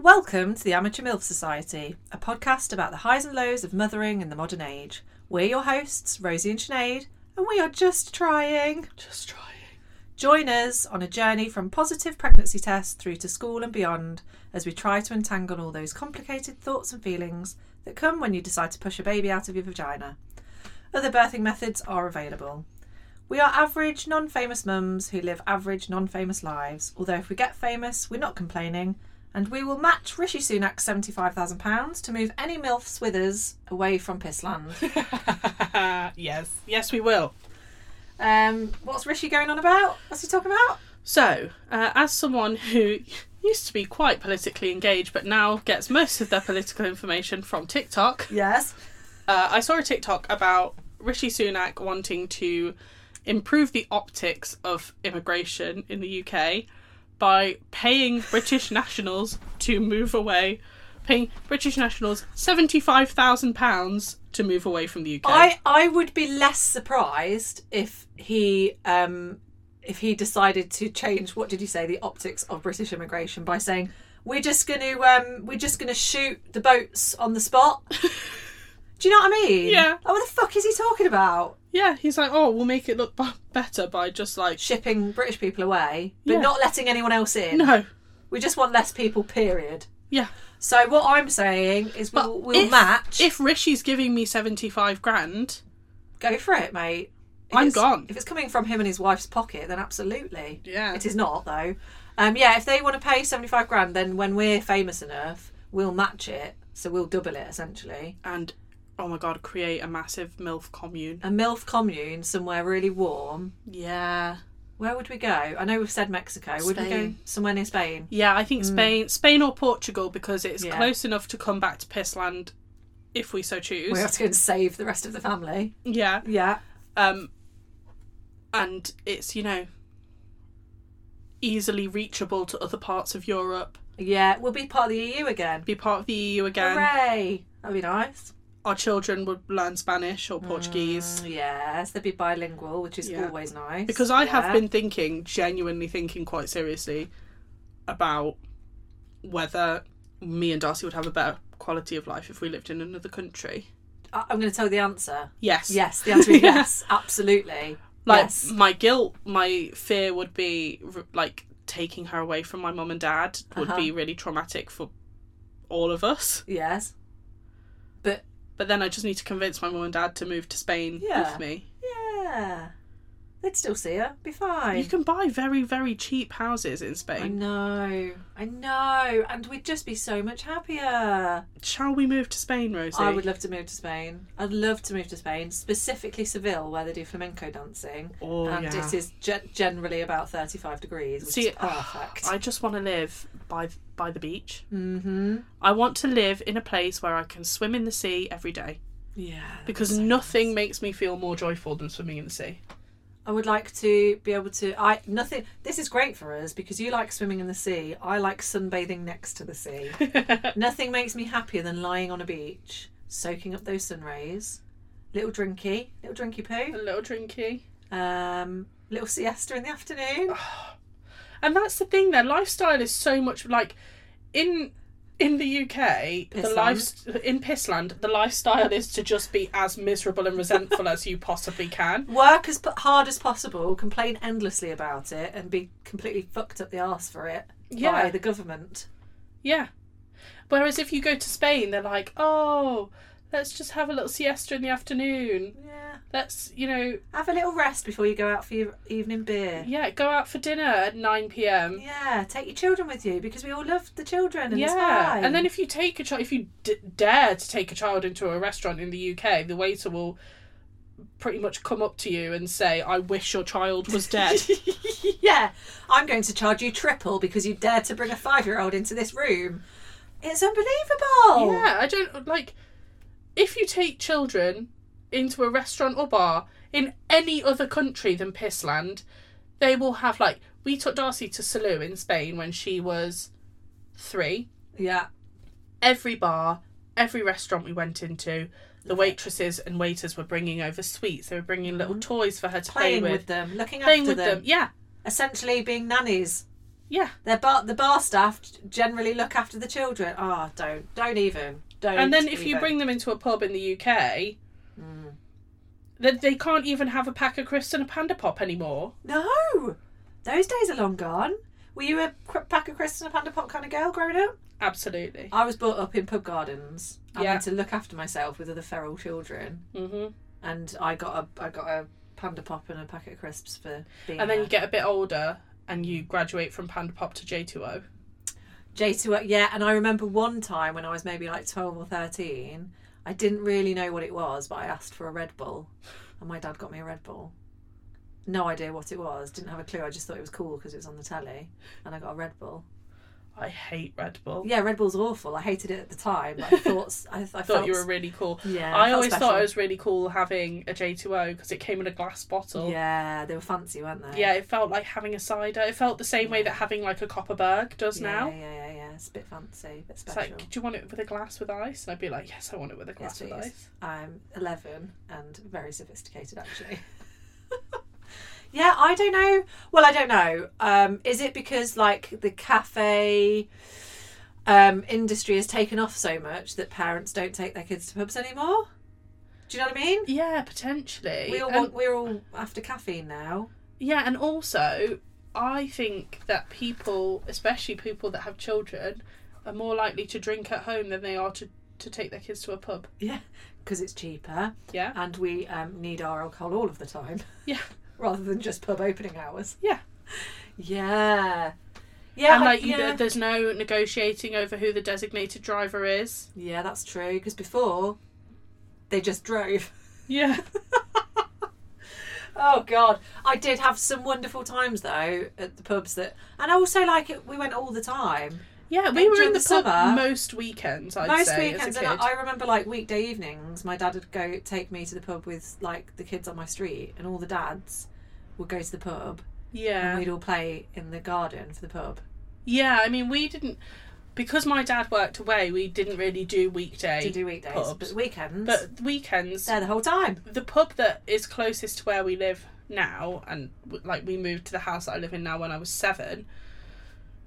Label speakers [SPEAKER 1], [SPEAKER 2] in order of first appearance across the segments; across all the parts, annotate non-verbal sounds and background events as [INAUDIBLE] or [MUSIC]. [SPEAKER 1] Welcome to the Amateur MILF Society, a podcast about the highs and lows of mothering in the modern age. We're your hosts, Rosie and Sinead, and we are just trying.
[SPEAKER 2] Just trying.
[SPEAKER 1] Join us on a journey from positive pregnancy tests through to school and beyond as we try to untangle all those complicated thoughts and feelings that come when you decide to push a baby out of your vagina. Other birthing methods are available. We are average, non famous mums who live average, non famous lives, although if we get famous, we're not complaining, and we will match Rishi Sunak's £75,000 to move any MILFs with us away from Pissland.
[SPEAKER 2] yes, yes, we will.
[SPEAKER 1] Um, what's Rishi going on about? What's he talking about?
[SPEAKER 2] So, uh, as someone who used to be quite politically engaged, but now gets most of their political information from TikTok,
[SPEAKER 1] Yes.
[SPEAKER 2] uh, I saw a TikTok about Rishi Sunak wanting to improve the optics of immigration in the UK by paying British nationals to move away, paying British nationals seventy-five thousand pounds to move away from the UK.
[SPEAKER 1] I, I would be less surprised if he um, if he decided to change what did you say the optics of British immigration by saying we're just going to um, we're just going to shoot the boats on the
[SPEAKER 2] [LAUGHS]
[SPEAKER 1] spot. Do you know what I mean?
[SPEAKER 2] Yeah.
[SPEAKER 1] Like, what the fuck is he talking about?
[SPEAKER 2] Yeah, he's like, oh, we'll make it look b- better by just like [LAUGHS]
[SPEAKER 1] Shipping British people away, but
[SPEAKER 2] Yeah.
[SPEAKER 1] not letting anyone else in.
[SPEAKER 2] no,
[SPEAKER 1] We just want less people. Period.
[SPEAKER 2] yeah.
[SPEAKER 1] So what I'm saying is we'll, we'll
[SPEAKER 2] if,
[SPEAKER 1] match.
[SPEAKER 2] If Rishi's giving me seventy-five grand,
[SPEAKER 1] Go for it, mate. If
[SPEAKER 2] I'm
[SPEAKER 1] it's-
[SPEAKER 2] gone.
[SPEAKER 1] If it's coming from him and his wife's pocket, then absolutely.
[SPEAKER 2] Yeah.
[SPEAKER 1] It is not though. Um, yeah, if they want to pay seventy five grand, then when we're famous enough, we'll match it. So we'll double it essentially.
[SPEAKER 2] and oh my god, create a massive milf commune.
[SPEAKER 1] A MILF commune somewhere really warm.
[SPEAKER 2] Yeah,
[SPEAKER 1] Where would we go? I know we've said Mexico. Would we go
[SPEAKER 2] Spain.
[SPEAKER 1] somewhere near Spain?
[SPEAKER 2] yeah. I think Spain, Spain or Portugal because it's
[SPEAKER 1] Yeah.
[SPEAKER 2] close enough to come back to Pissland if we so choose.
[SPEAKER 1] We have to go and save the rest of the family.
[SPEAKER 2] Yeah.
[SPEAKER 1] Yeah.
[SPEAKER 2] Um, and it's you know easily reachable to other parts of Europe.
[SPEAKER 1] Yeah. We'll be part of the EU again.
[SPEAKER 2] Be part of the EU again.
[SPEAKER 1] Hooray! That'd be nice.
[SPEAKER 2] Our children would learn Spanish or
[SPEAKER 1] Mm,
[SPEAKER 2] Portuguese.
[SPEAKER 1] Yes, they'd be bilingual, which is
[SPEAKER 2] Yeah.
[SPEAKER 1] always nice.
[SPEAKER 2] Because I have
[SPEAKER 1] Yeah.
[SPEAKER 2] been thinking, genuinely thinking quite seriously about whether me and Darcy would have a better quality of life if we lived in another country.
[SPEAKER 1] I- I'm going to tell you the answer.
[SPEAKER 2] Yes.
[SPEAKER 1] Yes, the
[SPEAKER 2] [LAUGHS]
[SPEAKER 1] answer is
[SPEAKER 2] Yeah.
[SPEAKER 1] yes, absolutely.
[SPEAKER 2] Like
[SPEAKER 1] yes.
[SPEAKER 2] my guilt, my fear would be r- like taking her away from my mum and dad would
[SPEAKER 1] Uh-huh.
[SPEAKER 2] be really traumatic for all of us.
[SPEAKER 1] Yes. But
[SPEAKER 2] But then I just need to convince my mum and dad to move to Spain
[SPEAKER 1] Yeah.
[SPEAKER 2] with me.
[SPEAKER 1] yeah, they'd still see her. Be fine.
[SPEAKER 2] You can buy very, very cheap houses in
[SPEAKER 1] I
[SPEAKER 2] Spain.
[SPEAKER 1] know. I know. And we'd just be so much happier.
[SPEAKER 2] Shall we move to Spain, Rosie?
[SPEAKER 1] I would love to move to Spain. I'd love to move to Spain, specifically Seville, where they do flamenco dancing.
[SPEAKER 2] Oh,
[SPEAKER 1] and
[SPEAKER 2] yeah.
[SPEAKER 1] it is ge- generally about 35 degrees, which
[SPEAKER 2] See,
[SPEAKER 1] is perfect.
[SPEAKER 2] I just want to live by th- by the beach.
[SPEAKER 1] Mm-hmm.
[SPEAKER 2] I want to live in a place where I can swim in the sea every day
[SPEAKER 1] Yeah.
[SPEAKER 2] because nothing makes me feel more joyful than swimming in the sea.
[SPEAKER 1] I would like to be able to. I nothing. This is great for us because you like swimming in the sea. I like sunbathing next to the sea. nothing makes me happier than lying on a beach, soaking up those sun rays. Little drinky, little drinky
[SPEAKER 2] A
[SPEAKER 1] poo.
[SPEAKER 2] little drinky.
[SPEAKER 1] Um, little siesta in the afternoon.
[SPEAKER 2] And that's the thing their lifestyle is so much like in in the UK, the
[SPEAKER 1] Pissland.
[SPEAKER 2] life in Pissland, the lifestyle is to just be as miserable and resentful as you possibly can.
[SPEAKER 1] Work as p- hard as possible, complain endlessly about it, and be completely fucked up the arse for it by
[SPEAKER 2] Yeah.
[SPEAKER 1] the government.
[SPEAKER 2] Yeah. Whereas if you go to Spain, they're like, "Oh, let's just have a little siesta in the afternoon.
[SPEAKER 1] Yeah.
[SPEAKER 2] Let's, you know,
[SPEAKER 1] Have a little rest before you go out for your evening beer.
[SPEAKER 2] Yeah, go out for dinner at 9 p.m.
[SPEAKER 1] Yeah, take your children with you because we all love the children and it's
[SPEAKER 2] Yeah,
[SPEAKER 1] fine.
[SPEAKER 2] and then if you take a child, if you d- dare to take a child into a restaurant in the UK, the waiter will pretty much come up to you and say, "I wish your child was dead."
[SPEAKER 1] [LAUGHS] yeah, I'm going to charge you triple because you dared to bring a five-year-old into this room. It's unbelievable.
[SPEAKER 2] Yeah, I don't like if you take children into a restaurant or bar in any other country than Pissland, they will have like we took Darcy to Salou in Spain when she was three.
[SPEAKER 1] yeah,
[SPEAKER 2] every bar, every restaurant we went into, the waitresses and waiters were bringing over sweets. They were bringing little toys for her to
[SPEAKER 1] Mm-hmm. playing
[SPEAKER 2] play
[SPEAKER 1] with,
[SPEAKER 2] with,
[SPEAKER 1] them, looking
[SPEAKER 2] playing
[SPEAKER 1] after
[SPEAKER 2] with them.
[SPEAKER 1] them.
[SPEAKER 2] Yeah,
[SPEAKER 1] essentially being nannies.
[SPEAKER 2] Yeah.
[SPEAKER 1] Their bar, the bar staff generally look after the children. Ah, don't, don't even, don't.
[SPEAKER 2] and then if you
[SPEAKER 1] even.
[SPEAKER 2] bring them into a pub in the UK,
[SPEAKER 1] Mm.
[SPEAKER 2] then they can't even have a pack of crisps and a panda pop anymore.
[SPEAKER 1] no, those days are long gone. Were you a cr- pack of crisps and a panda pop kind of girl growing up?
[SPEAKER 2] Absolutely.
[SPEAKER 1] I was brought up in pub gardens. I
[SPEAKER 2] Yeah.
[SPEAKER 1] had to look after myself with other feral children,
[SPEAKER 2] hmm
[SPEAKER 1] and I got a I got a panda pop and a packet of crisps for being.
[SPEAKER 2] And then you get a bit older and you graduate from panda pop to J2O.
[SPEAKER 1] J two uh, yeah, and I remember one time when I was maybe like twelve or thirteen, I didn't really know what it was, but I asked for a Red Bull, and my dad got me a Red Bull. No idea what it was. Didn't have a clue. I just thought it was cool because it was on the telly, and I got a Red Bull.
[SPEAKER 2] I hate Red Bull.
[SPEAKER 1] Yeah, Red Bull's awful. I hated it at the time,
[SPEAKER 2] [LAUGHS]
[SPEAKER 1] but I thought I, I
[SPEAKER 2] I thought
[SPEAKER 1] felt
[SPEAKER 2] you were really cool.
[SPEAKER 1] yeah.
[SPEAKER 2] I
[SPEAKER 1] felt
[SPEAKER 2] always
[SPEAKER 1] special.
[SPEAKER 2] thought it was really cool having a J2O because it came in a glass bottle.
[SPEAKER 1] Yeah, they were fancy, weren't they?
[SPEAKER 2] Yeah, it felt like having a cider. It felt the same way that having like a Copperberg does
[SPEAKER 1] yeah,
[SPEAKER 2] now.
[SPEAKER 1] Yeah, yeah, yeah. It's a bit fancy, but
[SPEAKER 2] It's
[SPEAKER 1] special.
[SPEAKER 2] like, do you want it with a glass with ice? And I'd be like, yes, I want it with a glass
[SPEAKER 1] Yes,
[SPEAKER 2] with
[SPEAKER 1] please.
[SPEAKER 2] ice.
[SPEAKER 1] I'm 11 and very sophisticated, actually. [LAUGHS] yeah, I don't know. Well, I don't know. Um, is it because like the cafe um, industry has taken off so much that parents don't take their kids to pubs anymore? Do you know what I mean?
[SPEAKER 2] Yeah, potentially.
[SPEAKER 1] We all
[SPEAKER 2] And-
[SPEAKER 1] want, we're all after caffeine now.
[SPEAKER 2] Yeah, and also, I think that people, especially people that have children, are more likely to drink at home than they are to, to take their kids to a pub.
[SPEAKER 1] Yeah, because it's cheaper
[SPEAKER 2] Yeah.
[SPEAKER 1] and we um, need our alcohol all of the time. [LAUGHS]
[SPEAKER 2] Yeah.
[SPEAKER 1] rather than just pub opening hours.
[SPEAKER 2] Yeah.
[SPEAKER 1] Yeah. Yeah,
[SPEAKER 2] and
[SPEAKER 1] I-
[SPEAKER 2] like, you
[SPEAKER 1] yeah.
[SPEAKER 2] know, there's no negotiating over who the designated driver is.
[SPEAKER 1] Yeah, that's true. Because before, they just drove. [LAUGHS]
[SPEAKER 2] Yeah.
[SPEAKER 1] Oh God, I did have some wonderful times though at the pubs that, and I also like it. We went all the time.
[SPEAKER 2] Yeah, we
[SPEAKER 1] Then
[SPEAKER 2] were
[SPEAKER 1] during
[SPEAKER 2] in the,
[SPEAKER 1] the
[SPEAKER 2] pub
[SPEAKER 1] summer-
[SPEAKER 2] most weekends, I'd
[SPEAKER 1] Most
[SPEAKER 2] say,
[SPEAKER 1] weekends,
[SPEAKER 2] as a kid.
[SPEAKER 1] and I I remember like weekday evenings, my dad would go take me to the pub with like the kids on my street, and all the dads would go to the pub, and
[SPEAKER 2] Yeah.
[SPEAKER 1] we'd all play in the garden for the pub.
[SPEAKER 2] Yeah, I mean, we didn't... Because my dad worked away, we didn't really do weekday.
[SPEAKER 1] to do weekdays,
[SPEAKER 2] pubs.
[SPEAKER 1] but weekends,
[SPEAKER 2] But weekends,
[SPEAKER 1] they're the whole time. [LAUGHS]
[SPEAKER 2] the pub that is closest to where we live now and w- like we moved to the house that i live in now when i was seven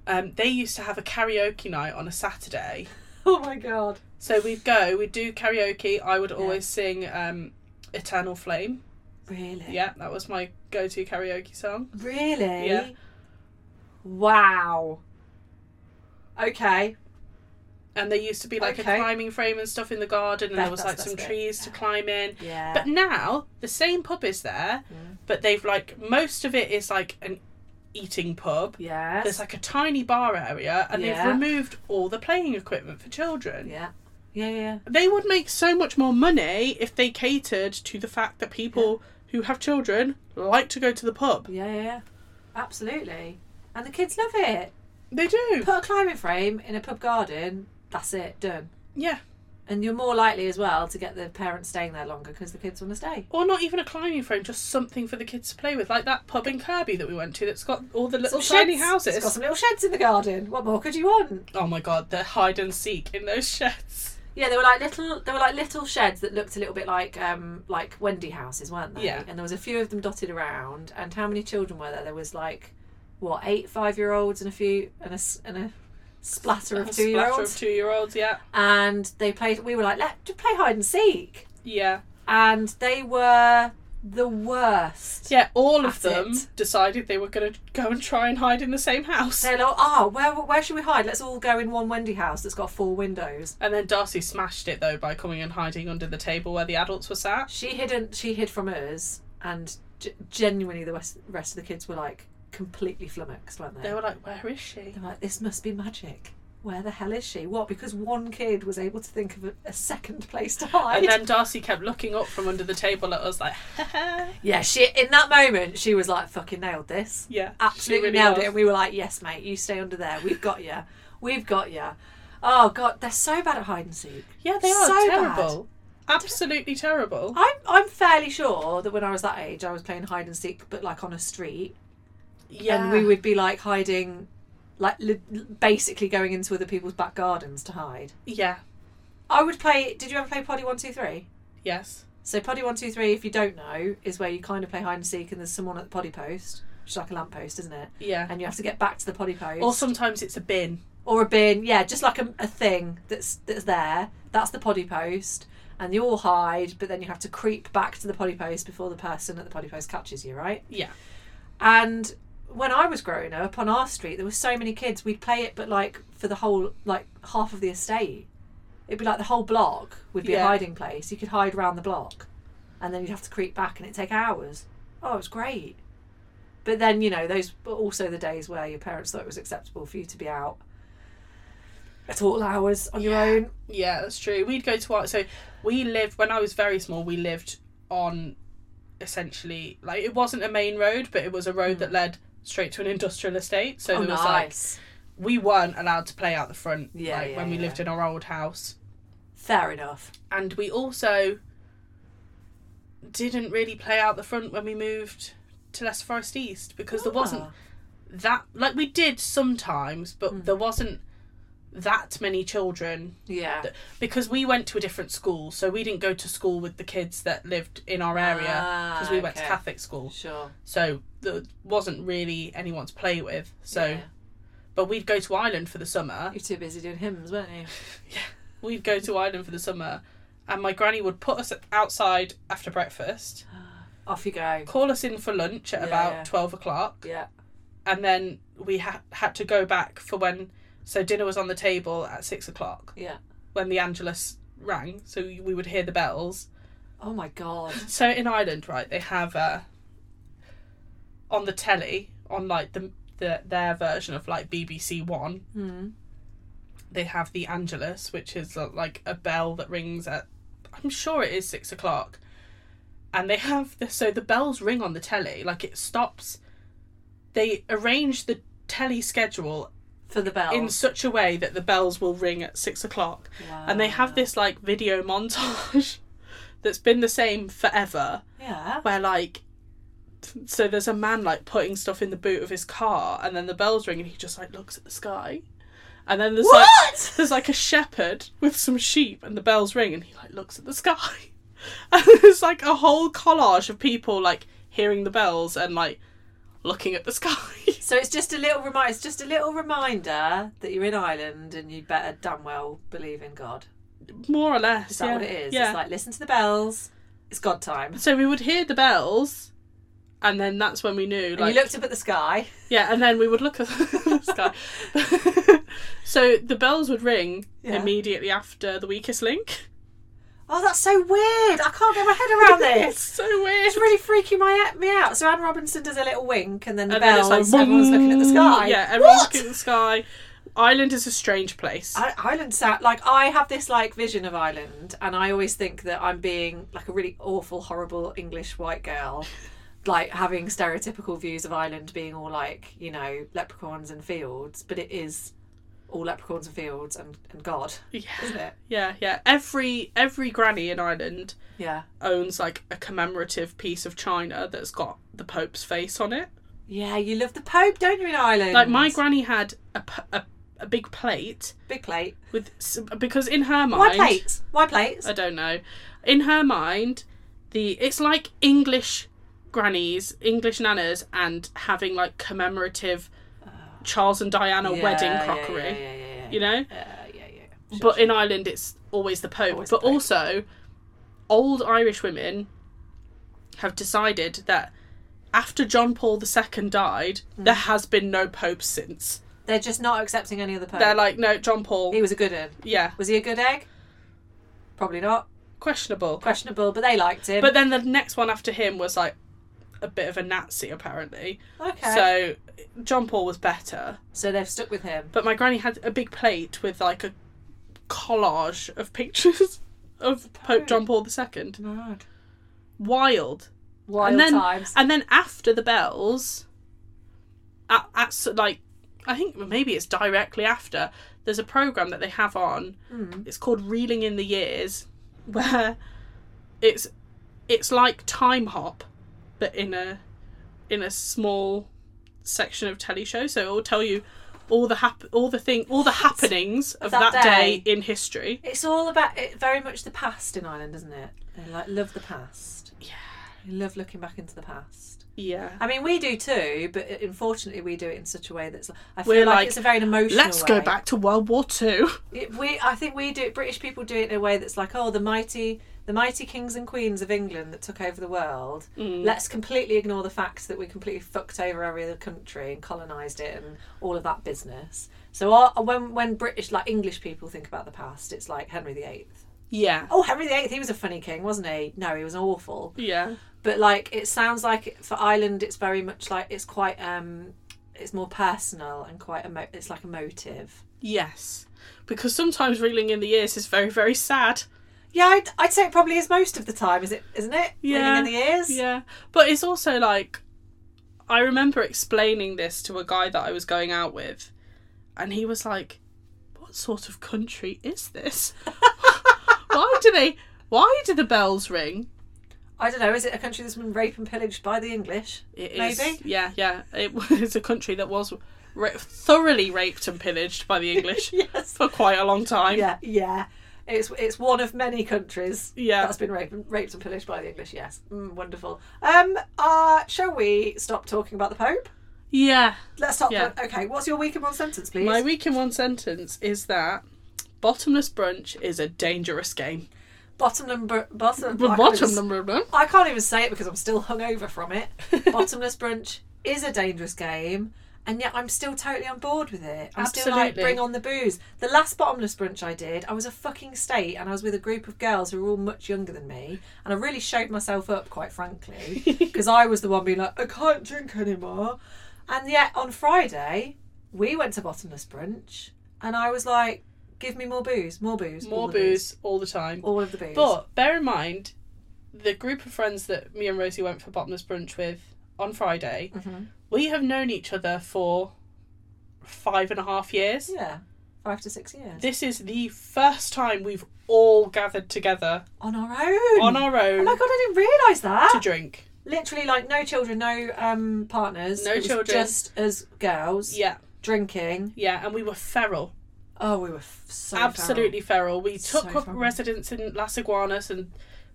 [SPEAKER 2] um, they used to have a karaoke night on a saturday
[SPEAKER 1] Oh my God.
[SPEAKER 2] so we'd go we'd do karaoke i would always sing um, eternal flame
[SPEAKER 1] Really?
[SPEAKER 2] yeah that was my go-to karaoke song
[SPEAKER 1] Really?
[SPEAKER 2] Yeah.
[SPEAKER 1] Wow. Okay.
[SPEAKER 2] and there used to be like
[SPEAKER 1] Okay.
[SPEAKER 2] a climbing frame and stuff in the garden and
[SPEAKER 1] That-
[SPEAKER 2] there was
[SPEAKER 1] that's-
[SPEAKER 2] like some
[SPEAKER 1] that's it.
[SPEAKER 2] trees to climb in
[SPEAKER 1] Yeah.
[SPEAKER 2] But now the same pub is there,
[SPEAKER 1] Mm.
[SPEAKER 2] but they've like most of it is like an eating pub.
[SPEAKER 1] yes.
[SPEAKER 2] There's like a tiny bar area, and
[SPEAKER 1] Yeah.
[SPEAKER 2] they've removed all the playing equipment for children.
[SPEAKER 1] yeah. Yeah, yeah.
[SPEAKER 2] They would make so much more money if they catered to the fact that people who have children like to go to the pub.
[SPEAKER 1] Yeah, yeah, yeah. Absolutely. And the kids love it.
[SPEAKER 2] They do.
[SPEAKER 1] Put a climbing frame in a pub garden, that's it, done.
[SPEAKER 2] Yeah.
[SPEAKER 1] And you're more likely as well to get the parents staying there longer because the kids want to stay.
[SPEAKER 2] Or not even a climbing frame, just something for the kids to play with, like that pub in Kirby that we went to that's got all the little
[SPEAKER 1] Some
[SPEAKER 2] shiny
[SPEAKER 1] sheds. It's got
[SPEAKER 2] houses.
[SPEAKER 1] some little sheds in the garden. What more could you want?
[SPEAKER 2] Oh my god, the hide and seek in those sheds.
[SPEAKER 1] Yeah, they were like little. They were like little sheds that looked a little bit like um like Wendy houses, weren't they?
[SPEAKER 2] Yeah.
[SPEAKER 1] And there was a few of them dotted around. And how many children were there? There was like what eight five year olds and a few and a s- and a splatter of
[SPEAKER 2] A
[SPEAKER 1] two year
[SPEAKER 2] splatter
[SPEAKER 1] olds.
[SPEAKER 2] of two year olds, yeah.
[SPEAKER 1] and they played we were like let just play hide and seek
[SPEAKER 2] Yeah.
[SPEAKER 1] and they were the worst
[SPEAKER 2] Yeah, all of
[SPEAKER 1] At
[SPEAKER 2] them
[SPEAKER 1] it.
[SPEAKER 2] decided they were going to go and try and hide in the same house.
[SPEAKER 1] they're like oh where, where should we hide let's all go in one wendy house that's got four windows
[SPEAKER 2] And then Darcy smashed it though by coming and hiding under the table where the adults were sat.
[SPEAKER 1] she hidn't she hid from us and g- genuinely the rest, rest of the kids were like completely flummoxed weren't they
[SPEAKER 2] They were like, "Where is she?"
[SPEAKER 1] they're like this must be magic where the hell is she what because one kid was able to think of a, a second place to hide
[SPEAKER 2] And then Darcy kept looking up from under the table at [LAUGHS] us, like,
[SPEAKER 1] yeah she in that moment she was like fucking nailed this
[SPEAKER 2] "Yeah,
[SPEAKER 1] absolutely
[SPEAKER 2] she really
[SPEAKER 1] nailed
[SPEAKER 2] was.
[SPEAKER 1] it. And we were like, yes, mate, you stay under there. We've got you. We've got you. Oh, God, they're so bad at hide and seek.
[SPEAKER 2] Yeah, they are
[SPEAKER 1] So bad.
[SPEAKER 2] terrible, absolutely terrible.
[SPEAKER 1] I'm, I'm fairly sure that when I was that age, I was playing hide and seek, but like on a street.
[SPEAKER 2] Yeah,
[SPEAKER 1] And we would be like hiding, like li- basically going into other people's back gardens to hide.
[SPEAKER 2] Yeah,
[SPEAKER 1] I would play, did you ever play Poddy 123?
[SPEAKER 2] yes,
[SPEAKER 1] So Poddy 123, if you don't know, is where you kind of play hide and seek and there's someone at the poddy post. which is like a lamppost, isn't it?
[SPEAKER 2] Yeah.
[SPEAKER 1] And you have to get back to the potty post.
[SPEAKER 2] Or sometimes it's a bin.
[SPEAKER 1] or a bin, yeah, just like a, a thing that's that's there. That's the potty post, and you all hide, but then you have to creep back to the potty post before the person at the potty post catches you, right?
[SPEAKER 2] Yeah.
[SPEAKER 1] And when I was growing up on our street, there were so many kids. We'd play it, but like for the whole like half of the estate, it'd be like the whole block would be a
[SPEAKER 2] Yeah.
[SPEAKER 1] hiding place. You could hide around the block, and then you'd have to creep back, and it'd take hours. Oh, it was great. But then you know those were also the days where your parents thought it was acceptable for you to be out at all hours on
[SPEAKER 2] Yeah.
[SPEAKER 1] your own.
[SPEAKER 2] Yeah, that's true. We'd go to our so we lived when I was very small. We lived on essentially like it wasn't a main road, but it was a road that led straight to an [LAUGHS] industrial estate. So
[SPEAKER 1] Hmm. oh,
[SPEAKER 2] there was like
[SPEAKER 1] nice.
[SPEAKER 2] we weren't allowed to play out the front.
[SPEAKER 1] Yeah,
[SPEAKER 2] like
[SPEAKER 1] yeah,
[SPEAKER 2] when we
[SPEAKER 1] yeah.
[SPEAKER 2] lived in our old house,
[SPEAKER 1] Fair enough.
[SPEAKER 2] and we also didn't really play out the front when we moved to Leicester Forest East because there wasn't
[SPEAKER 1] Ah, Hmm.
[SPEAKER 2] that like we did sometimes, but there wasn't that many children
[SPEAKER 1] Yeah.
[SPEAKER 2] th- because we went to a different school, so we didn't go to school with the kids that lived in our area
[SPEAKER 1] Ah,
[SPEAKER 2] because we went to
[SPEAKER 1] okay.
[SPEAKER 2] Catholic school.
[SPEAKER 1] Sure.
[SPEAKER 2] So there wasn't really anyone to play with. So,
[SPEAKER 1] Yeah.
[SPEAKER 2] but we'd go to Ireland for the summer.
[SPEAKER 1] you're too busy doing hymns, weren't you?
[SPEAKER 2] We'd go to Ireland for the summer, and my granny would put us outside after breakfast,
[SPEAKER 1] Off you go.
[SPEAKER 2] call us in for lunch at
[SPEAKER 1] Yeah,
[SPEAKER 2] about
[SPEAKER 1] yeah.
[SPEAKER 2] twelve o'clock,
[SPEAKER 1] Yeah.
[SPEAKER 2] and then we ha- had to go back for when. So dinner was on the table at six o'clock
[SPEAKER 1] Yeah.
[SPEAKER 2] when the Angelus rang, so we would hear the bells.
[SPEAKER 1] Oh my god.
[SPEAKER 2] So in Ireland, right, they have uh, on the telly, on like the, the their version of like BBC One,
[SPEAKER 1] Hmm.
[SPEAKER 2] they have the Angelus, which is uh, like a bell that rings at, I'm sure it is six o'clock, and they have the so the bells ring on the telly, like it stops. They arrange the telly schedule
[SPEAKER 1] For the bell.
[SPEAKER 2] in such a way that the bells will ring at six o'clock, and they have
[SPEAKER 1] Wow.
[SPEAKER 2] this like video montage [LAUGHS] that's been the same forever
[SPEAKER 1] Yeah.
[SPEAKER 2] where like so there's a man like putting stuff in the boot of his car and then the bells ring and he just like looks at the sky and then there's
[SPEAKER 1] What?
[SPEAKER 2] like there's like a shepherd with some sheep and the bells ring and he like looks at the sky [LAUGHS] and there's like a whole collage of people like hearing the bells and like looking at the sky [LAUGHS]
[SPEAKER 1] So it's just a little reminder. It's just a little reminder that you're in Ireland and you better damn well believe in God.
[SPEAKER 2] more or less
[SPEAKER 1] Is that
[SPEAKER 2] yeah.
[SPEAKER 1] what it is?
[SPEAKER 2] yeah
[SPEAKER 1] It's like listen to the bells. It's God time.
[SPEAKER 2] so we would hear the bells and then that's when we knew
[SPEAKER 1] And
[SPEAKER 2] like
[SPEAKER 1] you looked up at the sky.
[SPEAKER 2] Yeah, and then we would look at [LAUGHS] the
[SPEAKER 1] [LAUGHS]
[SPEAKER 2] sky. so the bells would ring
[SPEAKER 1] Yeah.
[SPEAKER 2] immediately after the weakest link.
[SPEAKER 1] Oh, that's so weird. I can't get my head
[SPEAKER 2] [LAUGHS]
[SPEAKER 1] around
[SPEAKER 2] It's
[SPEAKER 1] this.
[SPEAKER 2] so weird.
[SPEAKER 1] It's really freaking my me out. So Anne Robinson does a little wink, and then the
[SPEAKER 2] And then
[SPEAKER 1] bells.
[SPEAKER 2] it's like,
[SPEAKER 1] everyone's looking at the
[SPEAKER 2] "Boom."
[SPEAKER 1] sky.
[SPEAKER 2] Yeah, everyone's
[SPEAKER 1] What?
[SPEAKER 2] looking at the sky. Ireland is a strange place.
[SPEAKER 1] I, Ireland sound like I have this like vision of Ireland, and I always think that I'm being like a really awful, horrible English white
[SPEAKER 2] [LAUGHS]
[SPEAKER 1] girl, like having stereotypical views of Ireland being all like you know leprechauns and fields, but it is all leprechauns and fields and, and God,
[SPEAKER 2] yeah,
[SPEAKER 1] isn't
[SPEAKER 2] [LAUGHS]
[SPEAKER 1] it?
[SPEAKER 2] yeah, yeah. Every every granny in Ireland
[SPEAKER 1] Yeah,
[SPEAKER 2] owns like a commemorative piece of china that's got the Pope's face on it.
[SPEAKER 1] yeah. You love the Pope, don't you, in Ireland?
[SPEAKER 2] Like my granny had a, p- a, a big plate
[SPEAKER 1] big plate.
[SPEAKER 2] with s- because in her mind
[SPEAKER 1] Why plates? Why plates?
[SPEAKER 2] I don't know. In her mind, the it's like English grannies, English nanas, and having like commemorative Charles and Diana
[SPEAKER 1] Yeah,
[SPEAKER 2] wedding
[SPEAKER 1] yeah,
[SPEAKER 2] crockery.
[SPEAKER 1] Yeah, yeah, yeah.
[SPEAKER 2] You
[SPEAKER 1] yeah.
[SPEAKER 2] know,
[SPEAKER 1] Uh, yeah, yeah. Sure,
[SPEAKER 2] but
[SPEAKER 1] sure.
[SPEAKER 2] in Ireland, it's always the Pope.
[SPEAKER 1] Always the
[SPEAKER 2] but
[SPEAKER 1] Pope.
[SPEAKER 2] also, old Irish women have decided that after John Paul II died,
[SPEAKER 1] Mm.
[SPEAKER 2] there has been no Pope since.
[SPEAKER 1] they're just not accepting any other Pope.
[SPEAKER 2] They're like, no, John
[SPEAKER 1] he
[SPEAKER 2] Paul.
[SPEAKER 1] was a good un.
[SPEAKER 2] Yeah,
[SPEAKER 1] Was he a good egg? Probably not.
[SPEAKER 2] questionable.
[SPEAKER 1] questionable, but they liked him.
[SPEAKER 2] But then the next one after him was like a bit of a Nazi, apparently.
[SPEAKER 1] okay, so,
[SPEAKER 2] So John Paul was better,
[SPEAKER 1] they've stuck with him.
[SPEAKER 2] but my granny had a big plate with like a collage of pictures [LAUGHS] of Pope John Paul II.
[SPEAKER 1] Mad.
[SPEAKER 2] Wild.
[SPEAKER 1] Wild
[SPEAKER 2] and then
[SPEAKER 1] times.
[SPEAKER 2] and then after the bells at, at s- like I think maybe it's directly after there's a program that they have on. It's called Reeling in the Years where it's it's like time hop but in a in a small section of telly show so it will tell you all the hap- all the thing all the happenings of
[SPEAKER 1] that
[SPEAKER 2] that,
[SPEAKER 1] day.
[SPEAKER 2] day. in history
[SPEAKER 1] It's all about it, very much the past in Ireland, isn't it? They like love the past. Yeah. They love looking back into the past.
[SPEAKER 2] Yeah.
[SPEAKER 1] I mean, we do too, but unfortunately, we do it in such a way that's. I feel
[SPEAKER 2] We're
[SPEAKER 1] like,
[SPEAKER 2] like,
[SPEAKER 1] it's a very emotional.
[SPEAKER 2] Let's
[SPEAKER 1] way.
[SPEAKER 2] go back to World War Two.
[SPEAKER 1] It- we, I think we do it. British people do it in a way that's like, oh, the mighty, the mighty kings and queens of England that took over the world. Let's completely ignore the fact that we completely fucked over every other country and colonised it and all of that business. So our, when when British like English people think about the past, it's like Henry VIII.
[SPEAKER 2] Yeah.
[SPEAKER 1] Oh, Henry VIII, he was a funny king, wasn't he? No, he was awful.
[SPEAKER 2] Yeah.
[SPEAKER 1] But like, it sounds like for Ireland, it's very much like it's quite um, it's more personal and quite emo- it's like emotive.
[SPEAKER 2] Yes. Because sometimes reeling in the ears is very, very sad.
[SPEAKER 1] Yeah, I'd, I'd say it probably is most of the time, is it? Isn't it?
[SPEAKER 2] Yeah.
[SPEAKER 1] Reading in the ears.
[SPEAKER 2] Yeah. But it's also like I remember explaining this to a guy that I was going out with and he was like, What sort of country is this? [LAUGHS] why do they why do the bells ring?
[SPEAKER 1] I don't know. Is it a country that's been raped and pillaged by the English?
[SPEAKER 2] It is
[SPEAKER 1] Maybe.
[SPEAKER 2] Yeah, yeah. It [LAUGHS] was a country that was ra- thoroughly raped and pillaged by the
[SPEAKER 1] [LAUGHS]
[SPEAKER 2] English
[SPEAKER 1] Yes.
[SPEAKER 2] for quite a long time.
[SPEAKER 1] Yeah. Yeah. It's it's one of many countries
[SPEAKER 2] Yeah.
[SPEAKER 1] that's been raped, raped and pillaged by the English. Yes. Mm, wonderful. Um. Uh. Shall we stop talking about the Pope?
[SPEAKER 2] Yeah.
[SPEAKER 1] Let's stop.
[SPEAKER 2] Yeah.
[SPEAKER 1] Okay. What's your week in one sentence, please?
[SPEAKER 2] My week in one sentence is that bottomless brunch is a dangerous game.
[SPEAKER 1] bottom number. Bottom. I can't even
[SPEAKER 2] Bottom
[SPEAKER 1] s-
[SPEAKER 2] number one.
[SPEAKER 1] I can't even say it because I'm still hungover from
[SPEAKER 2] [LAUGHS]
[SPEAKER 1] it. Bottomless brunch is a dangerous game, and yet I'm still totally on board with it. I'm still like,
[SPEAKER 2] Absolutely.
[SPEAKER 1] bring on the booze. The last bottomless brunch I did, I was a fucking state, and I was with a group of girls who were all much younger than me, and I really showed myself up, quite frankly,
[SPEAKER 2] [LAUGHS]
[SPEAKER 1] because I was the one being like, I can't drink anymore. And yet on Friday, we went to bottomless brunch, and I was like, give me more booze, more booze, all
[SPEAKER 2] More
[SPEAKER 1] the
[SPEAKER 2] booze all the time.
[SPEAKER 1] all of the booze.
[SPEAKER 2] But bear in mind, the group of friends that me and Rosie went for bottomless brunch with on Friday,
[SPEAKER 1] Mhm.
[SPEAKER 2] we have known each other for five and a half years.
[SPEAKER 1] yeah, five to six years.
[SPEAKER 2] This is the first time we've all gathered together
[SPEAKER 1] On our own.
[SPEAKER 2] on our
[SPEAKER 1] Oh
[SPEAKER 2] own
[SPEAKER 1] my god, I didn't realise
[SPEAKER 2] to
[SPEAKER 1] that.
[SPEAKER 2] drink.
[SPEAKER 1] Literally, like no children, no um partners,
[SPEAKER 2] No
[SPEAKER 1] It was
[SPEAKER 2] children.
[SPEAKER 1] just as girls
[SPEAKER 2] Yeah,
[SPEAKER 1] drinking.
[SPEAKER 2] yeah, and we were feral.
[SPEAKER 1] Oh, we were f- so
[SPEAKER 2] absolutely feral. We
[SPEAKER 1] So
[SPEAKER 2] took up
[SPEAKER 1] feral.
[SPEAKER 2] residence in Las Iguanas and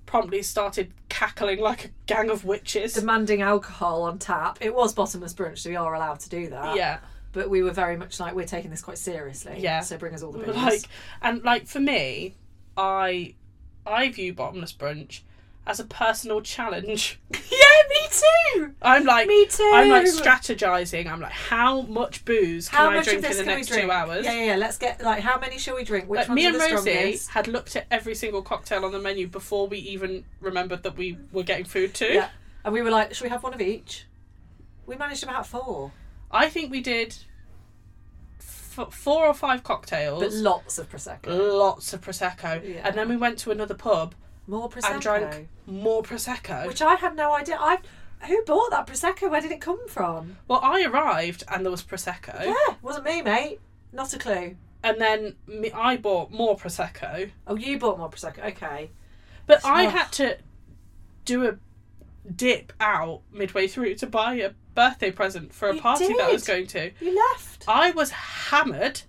[SPEAKER 2] promptly started cackling like a gang of witches.
[SPEAKER 1] feral. demanding alcohol on tap. It was bottomless brunch, so we are allowed to do that.
[SPEAKER 2] yeah,
[SPEAKER 1] but we were very much like we're taking this quite seriously.
[SPEAKER 2] Yeah.
[SPEAKER 1] so bring us all the
[SPEAKER 2] We
[SPEAKER 1] booze.
[SPEAKER 2] were [LAUGHS] like and like for me, I I view bottomless brunch as a personal challenge.
[SPEAKER 1] yeah, me too.
[SPEAKER 2] I'm like
[SPEAKER 1] Me too.
[SPEAKER 2] I'm like strategizing. I'm like, how much booze can
[SPEAKER 1] How
[SPEAKER 2] I
[SPEAKER 1] much
[SPEAKER 2] drink
[SPEAKER 1] of this
[SPEAKER 2] in the
[SPEAKER 1] can
[SPEAKER 2] next
[SPEAKER 1] we drink?
[SPEAKER 2] two hours?
[SPEAKER 1] Yeah, yeah, yeah. Let's get like how many shall we drink? Which
[SPEAKER 2] Like,
[SPEAKER 1] ones
[SPEAKER 2] me
[SPEAKER 1] are
[SPEAKER 2] and
[SPEAKER 1] the
[SPEAKER 2] Rosie
[SPEAKER 1] strongest?
[SPEAKER 2] had looked at every single cocktail on the menu before we even remembered that we were getting food too.
[SPEAKER 1] Yeah, and we were like, should we have one of each? We managed about four,
[SPEAKER 2] I think we did f- four or five cocktails,
[SPEAKER 1] but lots of prosecco.
[SPEAKER 2] Mm. lots of prosecco,
[SPEAKER 1] Yeah.
[SPEAKER 2] and then we went to another pub
[SPEAKER 1] More prosecco.
[SPEAKER 2] and drank more prosecco.
[SPEAKER 1] which I had no idea. I who bought that prosecco? Where did it come from?
[SPEAKER 2] well, I arrived and there was prosecco,
[SPEAKER 1] Yeah, wasn't me, mate. Not a clue.
[SPEAKER 2] and then me, I bought more prosecco,
[SPEAKER 1] Oh, you bought more prosecco. Okay.
[SPEAKER 2] but I
[SPEAKER 1] Ugh.
[SPEAKER 2] had to do a dip out midway through to buy a birthday present for a
[SPEAKER 1] You
[SPEAKER 2] party that I was
[SPEAKER 1] did?
[SPEAKER 2] going to.
[SPEAKER 1] You left.
[SPEAKER 2] I was hammered.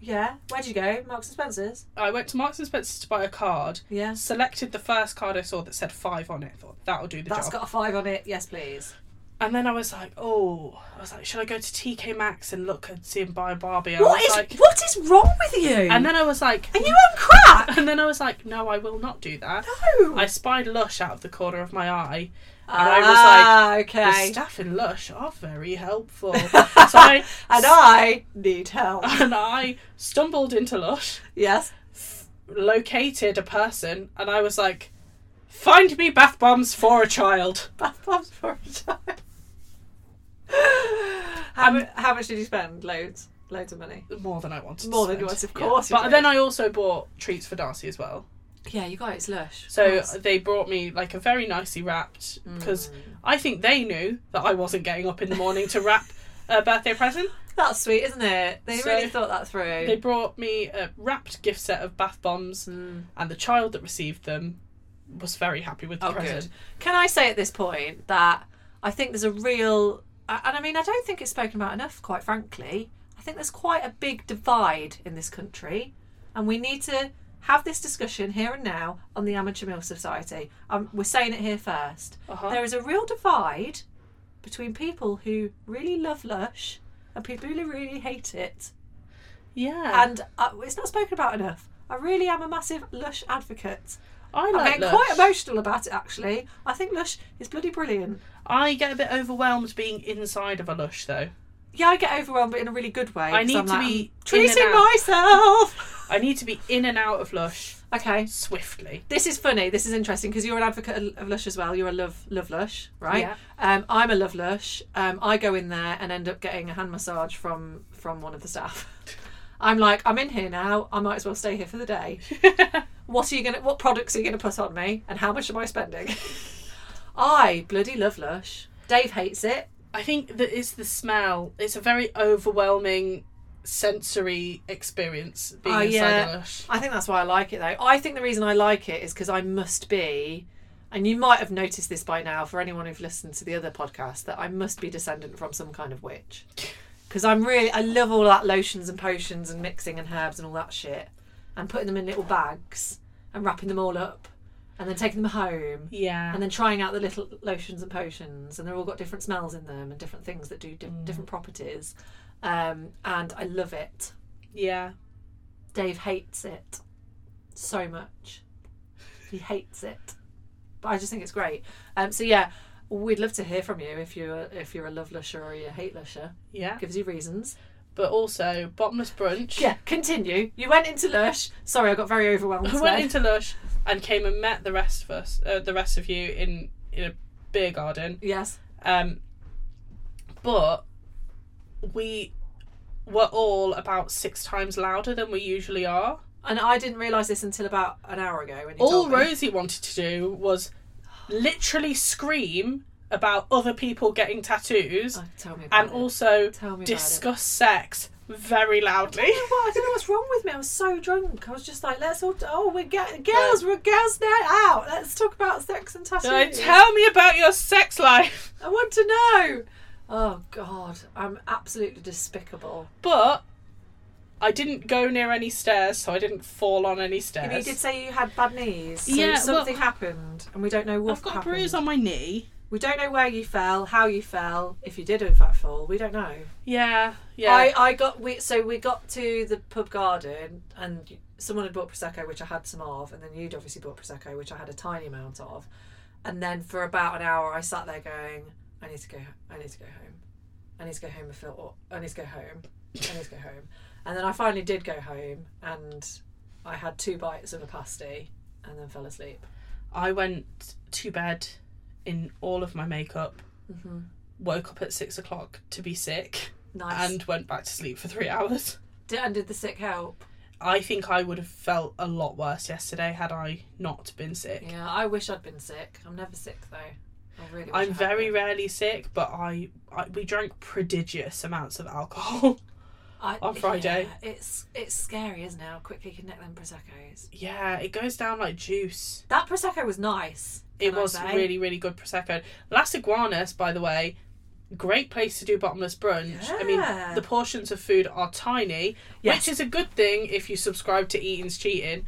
[SPEAKER 1] Yeah. Where'd you go? Marks and Spencers.
[SPEAKER 2] I went to Marks and Spencer's to buy a card.
[SPEAKER 1] Yeah.
[SPEAKER 2] Selected the first card I saw that said five on it. Thought that'll do the
[SPEAKER 1] That's
[SPEAKER 2] job.
[SPEAKER 1] got a five on it. Yes, please.
[SPEAKER 2] And then I was like, oh, I was like, should I go to TK Maxx and look and see and buy a Barbie? I
[SPEAKER 1] What is
[SPEAKER 2] was like,
[SPEAKER 1] what is wrong with you?
[SPEAKER 2] and then I was like,
[SPEAKER 1] Are you on crack?
[SPEAKER 2] [LAUGHS] and then I was like, no, I will not do that.
[SPEAKER 1] No.
[SPEAKER 2] I spied Lush out of the corner of my eye.
[SPEAKER 1] ah,
[SPEAKER 2] The
[SPEAKER 1] okay.
[SPEAKER 2] staff in Lush are
[SPEAKER 1] [LAUGHS]
[SPEAKER 2] very helpful. so I
[SPEAKER 1] and I need
[SPEAKER 2] [LAUGHS]
[SPEAKER 1] help.
[SPEAKER 2] and I stumbled into Lush,
[SPEAKER 1] yes.
[SPEAKER 2] located a person, and I was like, find me bath bombs for a child.
[SPEAKER 1] Bath bombs for a child. how,
[SPEAKER 2] Um,
[SPEAKER 1] mu- how much did you spend? Loads. Loads of money.
[SPEAKER 2] More than I wanted.
[SPEAKER 1] More
[SPEAKER 2] to
[SPEAKER 1] than you wanted,
[SPEAKER 2] spend.
[SPEAKER 1] of
[SPEAKER 2] Yeah.
[SPEAKER 1] course you
[SPEAKER 2] But
[SPEAKER 1] did.
[SPEAKER 2] then I also bought treats for Darcy as well.
[SPEAKER 1] Yeah, you got it. It's lush.
[SPEAKER 2] So they brought me like a very nicely wrapped because
[SPEAKER 1] Mm.
[SPEAKER 2] I think they knew that I wasn't getting up in the morning to wrap a
[SPEAKER 1] [LAUGHS]
[SPEAKER 2] birthday present.
[SPEAKER 1] That's sweet, isn't it? They
[SPEAKER 2] So-
[SPEAKER 1] really thought that through.
[SPEAKER 2] They brought me a wrapped gift set of bath bombs,
[SPEAKER 1] Mm.
[SPEAKER 2] and the child that received them was very happy with the
[SPEAKER 1] Oh,
[SPEAKER 2] present.
[SPEAKER 1] good. Can I say at this point that I think there's a real, uh, and I mean, I don't think it's spoken about enough, quite frankly. I think there's quite a big divide in this country, and we need to have this discussion here and now on the Amateur Mill Society. Um, we're saying it here first.
[SPEAKER 2] Uh-huh.
[SPEAKER 1] There is a real divide between people who really love Lush and people who really hate it.
[SPEAKER 2] Yeah.
[SPEAKER 1] And uh, it's not spoken about enough. I really am a massive Lush advocate.
[SPEAKER 2] I
[SPEAKER 1] I'm
[SPEAKER 2] like
[SPEAKER 1] getting
[SPEAKER 2] Lush.
[SPEAKER 1] quite emotional about it, actually. I think Lush is bloody brilliant.
[SPEAKER 2] I get a bit overwhelmed being inside of a Lush though.
[SPEAKER 1] Yeah, I get overwhelmed, but in a really good way.
[SPEAKER 2] I
[SPEAKER 1] 'cause
[SPEAKER 2] need
[SPEAKER 1] I'm
[SPEAKER 2] to
[SPEAKER 1] like,
[SPEAKER 2] be
[SPEAKER 1] I'm
[SPEAKER 2] in and
[SPEAKER 1] treating
[SPEAKER 2] out. [LAUGHS]
[SPEAKER 1] myself.
[SPEAKER 2] I need to be in and out of Lush
[SPEAKER 1] okay,
[SPEAKER 2] swiftly.
[SPEAKER 1] this is funny. This is interesting because you're an advocate of- of Lush as well. You're a love love Lush, right?
[SPEAKER 2] Yeah.
[SPEAKER 1] Um, I'm a love Lush. Um, I go in there and end up getting a hand massage from from one of the staff. I'm like, I'm in here now. I might as well stay here for the day. what are you gonna? What products are you gonna put on me? And how much am I spending? [LAUGHS] I bloody love Lush. Dave hates it.
[SPEAKER 2] I think that is the smell. It's a very overwhelming sensory experience being
[SPEAKER 1] Oh,
[SPEAKER 2] inside
[SPEAKER 1] yeah.
[SPEAKER 2] a Lush.
[SPEAKER 1] I think that's why I like it though. I think the reason I like it is because I must be, and you might have noticed this by now for anyone who've listened to the other podcast, that I must be descendant from some kind of witch. Because I'm really, I love all that lotions and potions and mixing and herbs and all that shit, and putting them in little bags and wrapping them all up and then taking them home.
[SPEAKER 2] Yeah.
[SPEAKER 1] And then trying out the little lotions and potions, and they've all got different smells in them and different things that do di- different properties. Um, and I love it.
[SPEAKER 2] Yeah.
[SPEAKER 1] Dave hates it so much. He hates it, but I just think it's great. Um, so yeah, we'd love to hear from you if you're if you're a love lusher or you're a hate lusher.
[SPEAKER 2] Yeah.
[SPEAKER 1] Gives you reasons.
[SPEAKER 2] But also bottomless brunch. [LAUGHS]
[SPEAKER 1] Yeah, continue. You went into lush. Sorry, I got very overwhelmed.
[SPEAKER 2] I went
[SPEAKER 1] then.
[SPEAKER 2] into Lush and came and met the rest of us, uh, the rest of you in in a beer garden.
[SPEAKER 1] yes,
[SPEAKER 2] Um, but we were all about six times louder than we usually are.
[SPEAKER 1] and I didn't realise this until about an hour ago when you
[SPEAKER 2] All
[SPEAKER 1] told me.
[SPEAKER 2] Rosie wanted to do was literally scream about other people getting tattoos
[SPEAKER 1] Oh, tell me about
[SPEAKER 2] and
[SPEAKER 1] it.
[SPEAKER 2] also
[SPEAKER 1] Tell me about it.
[SPEAKER 2] discuss sex very
[SPEAKER 1] I
[SPEAKER 2] loudly.
[SPEAKER 1] don't know what- I don't know what's wrong with me. I was so drunk. I was just like, let's all. Oh, we're get, girls. We're girls' night out. Let's talk about sex and
[SPEAKER 2] [LAUGHS]
[SPEAKER 1] tattoos.
[SPEAKER 2] So tell me about your sex life.
[SPEAKER 1] I want to know. Oh God, I'm absolutely despicable.
[SPEAKER 2] But I didn't go near any stairs, so I didn't fall on any stairs.
[SPEAKER 1] You did say you had bad knees. So
[SPEAKER 2] Yeah,
[SPEAKER 1] something happened, and we don't know what
[SPEAKER 2] I've got a
[SPEAKER 1] happened.
[SPEAKER 2] bruise on my knee.
[SPEAKER 1] We don't know where you fell, how you fell, if you did in fact fall. We don't know.
[SPEAKER 2] Yeah, yeah.
[SPEAKER 1] I, I got we so we got to the pub garden and someone had bought prosecco which I had some of, and then you'd obviously bought prosecco which I had a tiny amount of, and then for about an hour I sat there going, I need to go, I need to go home, I need to go home and feel, I need to go home, I need to go home, and then I finally did go home and I had two bites of a pasty and then fell asleep.
[SPEAKER 2] I went to bed in all of my makeup, woke up at six o'clock to be sick,
[SPEAKER 1] Nice.
[SPEAKER 2] and went back to sleep for three [LAUGHS] hours.
[SPEAKER 1] Did, and did the sick help?
[SPEAKER 2] I think I would have felt a lot worse yesterday had I not been sick.
[SPEAKER 1] Yeah, I wish I'd been sick. I'm never sick though. I really. wish I
[SPEAKER 2] I'm
[SPEAKER 1] had
[SPEAKER 2] very
[SPEAKER 1] been.
[SPEAKER 2] rarely sick, but I, I we drank prodigious amounts of alcohol. [LAUGHS]
[SPEAKER 1] I,
[SPEAKER 2] on Friday.
[SPEAKER 1] yeah, it's it's scary, isn't it? How quickly you can neck them proseccos.
[SPEAKER 2] yeah, it goes down like juice.
[SPEAKER 1] That prosecco was nice.
[SPEAKER 2] It
[SPEAKER 1] can I
[SPEAKER 2] was
[SPEAKER 1] say?
[SPEAKER 2] really, really good prosecco. Las Iguanas, by the way, great place to do bottomless brunch. I
[SPEAKER 1] Yeah.
[SPEAKER 2] mean, the portions of food are tiny,
[SPEAKER 1] Yes.
[SPEAKER 2] which is a good thing if you subscribe to Eating's Cheating.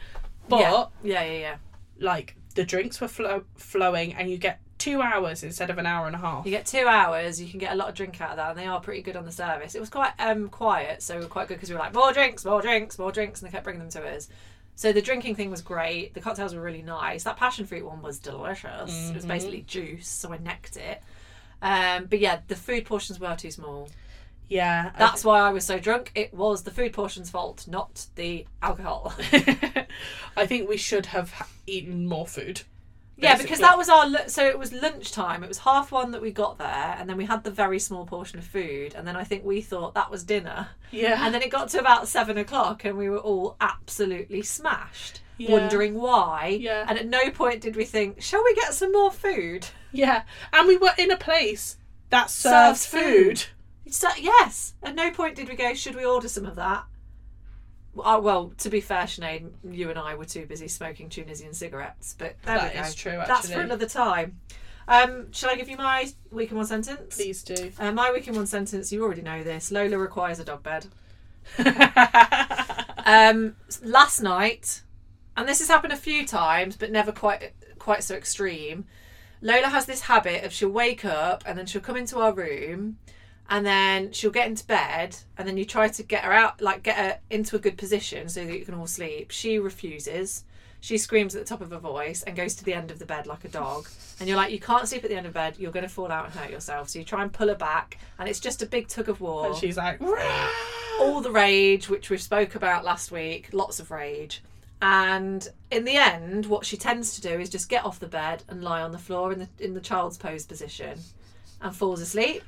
[SPEAKER 2] But
[SPEAKER 1] Yeah. yeah, yeah, yeah.
[SPEAKER 2] like the drinks were flow- flowing, and you get two hours instead of an hour and a half.
[SPEAKER 1] You get two hours. You can get a lot of drink out of that, and they are pretty good on the service. It was quite um quiet, so we were quite good because we were like more drinks, more drinks, more drinks, and they kept bringing them to us. So the drinking thing was great. The cocktails were really nice. That passion fruit one was delicious. It
[SPEAKER 2] Mm-hmm.
[SPEAKER 1] was basically juice, so I necked it. Um, but yeah, the food portions were too small.
[SPEAKER 2] Yeah, I-
[SPEAKER 1] That's why I was so drunk. It was the food portions' fault, not the alcohol. [LAUGHS]
[SPEAKER 2] [LAUGHS] I think we should have ha- eaten more food.
[SPEAKER 1] Yeah, because
[SPEAKER 2] basically.
[SPEAKER 1] that was our lu- so it was lunchtime. It was half one that we got there, and then we had the very small portion of food, and then I think we thought that was dinner,
[SPEAKER 2] Yeah,
[SPEAKER 1] and then it got to about seven o'clock, and we were all absolutely smashed,
[SPEAKER 2] Yeah.
[SPEAKER 1] wondering why.
[SPEAKER 2] Yeah.
[SPEAKER 1] And at no point did we think, shall we get some more food?
[SPEAKER 2] yeah, and we were in a place that serves,
[SPEAKER 1] Serves
[SPEAKER 2] food.
[SPEAKER 1] food. So, yes, at no point did we go, should we order some of that? Oh, well, to be fair, Sinead, you and I were too busy smoking Tunisian cigarettes, but there
[SPEAKER 2] That
[SPEAKER 1] we go.
[SPEAKER 2] is true,
[SPEAKER 1] That's for
[SPEAKER 2] actually.
[SPEAKER 1] another time. Um, shall I give you my week in one sentence?
[SPEAKER 2] Please [LAUGHS] do.
[SPEAKER 1] Uh, my week in one sentence, you already know this. Lola requires a dog bed. Um, s- last night, and this has happened a few times, but never quite quite so extreme. Lola has this habit of she'll wake up and then she'll come into our room and then she'll get into bed and then you try to get her out like get her into a good position so that you can all sleep. She refuses. She screams at the top of her voice and goes to the end of the bed like a dog. And you're like, you can't sleep at the end of bed. You're going to fall out and hurt yourself. So you try and pull her back, and it's just a big tug of war
[SPEAKER 2] And she's like, "Rah!"
[SPEAKER 1] all the rage, which we spoke about last week, lots of rage. And in the end, what she tends to do is just get off the bed and lie on the floor in the in the child's pose position, and falls asleep.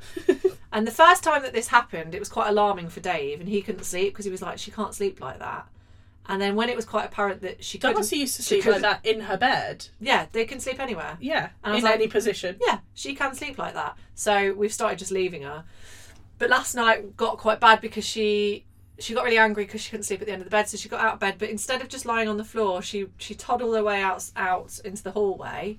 [SPEAKER 1] and the first time that this happened, it was quite alarming for Dave, and he couldn't sleep because he was like, "She can't sleep like that." And then when it was quite apparent that she couldn't,
[SPEAKER 2] Darcy used to
[SPEAKER 1] she
[SPEAKER 2] sleep like that in her bed.
[SPEAKER 1] yeah, they can sleep anywhere.
[SPEAKER 2] Yeah,
[SPEAKER 1] And I was
[SPEAKER 2] in
[SPEAKER 1] like-
[SPEAKER 2] any position.
[SPEAKER 1] Yeah, she can sleep like that. So we've started just leaving her. But last night got quite bad because she she got really angry because she couldn't sleep at the end of the bed, so she got out of bed. But instead of just lying on the floor, she she toddled her way out out into the hallway.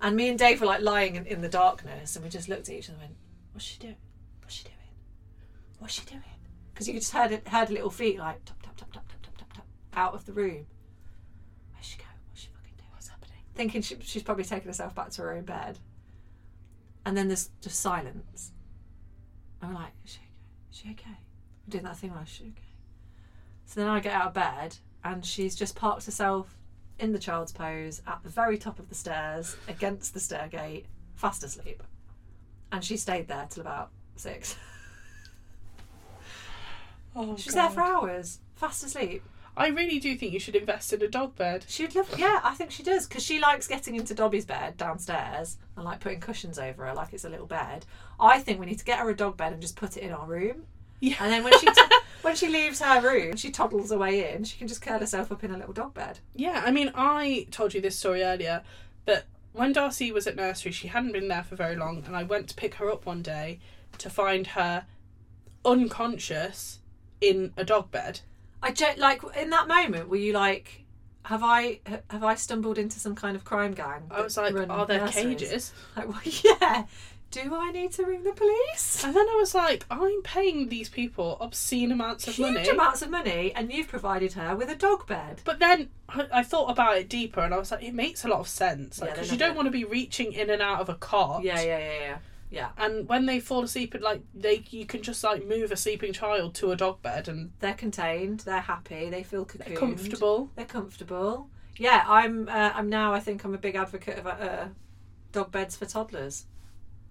[SPEAKER 1] And me and Dave were like lying in, in the darkness, and we just looked at each other and went, "What's she doing? What's she doing? What's she doing?" Because you could just heard it- heard her little feet like tap tap tap tap tap tap tap tap out of the room. Where's she going? What's she fucking doing? What's happening? Thinking she, she's probably taking herself back to her own bed. And then there's just silence. I'm like, is she okay? Is she okay? I'm doing that thing where is she okay? So then I get out of bed and she's just parked herself in the child's pose at the very top of the stairs against the stair gate, fast asleep. And she stayed there till about six.
[SPEAKER 2] Oh,
[SPEAKER 1] She was there
[SPEAKER 2] God.
[SPEAKER 1] for hours, fast asleep.
[SPEAKER 2] I really do think you should invest in a dog bed.
[SPEAKER 1] She'd love, yeah, I think she does because she likes getting into Dobby's bed downstairs and like putting cushions over her like it's a little bed. I think we need to get her a dog bed and just put it in our room.
[SPEAKER 2] Yeah.
[SPEAKER 1] And then when
[SPEAKER 2] [LAUGHS]
[SPEAKER 1] she t- when she leaves her room, she toddles away in. She can just curl herself up in a little dog bed.
[SPEAKER 2] Yeah, I mean, I told you this story earlier, but when Darcy was at nursery, she hadn't been there for very long, and I went to pick her up one day to find her unconscious in a dog bed.
[SPEAKER 1] I jo- like in that moment, were you like, have I ha- have I stumbled into some kind of crime gang?
[SPEAKER 2] I
[SPEAKER 1] that
[SPEAKER 2] was like,
[SPEAKER 1] run
[SPEAKER 2] "Are there
[SPEAKER 1] nurseries?"
[SPEAKER 2] cages?"
[SPEAKER 1] [LAUGHS] Like, well, yeah. Do I need to ring the police?
[SPEAKER 2] And then I was like, "I'm paying these people obscene amounts of
[SPEAKER 1] Huge
[SPEAKER 2] money."
[SPEAKER 1] amounts of money, and you've provided her with a dog bed.
[SPEAKER 2] But then I, I thought about it deeper, and I was like, "It makes a lot of sense
[SPEAKER 1] Yeah,
[SPEAKER 2] because
[SPEAKER 1] they're
[SPEAKER 2] you
[SPEAKER 1] not
[SPEAKER 2] don't want to be reaching in and out of a cot."
[SPEAKER 1] Yeah, yeah, yeah, yeah, yeah.
[SPEAKER 2] And when they fall asleep, it like they you can just like move a sleeping child to a dog bed and
[SPEAKER 1] They're contained. They're happy. They feel cocooned.
[SPEAKER 2] they're comfortable.
[SPEAKER 1] They're comfortable. Yeah, I'm. Uh, I'm now. I think I'm a big advocate of uh, dog beds for toddlers.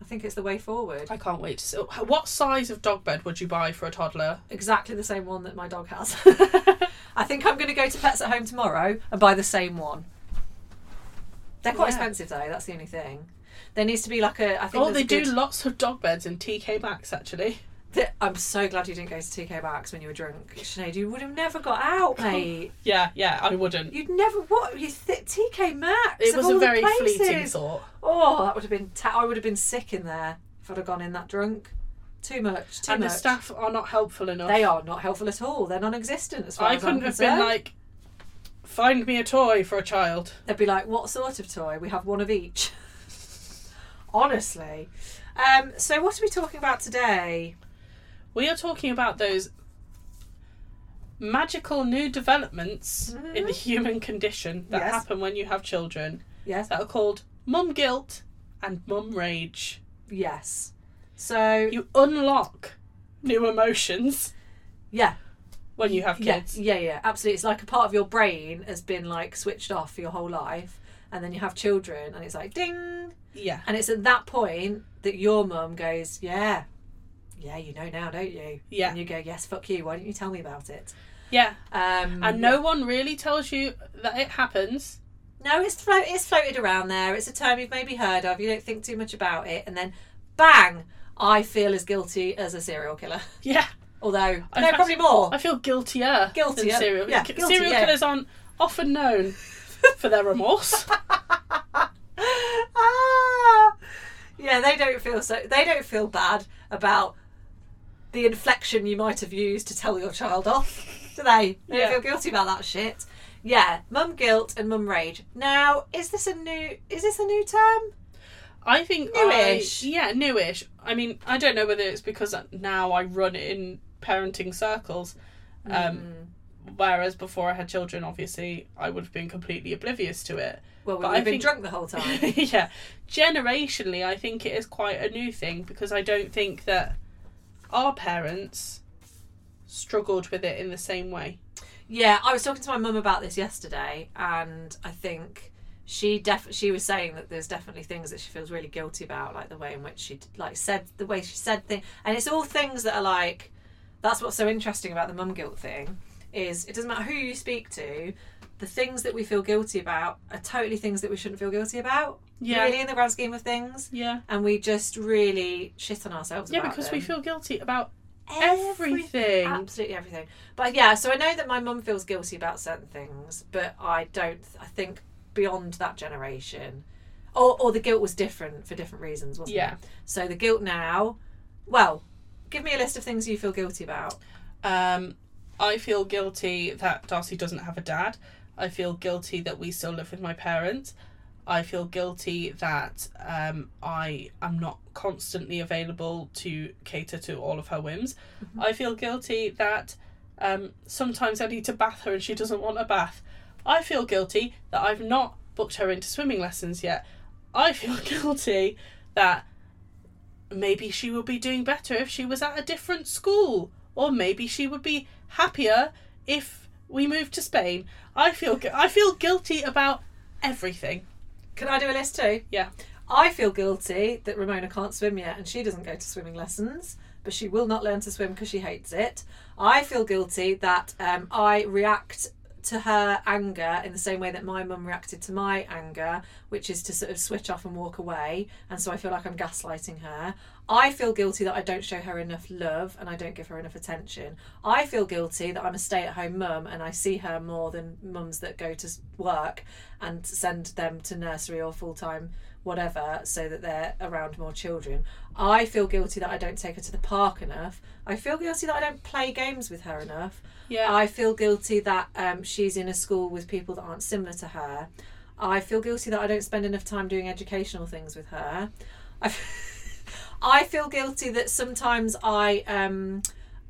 [SPEAKER 1] I think it's the way forward.
[SPEAKER 2] I can't wait to see. What size of dog bed would you buy for a toddler?
[SPEAKER 1] Exactly the same one that my dog has. [LAUGHS] I think I'm going to go to Pets at Home tomorrow and buy the same one. They're quite
[SPEAKER 2] Yeah.
[SPEAKER 1] expensive though. That's the only thing. There needs to be like a. I think
[SPEAKER 2] Oh,
[SPEAKER 1] there's
[SPEAKER 2] they
[SPEAKER 1] a good-
[SPEAKER 2] do lots of dog beds in TK Maxx actually.
[SPEAKER 1] Th- I'm so glad you didn't go to TK Maxx when you were drunk, Sinead. You would have never got
[SPEAKER 2] [LAUGHS]
[SPEAKER 1] out, mate.
[SPEAKER 2] Yeah, yeah, I wouldn't.
[SPEAKER 1] You'd never what you th- TK Maxx.
[SPEAKER 2] It
[SPEAKER 1] of
[SPEAKER 2] was
[SPEAKER 1] all
[SPEAKER 2] a
[SPEAKER 1] the
[SPEAKER 2] very fleeting
[SPEAKER 1] places.
[SPEAKER 2] thought.
[SPEAKER 1] Oh, that would have been. Ta- I would have been sick in there if I'd have gone in that drunk. Too much. Too
[SPEAKER 2] and
[SPEAKER 1] much.
[SPEAKER 2] the staff are not helpful enough.
[SPEAKER 1] They are not helpful at all. They're non-existent as far
[SPEAKER 2] I
[SPEAKER 1] as
[SPEAKER 2] couldn't
[SPEAKER 1] I'm
[SPEAKER 2] have been
[SPEAKER 1] concerned.
[SPEAKER 2] like, find me a toy for a child.
[SPEAKER 1] They'd be like, "What sort of toy? We have one of each." [LAUGHS] Honestly. Um, so what are we talking about today?
[SPEAKER 2] We are talking about those magical new developments in the human condition that
[SPEAKER 1] Mm-hmm. Yes.
[SPEAKER 2] happen when you have children
[SPEAKER 1] Yes.
[SPEAKER 2] that are called mum guilt and mum rage.
[SPEAKER 1] Yes. So
[SPEAKER 2] you unlock new emotions
[SPEAKER 1] yeah,
[SPEAKER 2] when you have kids.
[SPEAKER 1] Yeah, yeah, yeah, absolutely. It's like a part of your brain has been like switched off for your whole life, and then you have children, and it's like ding,
[SPEAKER 2] Yeah.
[SPEAKER 1] and it's at that point that your mum goes, "Yeah, yeah, you know now, don't you?"
[SPEAKER 2] Yeah.
[SPEAKER 1] and you go, "Yes, fuck you. Why didn't you tell me about it?"
[SPEAKER 2] Yeah.
[SPEAKER 1] Um,
[SPEAKER 2] And no one really tells you that it happens.
[SPEAKER 1] no, it's float, it's floated around there. It's a term you've maybe heard of. You don't think too much about it, and then bang, I feel as guilty as a serial killer. [LAUGHS]
[SPEAKER 2] Yeah.
[SPEAKER 1] Although
[SPEAKER 2] I
[SPEAKER 1] no,
[SPEAKER 2] feel-
[SPEAKER 1] probably more.
[SPEAKER 2] I feel guiltier.
[SPEAKER 1] Guiltier,
[SPEAKER 2] Than serial
[SPEAKER 1] yeah,
[SPEAKER 2] ki-
[SPEAKER 1] guilty,
[SPEAKER 2] serial
[SPEAKER 1] yeah.
[SPEAKER 2] killers aren't often known for their remorse.
[SPEAKER 1] ah! Yeah, they don't feel so. They don't feel bad about the inflection you might have used to tell your child off, do they? They
[SPEAKER 2] Yeah.
[SPEAKER 1] don't feel guilty about that shit. Yeah, mum guilt and mum rage. Now, is this a new? Is this a new term?
[SPEAKER 2] I think
[SPEAKER 1] Newish.
[SPEAKER 2] I, yeah, newish. I mean, I don't know whether it's because now I run in parenting circles. Um,
[SPEAKER 1] Hmm.
[SPEAKER 2] Whereas before I had children, obviously, I would have been completely oblivious to it. [LAUGHS]
[SPEAKER 1] Well, we've
[SPEAKER 2] But I
[SPEAKER 1] been
[SPEAKER 2] think-
[SPEAKER 1] drunk the whole
[SPEAKER 2] [LAUGHS]
[SPEAKER 1] time.
[SPEAKER 2] yeah. Generationally, I think it is quite a new thing because I don't think that our parents struggled with it in the same way.
[SPEAKER 1] Yeah, I was talking to my mum about this yesterday, and I think she def she was saying that there's definitely things that she feels really guilty about, like the way in which she d- like said the way she said things, and it's all things that are like that's what's so interesting about the mum guilt thing is it doesn't matter who you speak to, the things that we feel guilty about are totally things that we shouldn't feel guilty about.
[SPEAKER 2] Yeah.
[SPEAKER 1] really, in the grand scheme of things,
[SPEAKER 2] Yeah.
[SPEAKER 1] and we just really shit on ourselves.
[SPEAKER 2] Yeah,
[SPEAKER 1] about
[SPEAKER 2] because
[SPEAKER 1] them
[SPEAKER 2] we feel guilty about
[SPEAKER 1] everything.
[SPEAKER 2] Everything.
[SPEAKER 1] Absolutely everything. But yeah, so I know that my mum feels guilty about certain things, but I don't. I think beyond that generation, or or the guilt was different for different reasons, wasn't
[SPEAKER 2] Yeah.
[SPEAKER 1] it? So the guilt now, well, give me a list of things you feel guilty about.
[SPEAKER 2] Um, I feel guilty that Darcy doesn't have a dad. I feel guilty that we still live with my parents. I feel guilty that um, I am not constantly available to cater to all of her whims. I feel guilty that um, sometimes I need to bath her and she doesn't want a bath. I feel guilty that I've not booked her into swimming lessons yet. I feel [LAUGHS] guilty that maybe she would be doing better if she was at a different school, or maybe she would be happier if we moved to Spain. I feel gu- I feel guilty about everything.
[SPEAKER 1] Can I do a list too?
[SPEAKER 2] Yeah.
[SPEAKER 1] I feel guilty that Ramona can't swim yet and she doesn't go to swimming lessons, but she will not learn to swim because she hates it. I feel guilty that um, I react to her anger in the same way that my mum reacted to my anger, which is to sort of switch off and walk away. And so I feel like I'm gaslighting her. I feel guilty that I don't show her enough love and I don't give her enough attention. I feel guilty that I'm a stay at home mum and I see her more than mums that go to s- work and send them to nursery or full time whatever so that they're around more children. I feel guilty that I don't take her to the park enough. I feel guilty that I don't play games with her enough.
[SPEAKER 2] Yeah.
[SPEAKER 1] I feel guilty that um, she's in a school with people that aren't similar to her. I feel guilty that I don't spend enough time doing educational things with her. I, f- [LAUGHS] I feel guilty that sometimes I um,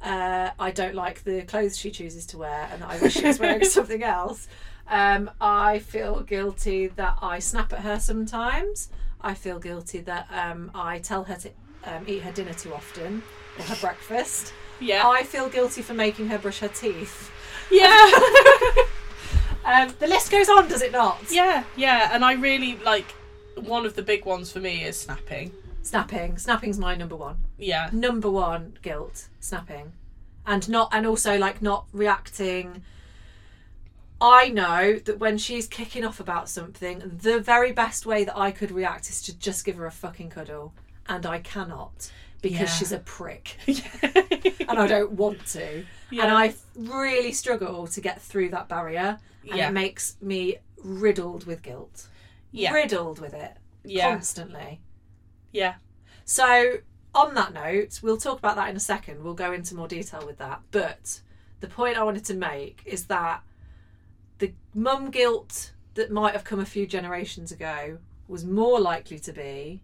[SPEAKER 1] uh, I don't like the clothes she chooses to wear and that I wish she was wearing something else. Um, I feel guilty that I snap at her sometimes. I feel guilty that um, I tell her to um, eat her dinner too often or her breakfast.
[SPEAKER 2] Yeah.
[SPEAKER 1] I feel guilty for making her brush her teeth.
[SPEAKER 2] [LAUGHS] yeah.
[SPEAKER 1] Um, the list goes on, does it not?
[SPEAKER 2] yeah. Yeah. And I really like one of the big ones for me is snapping.
[SPEAKER 1] Snapping. Snapping's my number one.
[SPEAKER 2] Yeah. [LAUGHS]
[SPEAKER 1] number one guilt snapping and not and also like not reacting i know that when she's kicking off about something the very best way that i could react is to just give her a fucking cuddle and i cannot because
[SPEAKER 2] Yeah.
[SPEAKER 1] she's a prick
[SPEAKER 2] yeah.
[SPEAKER 1] and i don't want to and i really struggle to get through that barrier and
[SPEAKER 2] Yeah.
[SPEAKER 1] it makes me riddled with guilt
[SPEAKER 2] Yeah.
[SPEAKER 1] riddled with it
[SPEAKER 2] Yeah.
[SPEAKER 1] constantly
[SPEAKER 2] Yeah.
[SPEAKER 1] so, on that note, we'll talk about that in a second. We'll go into more detail with that. But the point I wanted to make is that the mum guilt that might have come a few generations ago was more likely to be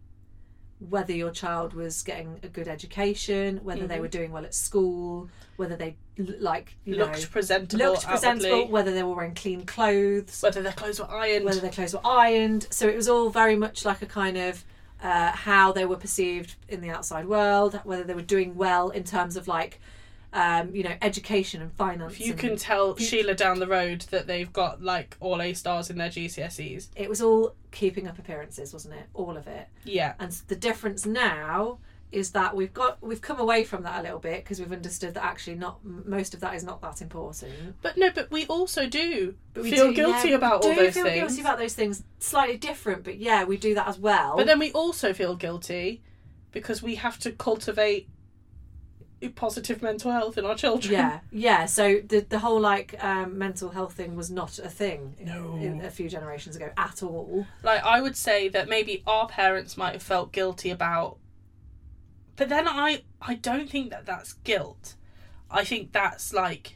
[SPEAKER 1] whether your child was getting a good education, whether
[SPEAKER 2] Mm-hmm.
[SPEAKER 1] they were doing well at school, whether they l- like you
[SPEAKER 2] Looked
[SPEAKER 1] know
[SPEAKER 2] presentable.
[SPEAKER 1] looked presentable,
[SPEAKER 2] outwardly,
[SPEAKER 1] whether they were wearing clean clothes,
[SPEAKER 2] Whether their clothes were ironed.
[SPEAKER 1] whether their clothes were ironed. So it was all very much like a kind of uh, how they were perceived in the outside world, whether they were doing well in terms of like, um, you know, education and finance.
[SPEAKER 2] if you
[SPEAKER 1] and-
[SPEAKER 2] can tell
[SPEAKER 1] you-
[SPEAKER 2] Sheila down the road that they've got like all A stars in their GCSEs.
[SPEAKER 1] It was all keeping up appearances, wasn't it? All of it.
[SPEAKER 2] Yeah.
[SPEAKER 1] And s- the difference now is that we've got we've come away from that a little bit because we've understood that actually not m- most of that is not that important.
[SPEAKER 2] But no, but we also do
[SPEAKER 1] But
[SPEAKER 2] feel
[SPEAKER 1] do-
[SPEAKER 2] guilty
[SPEAKER 1] yeah,
[SPEAKER 2] about
[SPEAKER 1] we
[SPEAKER 2] all
[SPEAKER 1] do
[SPEAKER 2] those
[SPEAKER 1] feel
[SPEAKER 2] things.
[SPEAKER 1] guilty about those things. Slightly different, but yeah, we do that as well.
[SPEAKER 2] But then we also feel guilty because we have to cultivate positive mental health in our children.
[SPEAKER 1] yeah yeah so the the whole like um, mental health thing was not a thing in-
[SPEAKER 2] No.
[SPEAKER 1] in a few generations ago at all
[SPEAKER 2] [LAUGHS] Like I would say that maybe our parents might have felt guilty about but then I I don't think that that's guilt. I think that's like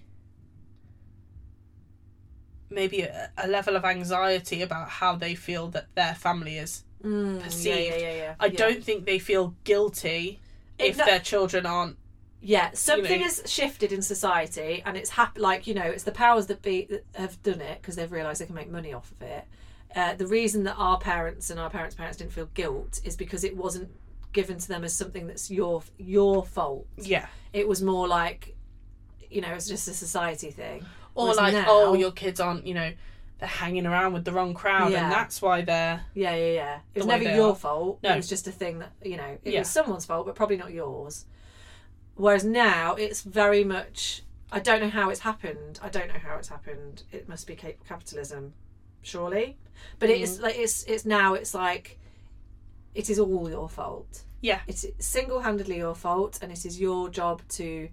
[SPEAKER 2] maybe a, a level of anxiety about how they feel that their family is.
[SPEAKER 1] mm, yeah,
[SPEAKER 2] Perceived.
[SPEAKER 1] yeah, yeah, yeah.
[SPEAKER 2] I
[SPEAKER 1] yeah.
[SPEAKER 2] don't think they feel guilty
[SPEAKER 1] It-
[SPEAKER 2] if
[SPEAKER 1] no-
[SPEAKER 2] their children aren't
[SPEAKER 1] Yeah, something
[SPEAKER 2] know.
[SPEAKER 1] has shifted in society, and it's hap- like you know, it's the powers that be that have done it because they've realised they can make money off of it. Uh, the reason that our parents and our parents' parents didn't feel guilt is because it wasn't given to them as something that's your your fault.
[SPEAKER 2] Yeah.
[SPEAKER 1] It was more like, you know, it's just a society thing.
[SPEAKER 2] Or
[SPEAKER 1] Whereas
[SPEAKER 2] like,
[SPEAKER 1] now-
[SPEAKER 2] oh, your kids aren't, you know, they're hanging around with the wrong crowd,
[SPEAKER 1] Yeah.
[SPEAKER 2] and that's why they're.
[SPEAKER 1] Yeah, yeah, yeah. It was
[SPEAKER 2] way
[SPEAKER 1] never
[SPEAKER 2] they
[SPEAKER 1] your
[SPEAKER 2] are.
[SPEAKER 1] fault.
[SPEAKER 2] No.
[SPEAKER 1] It was just a thing that, you know, it
[SPEAKER 2] Yeah.
[SPEAKER 1] was someone's fault, but probably not yours. Whereas now it's very much, I don't know how it's happened. I don't know how it's happened. It must be cap- capitalism, surely. But it
[SPEAKER 2] Mm.
[SPEAKER 1] is like, it's, it's now, it's like, it is all your fault.
[SPEAKER 2] Yeah.
[SPEAKER 1] It's single handedly your fault, and it is your job to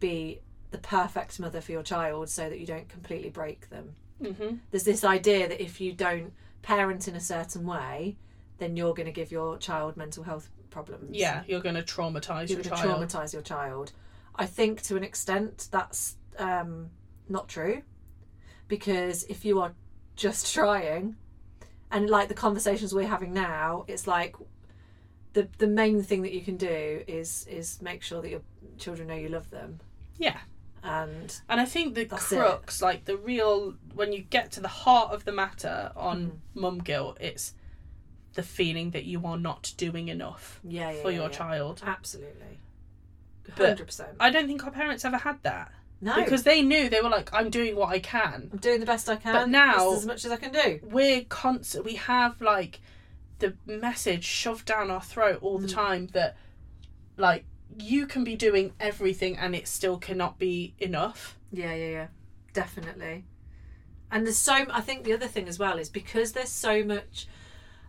[SPEAKER 1] be the perfect mother for your child so that you don't completely break them
[SPEAKER 2] Mm-hmm.
[SPEAKER 1] there's this idea that if you don't parent in a certain way, then you're going to give your child mental health problems.
[SPEAKER 2] Yeah, you're going to traumatize
[SPEAKER 1] you're
[SPEAKER 2] your
[SPEAKER 1] going to
[SPEAKER 2] child.
[SPEAKER 1] traumatize your child. I think to an extent that's um, not true, because if you are just [LAUGHS] trying, and like the conversations we're having now, it's like the the main thing that you can do is is make sure that your children know you love them,
[SPEAKER 2] yeah.
[SPEAKER 1] and
[SPEAKER 2] And I think the
[SPEAKER 1] That's it.
[SPEAKER 2] crux, like the real, when you get to the heart of the matter on
[SPEAKER 1] Mm-hmm.
[SPEAKER 2] mum guilt, it's the feeling that you are not doing enough
[SPEAKER 1] yeah, yeah
[SPEAKER 2] for
[SPEAKER 1] yeah,
[SPEAKER 2] your
[SPEAKER 1] yeah.
[SPEAKER 2] child.
[SPEAKER 1] absolutely,
[SPEAKER 2] But
[SPEAKER 1] hundred percent.
[SPEAKER 2] I don't think our parents ever had that
[SPEAKER 1] No,
[SPEAKER 2] because they knew they were like, I'm doing what I can.
[SPEAKER 1] I'm doing the best I can.
[SPEAKER 2] But now-
[SPEAKER 1] this is as much as I can do.
[SPEAKER 2] We're constant, we have like the message shoved down our throat all
[SPEAKER 1] Mm.
[SPEAKER 2] the time that like you can be doing everything and it still cannot be enough.
[SPEAKER 1] Yeah, yeah, yeah, definitely. And there's so. I think the other thing as well is because there's so much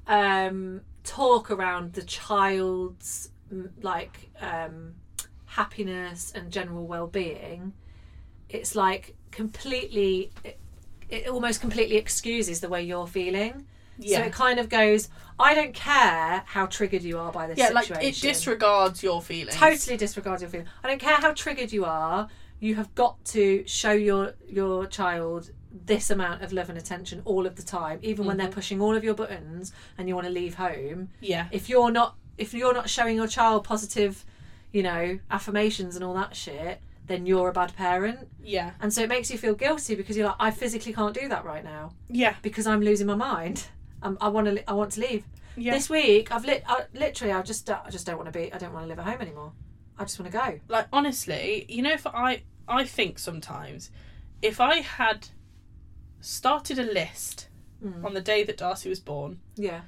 [SPEAKER 1] um, talk around the child's mm, like um, happiness and general well-being. It's like completely. It, it almost completely excuses the way you're feeling. So
[SPEAKER 2] Yeah.
[SPEAKER 1] it kind of goes, I don't care how triggered you are by this
[SPEAKER 2] yeah,
[SPEAKER 1] situation.
[SPEAKER 2] like it disregards your feelings.
[SPEAKER 1] totally disregard your feelings. I don't care how triggered you are. You have got to show your your child this amount of love and attention all of the time, even when they're pushing all of your buttons and you want to leave home.
[SPEAKER 2] Yeah.
[SPEAKER 1] If you're not if you're not showing your child positive, you know, affirmations and all that shit, then you're a bad parent.
[SPEAKER 2] Yeah.
[SPEAKER 1] And so it makes you feel guilty because you're like, I physically can't do that right now
[SPEAKER 2] Yeah.
[SPEAKER 1] because I'm losing my mind. Um, I want to. I want to leave.
[SPEAKER 2] Yeah.
[SPEAKER 1] This week, I've lit. I, literally, I just. I just don't want to be. I don't want to live at home anymore. I just want to go.
[SPEAKER 2] like honestly you know if i i think sometimes if i had started a list
[SPEAKER 1] Mm.
[SPEAKER 2] on the day that darcy was born
[SPEAKER 1] Yeah.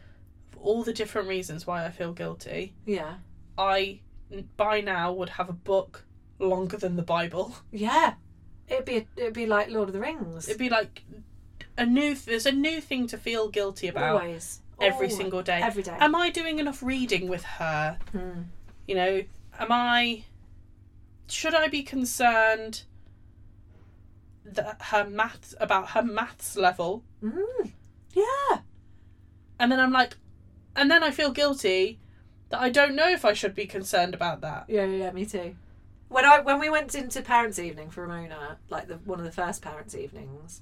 [SPEAKER 2] of all the different reasons why i feel guilty
[SPEAKER 1] Yeah.
[SPEAKER 2] i n- by now would have a book longer than the bible
[SPEAKER 1] Yeah. It'd be. it'd be like Lord of the Rings.
[SPEAKER 2] it'd be like a new there's a new thing to feel guilty about
[SPEAKER 1] Always.
[SPEAKER 2] every
[SPEAKER 1] Always.
[SPEAKER 2] single day Um,
[SPEAKER 1] Every day.
[SPEAKER 2] am i doing enough reading with her
[SPEAKER 1] Hmm.
[SPEAKER 2] you know am i should i be concerned that her maths about her maths level
[SPEAKER 1] Mm. Yeah.
[SPEAKER 2] and then i'm like and then i feel guilty that i don't know if i should be concerned about that
[SPEAKER 1] Yeah. Yeah. yeah, Me too. When I when we went into parents' evening for Ramona, like the one of the first parents' evenings,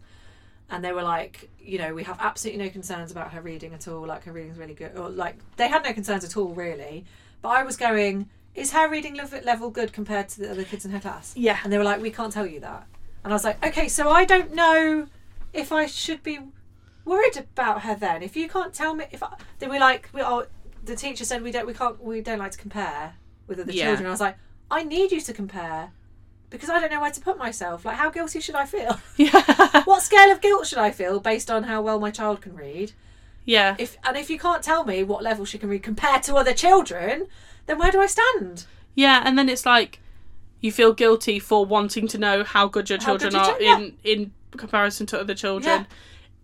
[SPEAKER 1] and they were like, you know, we have absolutely no concerns about her reading at all. Like her reading's really good, or like they had no concerns at all really. But I was going, is her reading lev- level good compared to the other kids in her class?
[SPEAKER 2] yeah
[SPEAKER 1] And they were like, we can't tell you that. And I was like, okay, so I don't know if I should be worried about her then. If you can't tell me, if I, they were like, we oh, the teacher said we don't, we can't, we don't like to compare with other
[SPEAKER 2] Yeah.
[SPEAKER 1] children. I was like, I need you to compare because I don't know where to put myself. Like, how guilty should I feel? [LAUGHS]
[SPEAKER 2] yeah
[SPEAKER 1] what scale of guilt should I feel based on how well my child can read?
[SPEAKER 2] [LAUGHS] yeah
[SPEAKER 1] If and if you can't tell me what level she can read compared to other children, then where do I stand?
[SPEAKER 2] yeah and then it's like you feel guilty for wanting to know how good your
[SPEAKER 1] How good
[SPEAKER 2] children
[SPEAKER 1] your
[SPEAKER 2] are
[SPEAKER 1] chil-
[SPEAKER 2] in in comparison to other children
[SPEAKER 1] Yeah.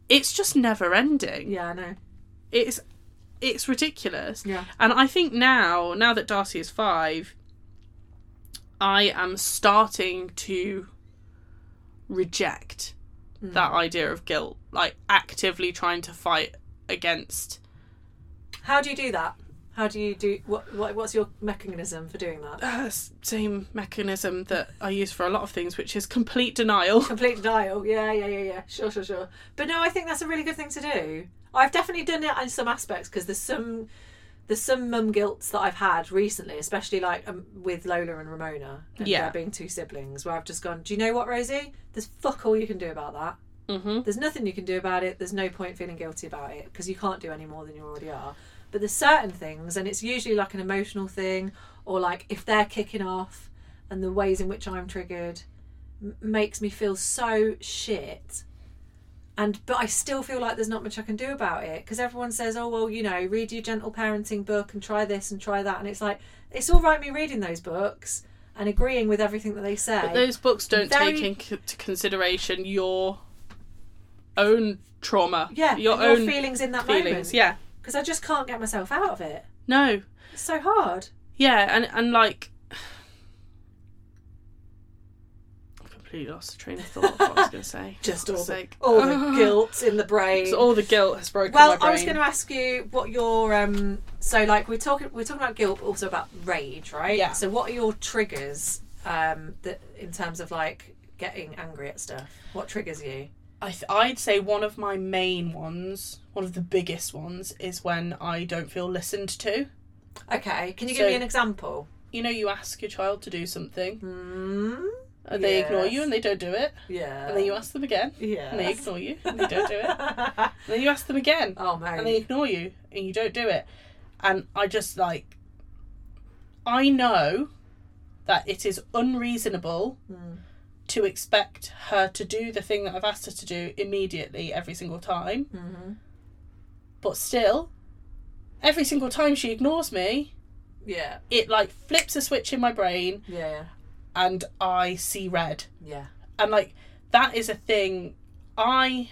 [SPEAKER 2] it's just never ending
[SPEAKER 1] Yeah, I know.
[SPEAKER 2] it's it's ridiculous
[SPEAKER 1] Yeah.
[SPEAKER 2] And I think now, now that Darcy is five, I am starting to reject
[SPEAKER 1] Hmm.
[SPEAKER 2] that idea of guilt, like actively trying to fight against.
[SPEAKER 1] How do you do that? How do you do what, what what's your mechanism for doing that?
[SPEAKER 2] [LAUGHS] Uh, s- same mechanism that I use for a lot of things, which is
[SPEAKER 1] [LAUGHS]
[SPEAKER 2] complete denial.
[SPEAKER 1] Complete denial. Yeah, yeah, yeah, yeah. Sure, sure, sure. But no, I think that's a really good thing to do. I've definitely done it in some aspects because there's some there's some mum guilts that I've had recently, especially like um, with Lola and Ramona, and
[SPEAKER 2] Yeah.
[SPEAKER 1] there being two siblings, where I've just gone, do you know what, Rosie? There's fuck all you can do about that.
[SPEAKER 2] Mm-hmm.
[SPEAKER 1] There's nothing you can do about it. There's no point feeling guilty about it because you can't do any more than you already are. But there's certain things, and it's usually like an emotional thing, or like if they're kicking off, and the ways in which I'm triggered m- makes me feel so shit. And but I still feel like there's not much I can do about it because everyone says, "Oh well, you know, read your gentle parenting book and try this and try that," and it's like it's all right me reading those books and agreeing with everything that they say.
[SPEAKER 2] But those books don't
[SPEAKER 1] Very-
[SPEAKER 2] take into consideration your own trauma.
[SPEAKER 1] yeah,
[SPEAKER 2] Your
[SPEAKER 1] and
[SPEAKER 2] own
[SPEAKER 1] your feelings in that moment.
[SPEAKER 2] feelings. Yeah.
[SPEAKER 1] because I just can't get myself out of it.
[SPEAKER 2] No.
[SPEAKER 1] It's so hard.
[SPEAKER 2] Yeah, and and like [SIGHS] I've completely lost the train of thought of what I was gonna say.
[SPEAKER 1] [LAUGHS] Just
[SPEAKER 2] For [LAUGHS]
[SPEAKER 1] all the,
[SPEAKER 2] sake.
[SPEAKER 1] all the guilt in the brain.
[SPEAKER 2] So all the guilt has broken my
[SPEAKER 1] Well,
[SPEAKER 2] brain.
[SPEAKER 1] I was going to ask you what your um. So like we're talking we're talking about guilt, but also about rage, right?
[SPEAKER 2] Yeah.
[SPEAKER 1] So what are your triggers? Um, that in terms of like getting angry at stuff, what triggers you?
[SPEAKER 2] I th- I'd say one of my main ones, one of the biggest ones, is when I don't feel listened to.
[SPEAKER 1] Okay, can you
[SPEAKER 2] So-
[SPEAKER 1] give me an example?
[SPEAKER 2] You know, you ask your child to do something,
[SPEAKER 1] Mm,
[SPEAKER 2] and they ignore you,
[SPEAKER 1] Yes.
[SPEAKER 2] and they don't do it,
[SPEAKER 1] yeah.
[SPEAKER 2] and then you ask them again,
[SPEAKER 1] [LAUGHS] Yeah.
[SPEAKER 2] and they ignore you, and they don't do it, and then you ask them again,
[SPEAKER 1] [LAUGHS] oh man.
[SPEAKER 2] and they ignore you, and you don't do it, and I just like, I know that it is unreasonable
[SPEAKER 1] Mm.
[SPEAKER 2] to expect her to do the thing that I've asked her to do immediately every single time.
[SPEAKER 1] hmm
[SPEAKER 2] but still every single time she ignores me
[SPEAKER 1] Yeah.
[SPEAKER 2] it like flips a switch in my brain
[SPEAKER 1] Yeah.
[SPEAKER 2] and i see red
[SPEAKER 1] Yeah.
[SPEAKER 2] and like that is a thing i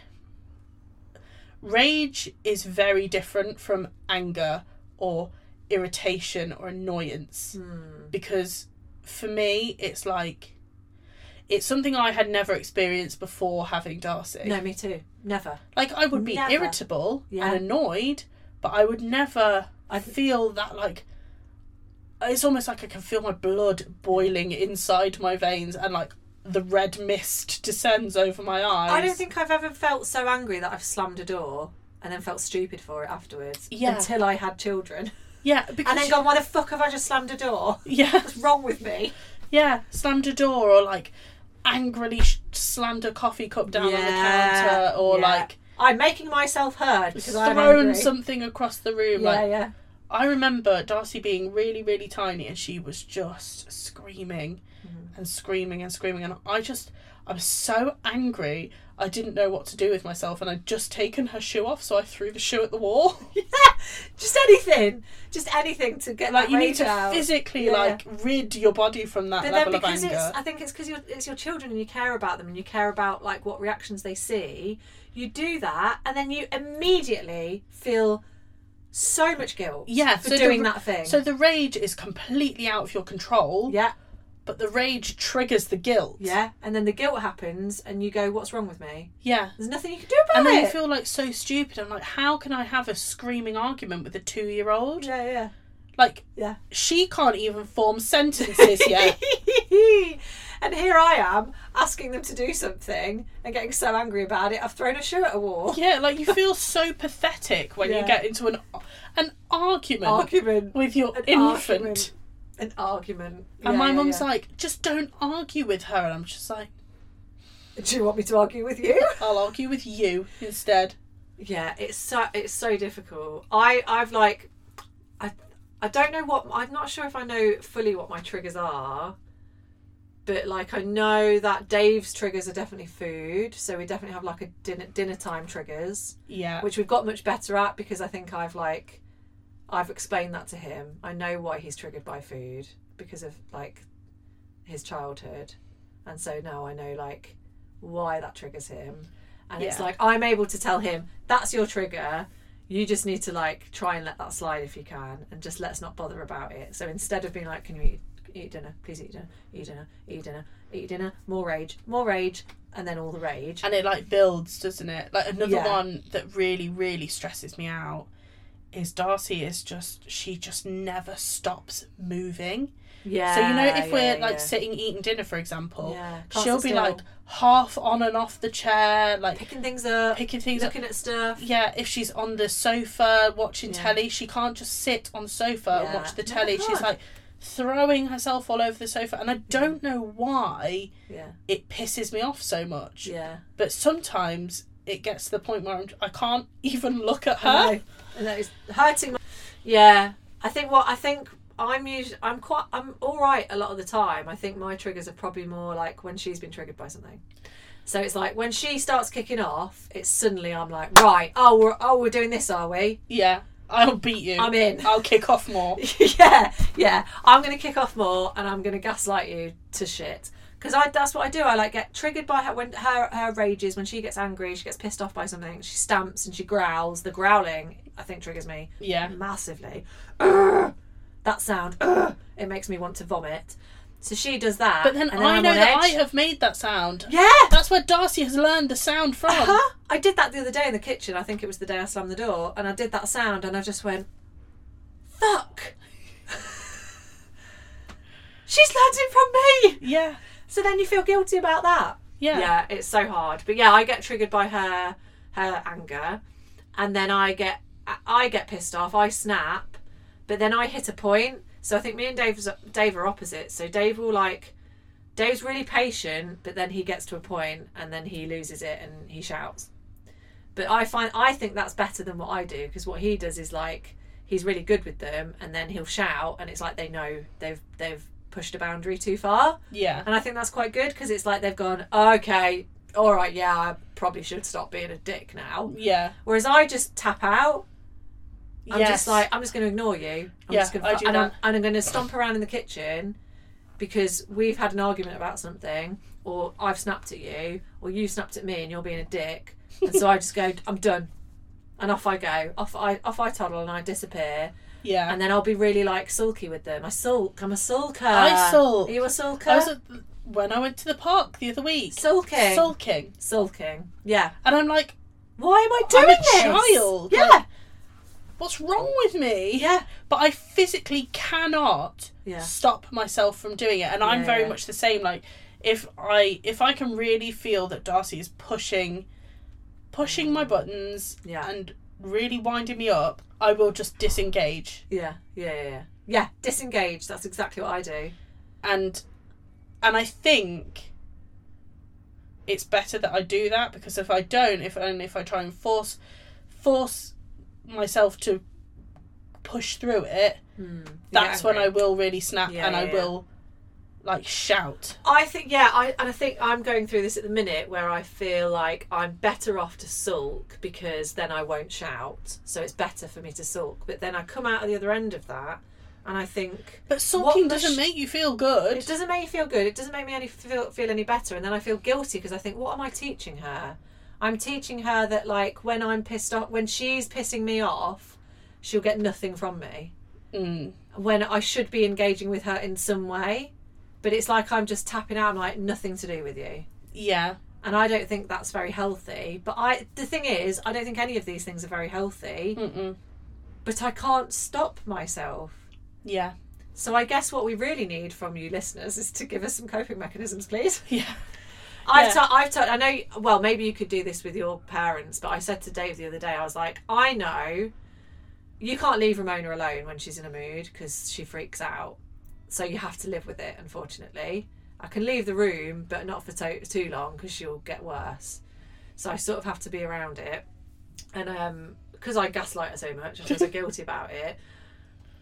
[SPEAKER 2] rage is very different from anger or irritation or annoyance
[SPEAKER 1] Mm.
[SPEAKER 2] because for me it's like it's something i had never experienced before having darcy
[SPEAKER 1] No, me too. Never.
[SPEAKER 2] Like I would be
[SPEAKER 1] Never.
[SPEAKER 2] irritable
[SPEAKER 1] Yeah.
[SPEAKER 2] and annoyed, but I would never
[SPEAKER 1] I-
[SPEAKER 2] feel that like it's almost like I can feel my blood boiling inside my veins and like the red mist descends over my eyes.
[SPEAKER 1] I don't think I've ever felt so angry that I've slammed a door and then felt stupid for it afterwards.
[SPEAKER 2] Yeah.
[SPEAKER 1] Until I had
[SPEAKER 2] [LAUGHS]
[SPEAKER 1] children.
[SPEAKER 2] Yeah, because
[SPEAKER 1] And then gone, why the fuck have I just slammed a door?
[SPEAKER 2] yeah,
[SPEAKER 1] What's wrong with me?
[SPEAKER 2] yeah, slammed a door or like angrily sh- slammed a coffee cup down on the
[SPEAKER 1] Yeah,
[SPEAKER 2] counter or
[SPEAKER 1] yeah.
[SPEAKER 2] like
[SPEAKER 1] I'm making myself heard because I'm
[SPEAKER 2] thrown
[SPEAKER 1] angry.
[SPEAKER 2] something across the room
[SPEAKER 1] yeah,
[SPEAKER 2] like
[SPEAKER 1] yeah.
[SPEAKER 2] I remember Darcy being really, really tiny and she was just screaming
[SPEAKER 1] Mm-hmm.
[SPEAKER 2] and screaming and screaming. And I just, I was so angry, I didn't know what to do with myself. And I'd just taken her shoe off, so I threw the shoe at the wall.
[SPEAKER 1] Just anything. Just anything to get [LAUGHS]
[SPEAKER 2] like,
[SPEAKER 1] that
[SPEAKER 2] you need
[SPEAKER 1] rage
[SPEAKER 2] to
[SPEAKER 1] out.
[SPEAKER 2] physically,
[SPEAKER 1] Yeah.
[SPEAKER 2] like, rid your body from that
[SPEAKER 1] But then
[SPEAKER 2] level of
[SPEAKER 1] because
[SPEAKER 2] anger.
[SPEAKER 1] it's, I think it's because it's your children and you care about them and you care about like what reactions they see. You do that, and then you immediately feel so much guilt.
[SPEAKER 2] Yeah,
[SPEAKER 1] for
[SPEAKER 2] so the
[SPEAKER 1] doing
[SPEAKER 2] r-
[SPEAKER 1] that thing.
[SPEAKER 2] So the rage is completely out of your control,
[SPEAKER 1] yeah,
[SPEAKER 2] but the rage triggers the guilt.
[SPEAKER 1] yeah, and then the guilt happens, and you go, "What's wrong with me?
[SPEAKER 2] Yeah.
[SPEAKER 1] There's nothing you can do about
[SPEAKER 2] And then you
[SPEAKER 1] it."
[SPEAKER 2] feel like so stupid. I'm like, how can I have a screaming argument with a two year old?
[SPEAKER 1] yeah, yeah.
[SPEAKER 2] Like,
[SPEAKER 1] Yeah.
[SPEAKER 2] she can't even form sentences
[SPEAKER 1] [LAUGHS]
[SPEAKER 2] yet.
[SPEAKER 1] and here I am asking them to do something and getting so angry about it. I've thrown a shoe at a wall.
[SPEAKER 2] yeah, like you feel so pathetic when you
[SPEAKER 1] Yeah.
[SPEAKER 2] get into an an argument
[SPEAKER 1] Argument.
[SPEAKER 2] with your
[SPEAKER 1] An
[SPEAKER 2] infant.
[SPEAKER 1] argument. An argument.
[SPEAKER 2] And
[SPEAKER 1] Yeah,
[SPEAKER 2] my
[SPEAKER 1] yeah,
[SPEAKER 2] mum's
[SPEAKER 1] yeah.
[SPEAKER 2] like, just don't argue with her. And I'm just like,
[SPEAKER 1] Do you want me to argue with you?
[SPEAKER 2] I'll argue with you instead.
[SPEAKER 1] Yeah, it's so it's so difficult. I I've like, I I don't know what I'm not sure if I know fully what my triggers are, but like I know that Dave's triggers are definitely food, so we definitely have like a dinner dinner time triggers,
[SPEAKER 2] Yeah.
[SPEAKER 1] which we've got much better at because I think I've like, I've explained that to him. I know why he's triggered by food because of like his childhood, and so now I know like why that triggers him. And it's
[SPEAKER 2] Yeah.
[SPEAKER 1] like I'm able to tell him that's your trigger. You just need to like try and let that slide if you can, and just let's not bother about it. So instead of being like, "Can you eat, eat dinner? Please eat dinner. Eat dinner. Eat dinner. Eat dinner. More rage. More rage." And then all the rage.
[SPEAKER 2] and it like builds, doesn't it? Like another
[SPEAKER 1] Yeah.
[SPEAKER 2] one that really, really stresses me out is Darcy is just she just never stops moving.
[SPEAKER 1] Yeah.
[SPEAKER 2] so you know if
[SPEAKER 1] yeah,
[SPEAKER 2] we're
[SPEAKER 1] yeah,
[SPEAKER 2] like
[SPEAKER 1] yeah.
[SPEAKER 2] sitting eating dinner, for example,
[SPEAKER 1] Yeah. Can't
[SPEAKER 2] she'll
[SPEAKER 1] sit
[SPEAKER 2] be
[SPEAKER 1] still.
[SPEAKER 2] like half on and off the chair, like
[SPEAKER 1] picking things up,
[SPEAKER 2] picking things up.
[SPEAKER 1] looking at stuff.
[SPEAKER 2] Yeah, if she's on the sofa watching
[SPEAKER 1] Yeah.
[SPEAKER 2] telly, she can't just sit on the sofa and
[SPEAKER 1] Yeah.
[SPEAKER 2] watch the
[SPEAKER 1] No,
[SPEAKER 2] telly. She's
[SPEAKER 1] God.
[SPEAKER 2] like throwing herself all over the sofa, and I don't know why
[SPEAKER 1] Yeah.
[SPEAKER 2] it pisses me off so much.
[SPEAKER 1] Yeah.
[SPEAKER 2] But sometimes it gets to the point where I'm, I can't [LAUGHS] even look at
[SPEAKER 1] I
[SPEAKER 2] her.
[SPEAKER 1] know. And that is hurting. My- yeah, I think what I think I'm usually I'm quite I'm all right a lot of the time. I think my triggers are probably more like when she's been triggered by something. So it's like when she starts kicking off, it's suddenly I'm like, right, oh we're oh we're doing this, are we?
[SPEAKER 2] Yeah, I'll beat you.
[SPEAKER 1] I'm in.
[SPEAKER 2] I'll kick off
[SPEAKER 1] [LAUGHS]
[SPEAKER 2] more.
[SPEAKER 1] yeah, yeah. I'm gonna kick off more, and I'm gonna gaslight you to shit. Because I that's what I do. I like get triggered by her when her her rages when she gets angry, she gets pissed off by something, she stamps and she growls. The growling I think triggers me
[SPEAKER 2] Yeah,
[SPEAKER 1] massively. Ugh, that sound. Ugh, it makes me want to vomit. So she does that.
[SPEAKER 2] but then
[SPEAKER 1] and
[SPEAKER 2] I
[SPEAKER 1] I'm
[SPEAKER 2] know
[SPEAKER 1] on
[SPEAKER 2] that I
[SPEAKER 1] edge.
[SPEAKER 2] have made that sound.
[SPEAKER 1] Yeah.
[SPEAKER 2] That's where Darcy has learned the sound from.
[SPEAKER 1] Huh? I did that the other day in the kitchen. I think it was the day I slammed the door, and I did that sound, and I just went, "Fuck." [LAUGHS] She's learned it from me.
[SPEAKER 2] Yeah,
[SPEAKER 1] So then you feel guilty about that.
[SPEAKER 2] yeah,
[SPEAKER 1] yeah, it's so hard. But yeah, I get triggered by her her anger, and then I get I get pissed off. I snap, but then I hit a point. So I think me and Dave's Dave are opposite. So Dave will like Dave's really patient, but then he gets to a point and then he loses it and he shouts. But I find I think that's better than what I do because what he does is like he's really good with them and then he'll shout and it's like they know they've they've pushed a boundary too far.
[SPEAKER 2] yeah.
[SPEAKER 1] And I think that's quite good because it's like they've gone, okay, all right, yeah, I probably should stop being a dick now.
[SPEAKER 2] Yeah.
[SPEAKER 1] Whereas I just tap out. I'm
[SPEAKER 2] yes.
[SPEAKER 1] just like, I'm just going to ignore you. I'm
[SPEAKER 2] Yeah,
[SPEAKER 1] just gonna,
[SPEAKER 2] I do
[SPEAKER 1] and, I'm,
[SPEAKER 2] that.
[SPEAKER 1] and I'm going to stomp around in the kitchen because we've had an argument about something, or I've snapped at you, or you snapped at me, and you're being a dick. And so I just go, I'm done. And off I go. Off I off I toddle and I disappear.
[SPEAKER 2] yeah.
[SPEAKER 1] And then I'll be really like sulky with them. I sulk. I'm a sulker.
[SPEAKER 2] I sulk.
[SPEAKER 1] Are you a sulker?
[SPEAKER 2] I was at the, when I went to the park the other week.
[SPEAKER 1] sulking.
[SPEAKER 2] Sulking.
[SPEAKER 1] sulking. Yeah.
[SPEAKER 2] And I'm like,
[SPEAKER 1] Why am I
[SPEAKER 2] I'm
[SPEAKER 1] doing
[SPEAKER 2] a
[SPEAKER 1] this?
[SPEAKER 2] child.
[SPEAKER 1] Yeah.
[SPEAKER 2] Like, what's wrong with me?
[SPEAKER 1] yeah.
[SPEAKER 2] But I physically cannot
[SPEAKER 1] Yeah.
[SPEAKER 2] stop myself from doing it. And I'm
[SPEAKER 1] Yeah,
[SPEAKER 2] very
[SPEAKER 1] yeah.
[SPEAKER 2] much the same. Like if I if I can really feel that Darcy is pushing pushing my buttons
[SPEAKER 1] Mm. Yeah.
[SPEAKER 2] and really winding me up, I will just disengage.
[SPEAKER 1] Yeah. Yeah. Yeah. Yeah. Yeah. Disengage. That's exactly what I do.
[SPEAKER 2] and and I think it's better that I do that because if I don't, if and if I try and force force myself to push through it, that's when I will really snap
[SPEAKER 1] Yeah,
[SPEAKER 2] and I
[SPEAKER 1] yeah, yeah.
[SPEAKER 2] will like shout.
[SPEAKER 1] I think yeah, I and I think I'm going through this at the minute where I feel like I'm better off to sulk because then I won't shout. So it's better for me to sulk. But then I come out at the other end of that and I think
[SPEAKER 2] But sulking
[SPEAKER 1] the
[SPEAKER 2] doesn't
[SPEAKER 1] sh-
[SPEAKER 2] make you feel good.
[SPEAKER 1] it doesn't make me feel good. It doesn't make me any feel, feel any better. And then I feel guilty because I think, what am I teaching her? I'm teaching her that like when I'm pissed off, when she's pissing me off, she'll get nothing from me.
[SPEAKER 2] Mm.
[SPEAKER 1] When I should be engaging with her in some way, but it's like I'm just tapping out. I'm like nothing to do with you.
[SPEAKER 2] Yeah,
[SPEAKER 1] And I don't think that's very healthy. But I, the thing is, I don't think any of these things are very healthy.
[SPEAKER 2] Mm-mm.
[SPEAKER 1] But I can't stop myself.
[SPEAKER 2] yeah, [LAUGHS]
[SPEAKER 1] So I guess what we really need from you listeners is to give us some coping mechanisms, please.
[SPEAKER 2] yeah,
[SPEAKER 1] I've
[SPEAKER 2] Yeah.
[SPEAKER 1] i I've told. I know. Well, maybe you could do this with your parents, but I said to Dave the other day, I was like, I know you can't leave Ramona alone when she's in a mood because she freaks out. So you have to live with it. Unfortunately, I can leave the room, but not for to- too long because she'll get worse. So I sort of have to be around it, and um, because I gaslight her so much, I feel so guilty about it.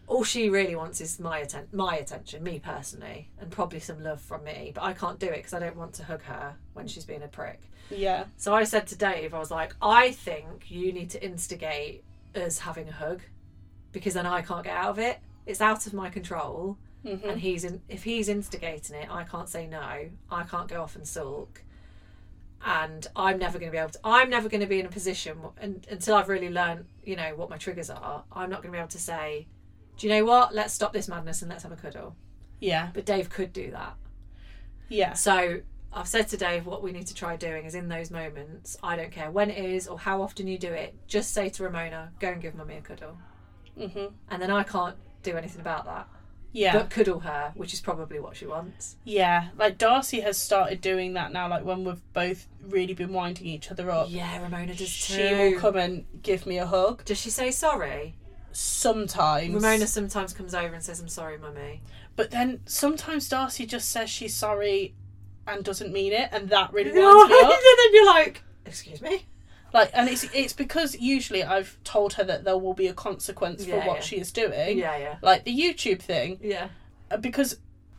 [SPEAKER 1] All she really wants is my atten- my attention, me personally, and probably some love from me. But I can't do it because I don't want to hug her when she's being a prick.
[SPEAKER 2] yeah,
[SPEAKER 1] So I said to Dave, I was like, I think you need to instigate us having a hug because then I can't get out of it. It's out of my control.
[SPEAKER 2] Mhm.
[SPEAKER 1] And he's in, if he's instigating it, I can't say no. I can't go off and sulk. And I'm never going to be able to, I'm never going to be in a position and, until I've really learned, you know, what my triggers are. I'm not going to be able to say, do you know what? Let's stop this madness and let's have a cuddle.
[SPEAKER 2] yeah,
[SPEAKER 1] But Dave could do that.
[SPEAKER 2] yeah,
[SPEAKER 1] So I've said to Dave, what we need to try doing is in those moments, I don't care when it is or how often you do it, just say to Ramona, go and give mummy a cuddle.
[SPEAKER 2] mm-hmm.
[SPEAKER 1] And then I can't do anything about that.
[SPEAKER 2] yeah,
[SPEAKER 1] but cuddle her, which is probably what she wants.
[SPEAKER 2] yeah. Like Darcy has started doing that now. Like when we've both really been winding each other up,
[SPEAKER 1] Yeah, Ramona does
[SPEAKER 2] she
[SPEAKER 1] too.
[SPEAKER 2] will come and give me a hug
[SPEAKER 1] Does she say sorry?
[SPEAKER 2] sometimes.
[SPEAKER 1] Ramona sometimes comes over and says, "I'm sorry, mummy."
[SPEAKER 2] But then sometimes Darcy just says she's sorry and doesn't mean it, and
[SPEAKER 1] [LAUGHS]
[SPEAKER 2] that really
[SPEAKER 1] and
[SPEAKER 2] winds me up.
[SPEAKER 1] then you're like, "Excuse me."
[SPEAKER 2] Like, and it's it's because usually I've told her that there will be a consequence for
[SPEAKER 1] Yeah,
[SPEAKER 2] what
[SPEAKER 1] yeah.
[SPEAKER 2] she is doing,
[SPEAKER 1] Yeah, yeah,
[SPEAKER 2] like the YouTube thing.
[SPEAKER 1] yeah.
[SPEAKER 2] Uh, Because,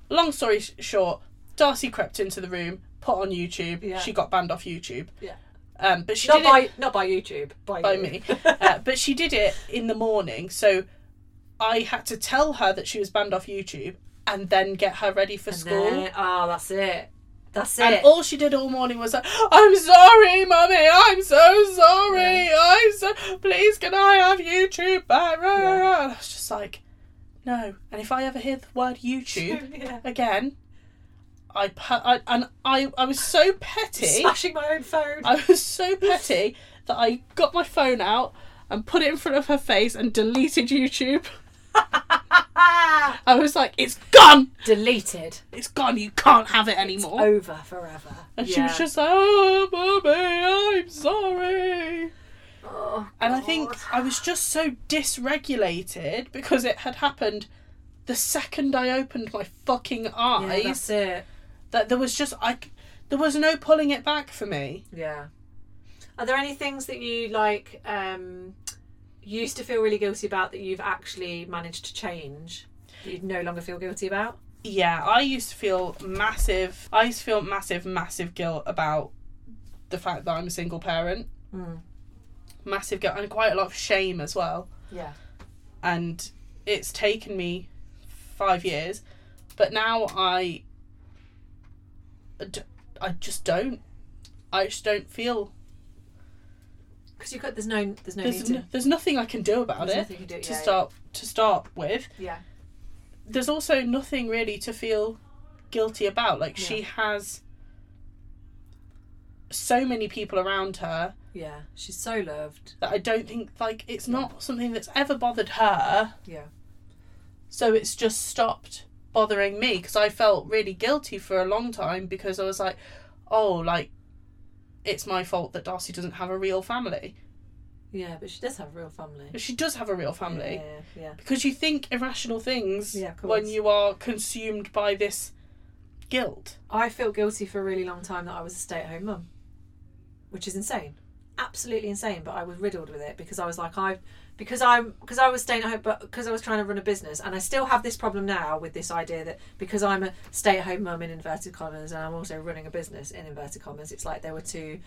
[SPEAKER 2] long story sh- short, Darcy crept into the room, put on YouTube.
[SPEAKER 1] Yeah.
[SPEAKER 2] She got banned off YouTube.
[SPEAKER 1] Yeah.
[SPEAKER 2] Um, but she
[SPEAKER 1] Not
[SPEAKER 2] did
[SPEAKER 1] by
[SPEAKER 2] it
[SPEAKER 1] not by YouTube, by,
[SPEAKER 2] by
[SPEAKER 1] you.
[SPEAKER 2] [LAUGHS] me. uh, but she did it in the morning, so I had to tell her that she was banned off YouTube, and then get her ready for
[SPEAKER 1] And
[SPEAKER 2] school.
[SPEAKER 1] then- oh, that's it. That's
[SPEAKER 2] And
[SPEAKER 1] it.
[SPEAKER 2] all she did all morning was like, "I'm sorry, mummy. I'm so sorry. I'm so. Please, can I have YouTube back?" Rah, rah, rah." And I was just like, "No." And if I ever hear the word
[SPEAKER 1] [LAUGHS]
[SPEAKER 2] YouTube
[SPEAKER 1] [LAUGHS] yeah.
[SPEAKER 2] again, I, pu- I and I I was so petty.
[SPEAKER 1] Smashing my own phone.
[SPEAKER 2] I was so petty that I got my phone out and put it in front of her face and deleted YouTube.
[SPEAKER 1] Ah!
[SPEAKER 2] I was like, "It's gone.
[SPEAKER 1] Deleted.
[SPEAKER 2] It's gone. You can't have it
[SPEAKER 1] It's
[SPEAKER 2] anymore."
[SPEAKER 1] over forever.
[SPEAKER 2] [GASPS] And
[SPEAKER 1] yeah.
[SPEAKER 2] she was just like, "Oh, mummy, I'm sorry."
[SPEAKER 1] Oh,
[SPEAKER 2] And I think
[SPEAKER 1] God.
[SPEAKER 2] I was just so dysregulated because it had happened the second I opened my fucking
[SPEAKER 1] Yeah,
[SPEAKER 2] eyes
[SPEAKER 1] that's it.
[SPEAKER 2] that there was just I c- there was no pulling it back for me.
[SPEAKER 1] Yeah. Are there any things that you like um used to feel really guilty about that you've actually managed to change? That you no longer feel guilty about?
[SPEAKER 2] Yeah, I used to feel massive I used to feel massive massive guilt about the fact that I'm a single parent.
[SPEAKER 1] Mm.
[SPEAKER 2] Massive guilt and quite a lot of shame as well.
[SPEAKER 1] Yeah.
[SPEAKER 2] and it's taken me five years, but now I, I d- I just don't. I just don't feel
[SPEAKER 1] Because you got there's no there's no
[SPEAKER 2] there's,
[SPEAKER 1] need
[SPEAKER 2] n- there's nothing I can do about
[SPEAKER 1] to, there's
[SPEAKER 2] it
[SPEAKER 1] nothing you do.
[SPEAKER 2] to
[SPEAKER 1] yeah,
[SPEAKER 2] start to start with.
[SPEAKER 1] Yeah.
[SPEAKER 2] There's also nothing really to feel guilty about. Like she has so many people around her
[SPEAKER 1] Yeah. She's so loved.
[SPEAKER 2] that I don't think like it's not something that's ever bothered her.
[SPEAKER 1] Yeah.
[SPEAKER 2] So it's just stopped bothering me because I felt really guilty for a long time because I was like, oh, like it's my fault that Darcy doesn't have a real family.
[SPEAKER 1] Yeah, but she does have a real family.
[SPEAKER 2] But she does have a real family
[SPEAKER 1] Yeah, yeah.
[SPEAKER 2] because you think irrational things
[SPEAKER 1] Yeah, of
[SPEAKER 2] when
[SPEAKER 1] course.
[SPEAKER 2] you are consumed by this guilt.
[SPEAKER 1] I felt guilty for a really long time that I was a stay at home mum, which is insane, absolutely insane. But I was riddled with it because I was like, I because I'm because I was staying at home, but because I was trying to run a business, and I still have this problem now with this idea that because I'm a stay at home mum in inverted commas, and I'm also running a business in inverted commas, it's like there were two.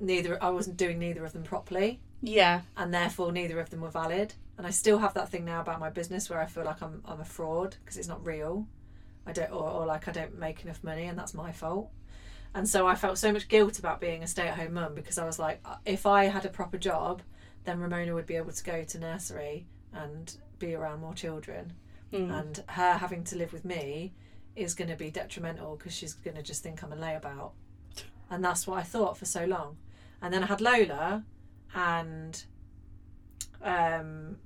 [SPEAKER 1] Neither I wasn't doing neither of them properly,
[SPEAKER 2] Yeah,
[SPEAKER 1] and therefore neither of them were valid. And I still have that thing now about my business where I feel like I'm I'm a fraud because it's not real. I don't or, or like I don't make enough money and that's my fault. And so I felt so much guilt about being a stay-at-home mum because I was like, "Uh, if I had a proper job, then Ramona would be able to go to nursery and be around more children.
[SPEAKER 2] Hmm. Mm.
[SPEAKER 1] And her having to live with me is going to be detrimental because she's going to just think I'm a layabout. And that's what I thought for so long. And then I had Lola, and um,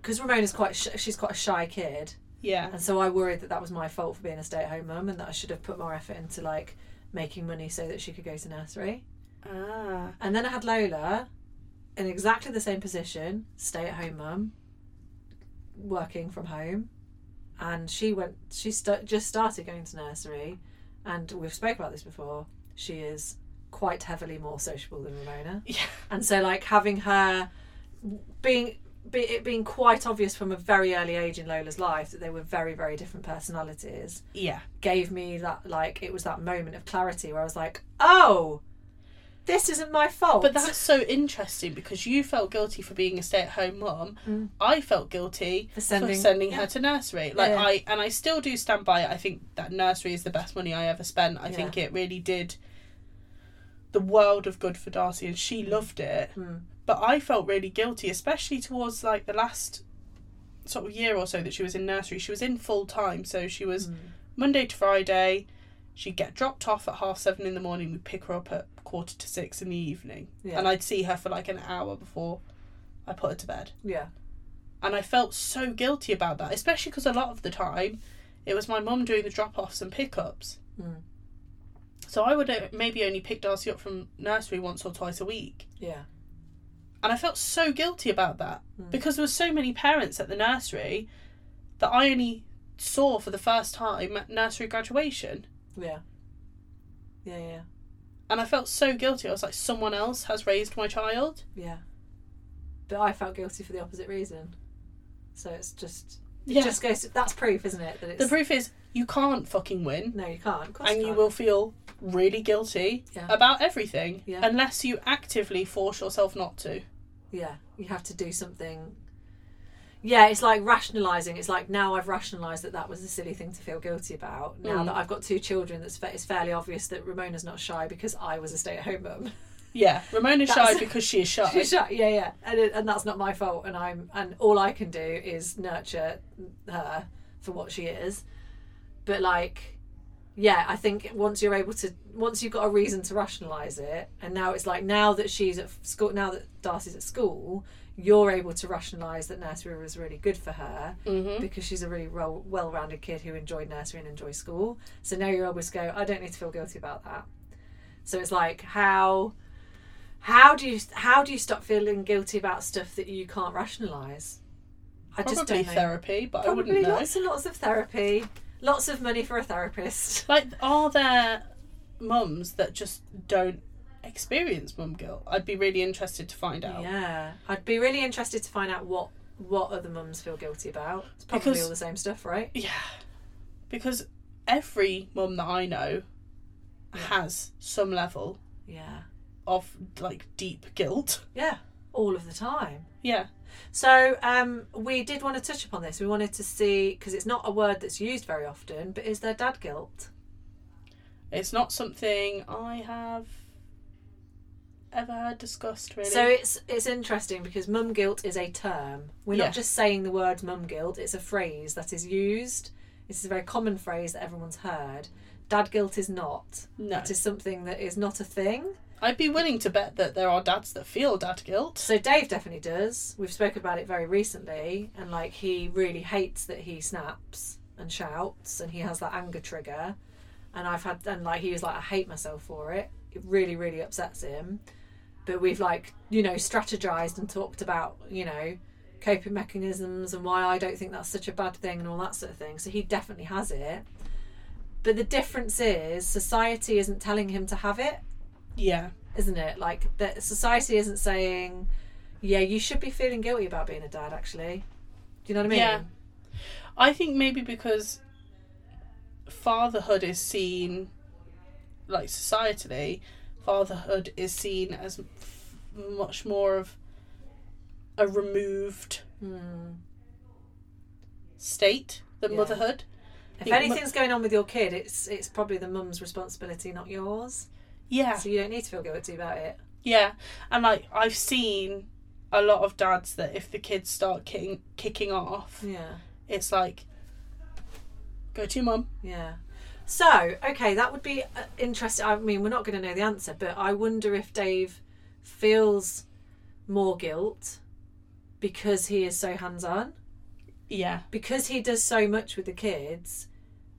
[SPEAKER 1] because Ramona's quite sh- she's quite a shy kid,
[SPEAKER 2] yeah,
[SPEAKER 1] and so I worried that that was my fault for being a stay at home mum and that I should have put more effort into like making money so that she could go to nursery.
[SPEAKER 2] ah,
[SPEAKER 1] And then I had Lola in exactly the same position, stay at home mum, working from home. And she went, she st- just started going to nursery. And we've spoke about this before. She is quite heavily more sociable than Ramona.
[SPEAKER 2] Yeah.
[SPEAKER 1] And so, like, having her being. Be, it being quite obvious from a very early age in Lola's life that they were very, very different personalities
[SPEAKER 2] yeah,
[SPEAKER 1] gave me that like it was that moment of clarity where I was like, oh, this isn't my fault.
[SPEAKER 2] but that's so interesting because you felt guilty for being a stay-at-home mum.
[SPEAKER 1] Mm.
[SPEAKER 2] I felt guilty
[SPEAKER 1] for sending,
[SPEAKER 2] for sending
[SPEAKER 1] Yeah.
[SPEAKER 2] her to nursery. Like
[SPEAKER 1] Yeah.
[SPEAKER 2] I and I still do stand by it. I think that nursery is the best money I ever spent. I
[SPEAKER 1] Yeah.
[SPEAKER 2] think it really did the world of good for Darcy and she loved it.
[SPEAKER 1] Mm.
[SPEAKER 2] But I felt really guilty, especially towards like the last sort of year or so that she was in nursery. She was in full time, so she was
[SPEAKER 1] Mm.
[SPEAKER 2] Monday to Friday. She'd get dropped off at half seven in the morning. We'd pick her up at quarter to six in the evening.
[SPEAKER 1] Yeah.
[SPEAKER 2] And I'd see her for like an hour before I put her to bed
[SPEAKER 1] Yeah,
[SPEAKER 2] And I felt so guilty about that, especially because a lot of the time it was my mum doing the drop offs and pickups.
[SPEAKER 1] Mm.
[SPEAKER 2] So I would uh, maybe only pick Darcy up from nursery once or twice a week.
[SPEAKER 1] Yeah.
[SPEAKER 2] And I felt so guilty about that
[SPEAKER 1] Mm.
[SPEAKER 2] because there were so many parents at the nursery that I only saw for the first time at nursery graduation.
[SPEAKER 1] Yeah. Yeah. Yeah.
[SPEAKER 2] and I felt so guilty. I was like, someone else has raised my child.
[SPEAKER 1] Yeah. But I felt guilty for the opposite reason. So it's just it
[SPEAKER 2] Yeah.
[SPEAKER 1] just goes to, that's proof, isn't it? That it's
[SPEAKER 2] The proof is you can't fucking win,
[SPEAKER 1] no, you can't. Of course
[SPEAKER 2] and you
[SPEAKER 1] can't.
[SPEAKER 2] will feel really guilty
[SPEAKER 1] Yeah.
[SPEAKER 2] about everything
[SPEAKER 1] Yeah.
[SPEAKER 2] unless you actively force yourself not to.
[SPEAKER 1] Yeah, you have to do something. Yeah, it's like rationalising. It's like now I've rationalised that that was a silly thing to feel guilty about. Now
[SPEAKER 2] Mm.
[SPEAKER 1] that I've got two children, that's fa- it's fairly obvious that Ramona's not shy because I was a stay-at-home mum.
[SPEAKER 2] Yeah, Ramona's
[SPEAKER 1] That's- [LAUGHS]
[SPEAKER 2] shy because she is shy.
[SPEAKER 1] She's shy. Yeah, yeah, and it, and that's not my fault. And I'm and all I can do is nurture her for what she is. But like, yeah, I think once you're able to, once you've got a reason to rationalise it, and now it's like now that she's at school, now that Darcy's at school, you're able to rationalise that nursery was really good for her
[SPEAKER 2] Mhm.
[SPEAKER 1] because she's a really well- well-rounded kid who enjoyed nursery and enjoys school. So now you're always go, I don't need to feel guilty about that. So it's like how how do you how do you stop feeling guilty about stuff that you can't rationalize? I
[SPEAKER 2] Probably
[SPEAKER 1] just don't know.
[SPEAKER 2] therapy, but I
[SPEAKER 1] Probably
[SPEAKER 2] wouldn't know.
[SPEAKER 1] lots and lots of therapy, lots of money for a therapist.
[SPEAKER 2] Like, are there mums that just don't experience mum guilt? I'd be really interested to find out.
[SPEAKER 1] Yeah, I'd be really interested to find out what what other mums feel guilty about. It's probably
[SPEAKER 2] Because-
[SPEAKER 1] all the same stuff, right?
[SPEAKER 2] Yeah. Because every mum that I know has some level
[SPEAKER 1] Yeah,
[SPEAKER 2] of like deep guilt.
[SPEAKER 1] yeah, all of the time.
[SPEAKER 2] Yeah.
[SPEAKER 1] So um, we did want to touch upon this. We wanted to see because it's not a word that's used very often. But is there dad guilt?
[SPEAKER 2] It's not something I have ever heard discussed really.
[SPEAKER 1] So it's it's interesting because mum guilt is a term. We're
[SPEAKER 2] Yeah.
[SPEAKER 1] not just saying the word mum guilt. It's a phrase that is used. This is a very common phrase that everyone's heard. Dad guilt is not.
[SPEAKER 2] no.
[SPEAKER 1] It is something that is not a thing.
[SPEAKER 2] I'd be willing to bet that there are dads that feel dad guilt.
[SPEAKER 1] So Dave definitely does. We've spoken about it very recently, and like he really hates that he snaps and shouts, and he has that anger trigger. And I've had, and like he was like, I hate myself for it. It really, really upsets him. But we've like, you know, strategized and talked about, you know, coping mechanisms and why I don't think that's such a bad thing and all that sort of thing. So he definitely has it. But the difference is society isn't telling him to have it
[SPEAKER 2] Yeah.
[SPEAKER 1] isn't it? Like that society isn't saying, yeah, you should be feeling guilty about being a dad. Actually, do you know what I mean?
[SPEAKER 2] Yeah. I think maybe because fatherhood is seen like societally fatherhood is seen as f- much more of a removed
[SPEAKER 1] Hmm.
[SPEAKER 2] state than
[SPEAKER 1] Yeah.
[SPEAKER 2] motherhood.
[SPEAKER 1] If
[SPEAKER 2] think mu-
[SPEAKER 1] anything's going on with your kid, it's it's probably the mum's responsibility, not yours.
[SPEAKER 2] Yeah.
[SPEAKER 1] So you don't need to feel guilty about it.
[SPEAKER 2] Yeah, and like I've seen a lot of dads that if the kids start kicking kicking off,
[SPEAKER 1] Yeah,
[SPEAKER 2] it's like go to your mum.
[SPEAKER 1] yeah. So okay, that would be uh, interesting. I mean, we're not going to know the answer, but I wonder if Dave feels more guilt because he is so hands on.
[SPEAKER 2] Yeah,
[SPEAKER 1] because he does so much with the kids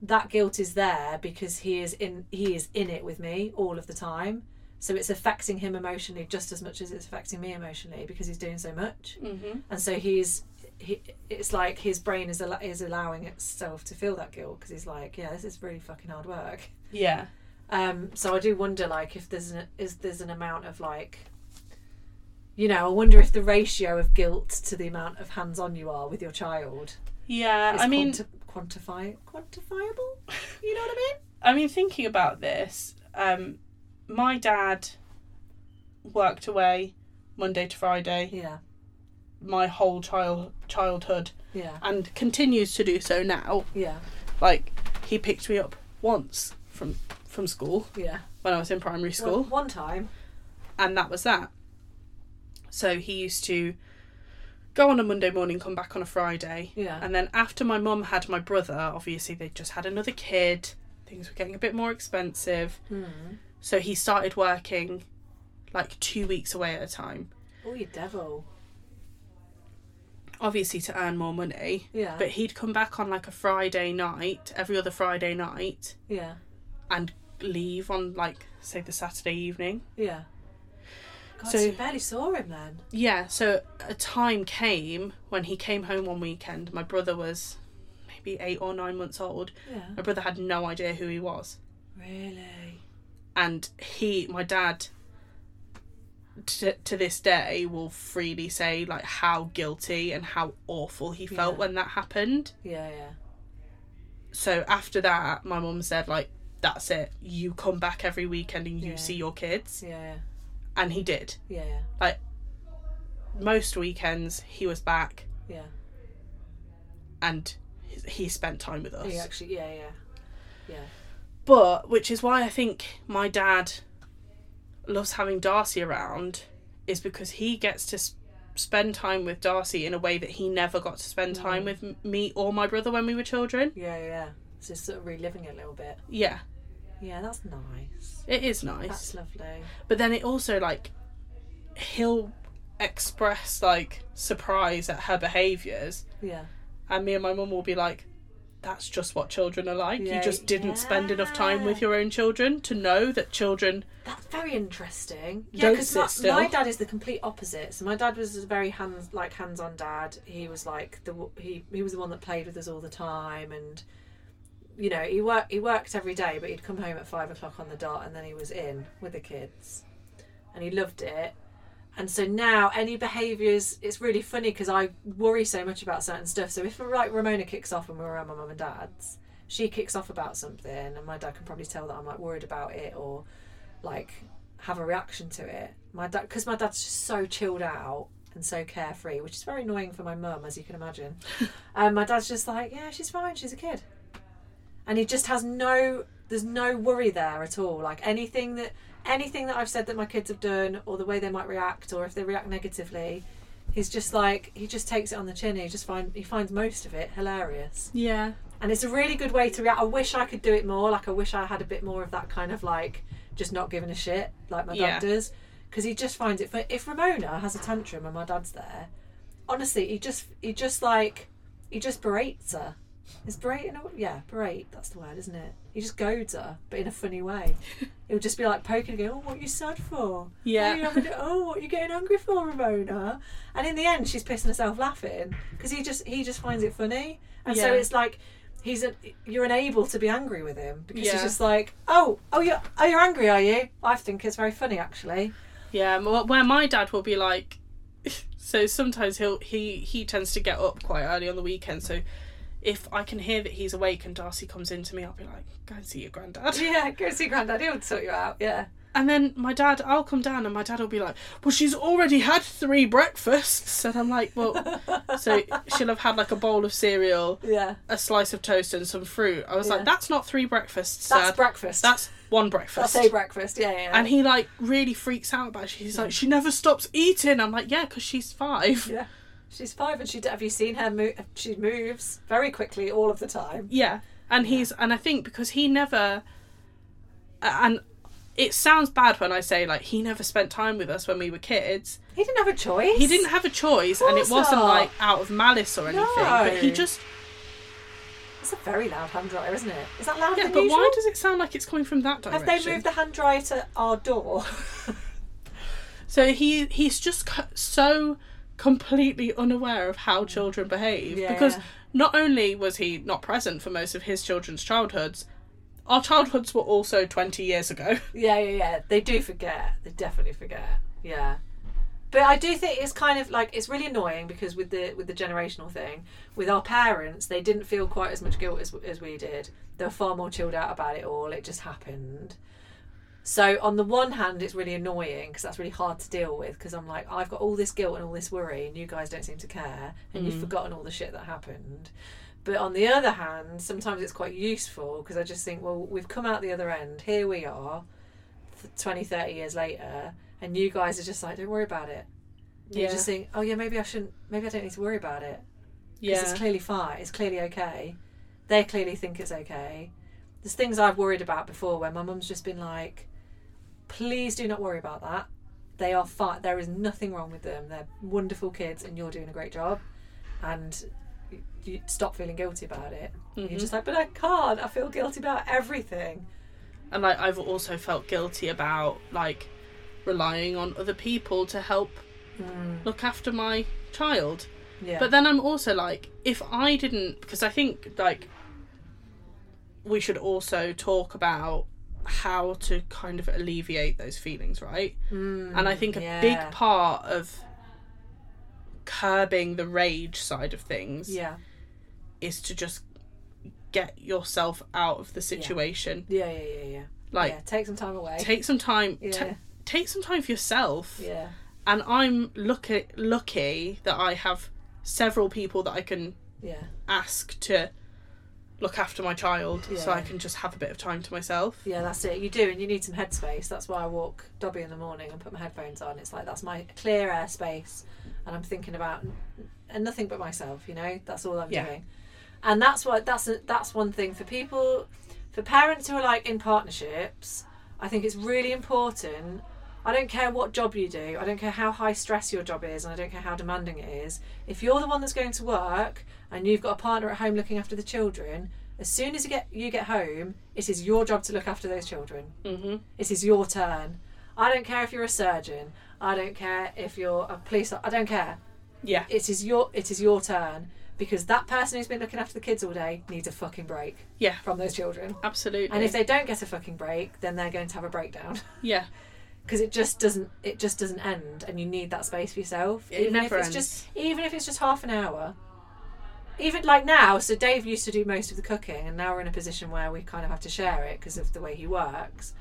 [SPEAKER 1] that guilt is there because he is in he is in it with me all of the time so it's affecting him emotionally just as much as it's affecting me emotionally because he's doing so much
[SPEAKER 2] mm-hmm.
[SPEAKER 1] and so he's he, it's like his brain is al- is allowing itself to feel that guilt because he's like yeah this is really fucking hard work
[SPEAKER 2] yeah,
[SPEAKER 1] um, so I do wonder, like, if there's an is there's an amount of like, you know, I wonder if the ratio of guilt to the amount of hands-on you are with your child
[SPEAKER 2] yeah.
[SPEAKER 1] is
[SPEAKER 2] I mean,
[SPEAKER 1] quanti- quantify quantifiable. [LAUGHS] You know what I mean?
[SPEAKER 2] I mean, thinking about this, um, my dad worked away Monday to Friday
[SPEAKER 1] Yeah,
[SPEAKER 2] my whole child childhood
[SPEAKER 1] yeah,
[SPEAKER 2] and continues to do so now.
[SPEAKER 1] yeah,
[SPEAKER 2] Like he picked me up once from from school
[SPEAKER 1] yeah.
[SPEAKER 2] when I was in primary school.
[SPEAKER 1] One, one time.
[SPEAKER 2] and that was that. So he used to go on a Monday morning, come back on a Friday,
[SPEAKER 1] Yeah.
[SPEAKER 2] and then after my mum had my brother, obviously they just had another kid. Things were getting a bit more expensive,
[SPEAKER 1] Hmm.
[SPEAKER 2] so he started working like two weeks away at a time.
[SPEAKER 1] Oh, you devil!
[SPEAKER 2] obviously to earn more money.
[SPEAKER 1] Yeah.
[SPEAKER 2] But he'd come back on like a Friday night, every other Friday night,
[SPEAKER 1] yeah.
[SPEAKER 2] and leave on like say the Saturday evening.
[SPEAKER 1] Yeah. God, so
[SPEAKER 2] So-
[SPEAKER 1] you barely saw him then.
[SPEAKER 2] Yeah, so a time came when he came home one weekend. My brother was maybe eight or nine months old.
[SPEAKER 1] Yeah.
[SPEAKER 2] My brother had no idea who he was.
[SPEAKER 1] Really?
[SPEAKER 2] and he my dad to, to this day will freely say like how guilty and how awful he felt
[SPEAKER 1] Yeah.
[SPEAKER 2] when that happened
[SPEAKER 1] Yeah, yeah.
[SPEAKER 2] so after that my mum said like that's it you come back every weekend and you
[SPEAKER 1] Yeah.
[SPEAKER 2] see your kids
[SPEAKER 1] Yeah,
[SPEAKER 2] and he did
[SPEAKER 1] yeah. Yeah,
[SPEAKER 2] most weekends he was back
[SPEAKER 1] yeah.
[SPEAKER 2] and he- he spent time with us
[SPEAKER 1] Yeah. He actually, yeah, yeah.
[SPEAKER 2] But which is why I think my dad loves having Darcy around is because he gets to s- spend time with Darcy in a way that he never got to spend
[SPEAKER 1] Mm.
[SPEAKER 2] time with m- me or my brother when we were children.
[SPEAKER 1] Yeah, yeah, yeah. So it's sort of reliving it a little bit.
[SPEAKER 2] Yeah,
[SPEAKER 1] Yeah, that's nice.
[SPEAKER 2] it is nice.
[SPEAKER 1] That's lovely.
[SPEAKER 2] But then it also like he'll express like surprise at her behaviors
[SPEAKER 1] Yeah.
[SPEAKER 2] and me and my mum will be like that's just what children are like.
[SPEAKER 1] Yeah,
[SPEAKER 2] you just didn't spend enough time with your own children to know that children
[SPEAKER 1] That's very interesting. Yeah,
[SPEAKER 2] Don't
[SPEAKER 1] because
[SPEAKER 2] sit
[SPEAKER 1] my,
[SPEAKER 2] still.
[SPEAKER 1] my dad is the complete opposite. So my dad was a very hands like hands on dad. He was like the w- he he was the one that played with us all the time, and you know he worked he worked every day, but he'd come home at five o'clock on the dot, and then he was in with the kids, and he loved it. And so now any behaviours, it's really funny because I worry so much about certain stuff. So if like Ramona kicks off and we're around my mum and dad's, she kicks off about something, and my dad can probably tell that I'm like worried about it or like have a reaction to it. My dad, because my dad's just so chilled out and so carefree, which is very annoying for my mum, as you can imagine. um, my dad's just like, yeah, she's fine, she's a kid, and he just has no, there's no worry there at all. Like anything that, anything that I've said that my kids have done, or the way they might react, or if they react negatively, he's just like, he just takes it on the chin. He just find, he finds most of it hilarious
[SPEAKER 2] yeah
[SPEAKER 1] and it's a really good way to react. I wish I could do it more. Like I wish I had a bit more of that kind of like just not giving a shit, like my
[SPEAKER 2] Yeah.
[SPEAKER 1] dad does, because he just finds it. But if Ramona has a tantrum and my dad's there, honestly, he just he just like he just berates her. Is berating? A, yeah, berate. That's the word, isn't it? He just goads her, but in a funny way. It would just be like poking and going, "Oh, what you sad for?
[SPEAKER 2] Yeah.
[SPEAKER 1] What you having to- oh, what you getting angry for, Ramona?" And in the end, she's pissing herself laughing because he just he just finds it funny, and so
[SPEAKER 2] Yeah.
[SPEAKER 1] it's like he's a, you're unable to be angry with him because he's
[SPEAKER 2] Yeah.
[SPEAKER 1] just like, "Oh, oh, you're oh you're angry, are you?" I think it's very funny actually. [LAUGHS]
[SPEAKER 2] Yeah, m- wh- where my dad will be like, [LAUGHS] so sometimes he'll he he tends to get up quite early on the weekend. So if I can hear that he's awake and Darcy comes in to me, I'll be like, go and see your granddad.
[SPEAKER 1] Yeah, go see Grandad. He'll sort you out. Yeah.
[SPEAKER 2] And then my dad, I'll come down and my dad will be like, well, she's already had three breakfasts. And I'm like, well,
[SPEAKER 1] [LAUGHS]
[SPEAKER 2] so she'll have had like a bowl of cereal,
[SPEAKER 1] yeah,
[SPEAKER 2] a slice of toast, and some fruit. I was
[SPEAKER 1] Yeah.
[SPEAKER 2] like, that's not three breakfasts,
[SPEAKER 1] that's
[SPEAKER 2] dad.
[SPEAKER 1] breakfast.
[SPEAKER 2] that's one breakfast.
[SPEAKER 1] that's a breakfast. Yeah, yeah. yeah.
[SPEAKER 2] and he like really freaks out about it. He's like, she never stops eating. I'm like, yeah, because she's five.
[SPEAKER 1] Yeah. She's five, and she have you seen her? Mo- she moves very quickly all of the time.
[SPEAKER 2] Yeah, and he's and I think because he never, a- and it sounds bad when I say like he never spent time with us when we were kids.
[SPEAKER 1] He didn't have a choice.
[SPEAKER 2] He didn't have a choice, and it
[SPEAKER 1] Course
[SPEAKER 2] wasn't
[SPEAKER 1] not.
[SPEAKER 2] like out of malice or anything. But he
[SPEAKER 1] No.
[SPEAKER 2] just
[SPEAKER 1] It's a very loud hand dryer, isn't it? Is that louder
[SPEAKER 2] yeah.
[SPEAKER 1] than
[SPEAKER 2] But
[SPEAKER 1] usual?
[SPEAKER 2] why does it sound like it's coming from that
[SPEAKER 1] have
[SPEAKER 2] direction?
[SPEAKER 1] they moved the hand dryer to our door?
[SPEAKER 2] So he he's just c- so completely unaware of how children behave
[SPEAKER 1] Yeah.
[SPEAKER 2] because not only was he not present for most of his children's childhoods, our childhoods were also twenty years ago. [LAUGHS]
[SPEAKER 1] Yeah, yeah, yeah. They do forget. They definitely forget. Yeah. But I do think it's kind of like it's really annoying because with the with the generational thing, with our parents, they didn't feel quite as much guilt as as we did. They were far more chilled out about it all. It just happened. So on the one hand, it's really annoying because that's really hard to deal with because I'm like I've got all this guilt and all this worry, and you guys don't seem to care, and you've forgotten all the shit that happened. But on the other hand, sometimes it's quite useful because I just think, well, we've come out the other end. Here we are. 20 30 years later and you guys are just like don't worry about it yeah. you
[SPEAKER 2] Yeah.
[SPEAKER 1] just think oh yeah maybe i shouldn't maybe i don't need to worry about it because
[SPEAKER 2] yeah.
[SPEAKER 1] it's clearly fine it's clearly okay they clearly think it's okay there's things i've worried about before where my mum's just been like please do not worry about that they are fine there is nothing wrong with them they're wonderful kids and you're doing a great job and you- you stop feeling guilty about it. You're
[SPEAKER 2] Mhm.
[SPEAKER 1] just like, but I can't. I feel guilty about everything.
[SPEAKER 2] and like I've also felt guilty about like relying on other people to help
[SPEAKER 1] Mm.
[SPEAKER 2] look after my child.
[SPEAKER 1] Yeah.
[SPEAKER 2] But then I'm also like, if I didn't, because I think like we should also talk about how to kind of alleviate those feelings, right?
[SPEAKER 1] Mm.
[SPEAKER 2] and I think a big
[SPEAKER 1] yeah.
[SPEAKER 2] part of curbing the rage side of things
[SPEAKER 1] yeah.
[SPEAKER 2] is to just get yourself out of the situation.
[SPEAKER 1] Yeah. Yeah. Yeah. Yeah.
[SPEAKER 2] Like
[SPEAKER 1] yeah. Take some time away.
[SPEAKER 2] take some time. ta-
[SPEAKER 1] Yeah.
[SPEAKER 2] take some time for yourself.
[SPEAKER 1] yeah.
[SPEAKER 2] And I'm lucky lucky that I have several people that I can
[SPEAKER 1] Yeah.
[SPEAKER 2] ask to look after my child so
[SPEAKER 1] Yeah.
[SPEAKER 2] I can just have a bit of time to myself.
[SPEAKER 1] Yeah, that's it. You do, and you need some headspace. That's why I walk Dobby in the morning and put my headphones on. It's like that's my clear air space, and I'm thinking about n- and nothing but myself. You know, that's all I'm
[SPEAKER 2] Yeah.
[SPEAKER 1] doing, and that's what that's a, that's one thing for people, for parents who are like in partnerships. I think it's really important. I don't care what job you do. I don't care how high stress your job is, and I don't care how demanding it is. If you're the one that's going to work and you've got a partner at home looking after the children, as soon as you get you get home, it is your job to look after those children.
[SPEAKER 2] Mm-hmm.
[SPEAKER 1] It is your turn. I don't care if you're a surgeon. I don't care if you're a police. I don't care.
[SPEAKER 2] Yeah.
[SPEAKER 1] It is your it is your turn because that person who's been looking after the kids all day needs a fucking break
[SPEAKER 2] Yeah.
[SPEAKER 1] from those children.
[SPEAKER 2] Absolutely.
[SPEAKER 1] And if they don't get a fucking break, then they're going to have a breakdown [LAUGHS]
[SPEAKER 2] yeah.
[SPEAKER 1] because it just doesn't it just doesn't end, and you need that space for yourself.
[SPEAKER 2] It
[SPEAKER 1] even if
[SPEAKER 2] never
[SPEAKER 1] it's just even if it's just half an hour. Even like now, so Dave used to do most of the cooking, and now we're in a position where we kind of have to share it because of the way he works.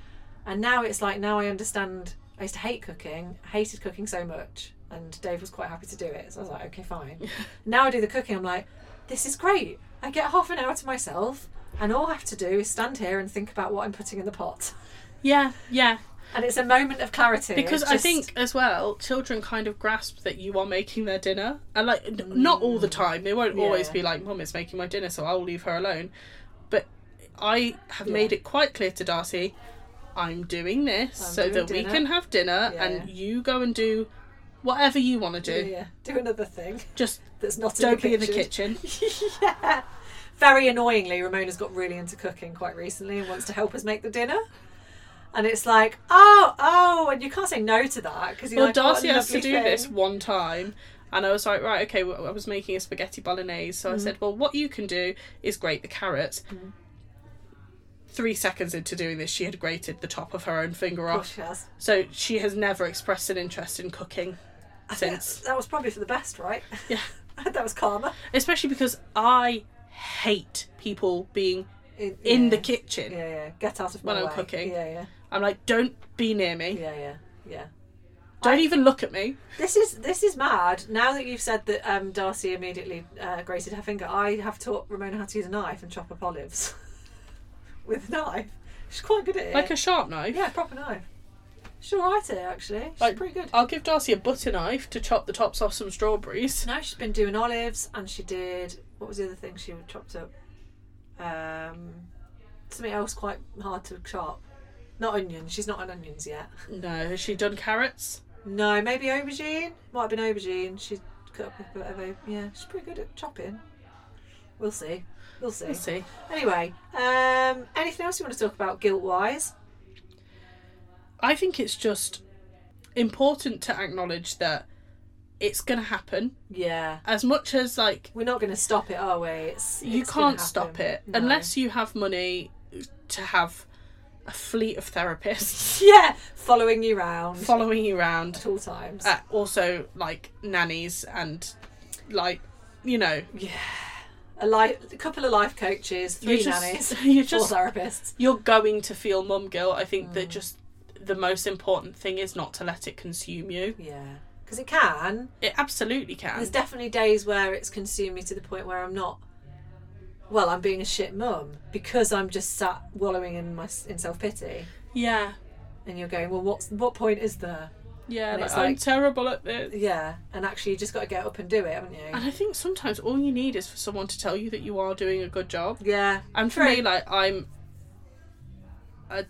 [SPEAKER 1] And now it's like now I understand. I used to hate cooking, I hated cooking so much, and Dave was quite happy to do it. So I was like, okay,
[SPEAKER 2] [LAUGHS]
[SPEAKER 1] fine. now I do the cooking. I'm like, this is great. I get half an hour to myself, and all I have to do is stand here and think about what I'm putting in the pot.
[SPEAKER 2] Yeah. Yeah.
[SPEAKER 1] And it's a moment of clarity.
[SPEAKER 2] Because
[SPEAKER 1] It's
[SPEAKER 2] I
[SPEAKER 1] just-
[SPEAKER 2] think as well, children kind of grasp that you are making their dinner, and like n- not all the time. They won't always
[SPEAKER 1] Mm. Yeah.
[SPEAKER 2] be like, "Mum is making my dinner, so I'll leave her alone." But I have made it quite clear to Darcy, I'm doing this
[SPEAKER 1] I'm
[SPEAKER 2] so
[SPEAKER 1] doing
[SPEAKER 2] that
[SPEAKER 1] dinner.
[SPEAKER 2] we can have dinner,
[SPEAKER 1] Yeah.
[SPEAKER 2] and you go and do whatever you want to do.
[SPEAKER 1] yeah, do another thing [LAUGHS]
[SPEAKER 2] Just
[SPEAKER 1] that's not
[SPEAKER 2] don't
[SPEAKER 1] in the
[SPEAKER 2] be in the kitchen.
[SPEAKER 1] yeah. Very annoyingly, Ramona's got really into cooking quite recently and wants to help us make the dinner. And it's like, oh, oh, and you can't say no to that because you're
[SPEAKER 2] Well,
[SPEAKER 1] like, what a
[SPEAKER 2] Darcy has to
[SPEAKER 1] lovely
[SPEAKER 2] do
[SPEAKER 1] thing.
[SPEAKER 2] this one time, and I was like, right, okay. Well, I was making a spaghetti bolognese, so I said, well, what you can do is grate the carrots. Three seconds into doing this, she had grated the top of her own finger
[SPEAKER 1] Gosh,
[SPEAKER 2] off.
[SPEAKER 1] she has.
[SPEAKER 2] So she has never expressed an interest in cooking
[SPEAKER 1] I think
[SPEAKER 2] since,
[SPEAKER 1] that was probably for the best, right?
[SPEAKER 2] Yeah.
[SPEAKER 1] [LAUGHS] that was karma.
[SPEAKER 2] especially because I hate people being
[SPEAKER 1] In,
[SPEAKER 2] in
[SPEAKER 1] yeah.
[SPEAKER 2] the kitchen.
[SPEAKER 1] Yeah, yeah. Get out of my
[SPEAKER 2] When I'm
[SPEAKER 1] way.
[SPEAKER 2] cooking.
[SPEAKER 1] Yeah, yeah,
[SPEAKER 2] I'm like, don't be near me.
[SPEAKER 1] yeah, yeah, yeah.
[SPEAKER 2] Don't even look at me.
[SPEAKER 1] This is this is mad. Now that you've said that um, Darcy immediately uh, grated her finger, I have taught Ramona how to use a knife and chop up olives [LAUGHS] with a knife. She's quite good at it.
[SPEAKER 2] Like a sharp knife.
[SPEAKER 1] yeah, proper knife. She's all right at it actually. She's
[SPEAKER 2] Like-
[SPEAKER 1] pretty good.
[SPEAKER 2] I'll give Darcy a butter knife to chop the tops off some [LAUGHS] strawberries.
[SPEAKER 1] Now she's been doing olives, and she did what was the other thing she chopped up? Um, something else quite hard to chop. Not onions. She's not on onions yet.
[SPEAKER 2] No, has she done carrots?
[SPEAKER 1] No, maybe aubergine. Might have been aubergine. She cut up a bit of au- yeah. She's pretty good at chopping. We'll see. We'll see.
[SPEAKER 2] Let's see.
[SPEAKER 1] Anyway, um, anything else you want to talk about guilt wise?
[SPEAKER 2] I think it's just important to acknowledge that it's going to happen.
[SPEAKER 1] Yeah,
[SPEAKER 2] As much as like
[SPEAKER 1] we're not going to stop it, are we? It's,
[SPEAKER 2] you
[SPEAKER 1] it's gonna
[SPEAKER 2] can't stop
[SPEAKER 1] happen.
[SPEAKER 2] it
[SPEAKER 1] No.
[SPEAKER 2] unless you have money to have a fleet of
[SPEAKER 1] [LAUGHS] [LAUGHS]
[SPEAKER 2] therapists
[SPEAKER 1] yeah, following you round
[SPEAKER 2] following you around.
[SPEAKER 1] at all times.
[SPEAKER 2] Uh, also, like nannies and like you know,
[SPEAKER 1] a, li- a couple of life coaches, three
[SPEAKER 2] you just
[SPEAKER 1] nannies,
[SPEAKER 2] [LAUGHS]
[SPEAKER 1] four
[SPEAKER 2] you
[SPEAKER 1] Mm.
[SPEAKER 2] just
[SPEAKER 1] therapists.
[SPEAKER 2] you're going to feel mum guilt. I think that just the most important thing is not to let it consume you.
[SPEAKER 1] Yeah, because it can.
[SPEAKER 2] It absolutely can.
[SPEAKER 1] There's definitely days where it's consumed me to the point where I'm not. Well, I'm being a shit mum because I'm just sat wallowing in my in self pity,
[SPEAKER 2] yeah.
[SPEAKER 1] and you're going, well, what's what point is there?
[SPEAKER 2] Yeah,
[SPEAKER 1] And
[SPEAKER 2] like,
[SPEAKER 1] it's
[SPEAKER 2] I'm
[SPEAKER 1] like-
[SPEAKER 2] terrible at this.
[SPEAKER 1] Yeah, and actually, you just got to get up and do it, haven't
[SPEAKER 2] And
[SPEAKER 1] you?
[SPEAKER 2] I think sometimes all you need is for someone to tell you that you are doing a good job.
[SPEAKER 1] Yeah,
[SPEAKER 2] And for
[SPEAKER 1] True.
[SPEAKER 2] me, like I'm a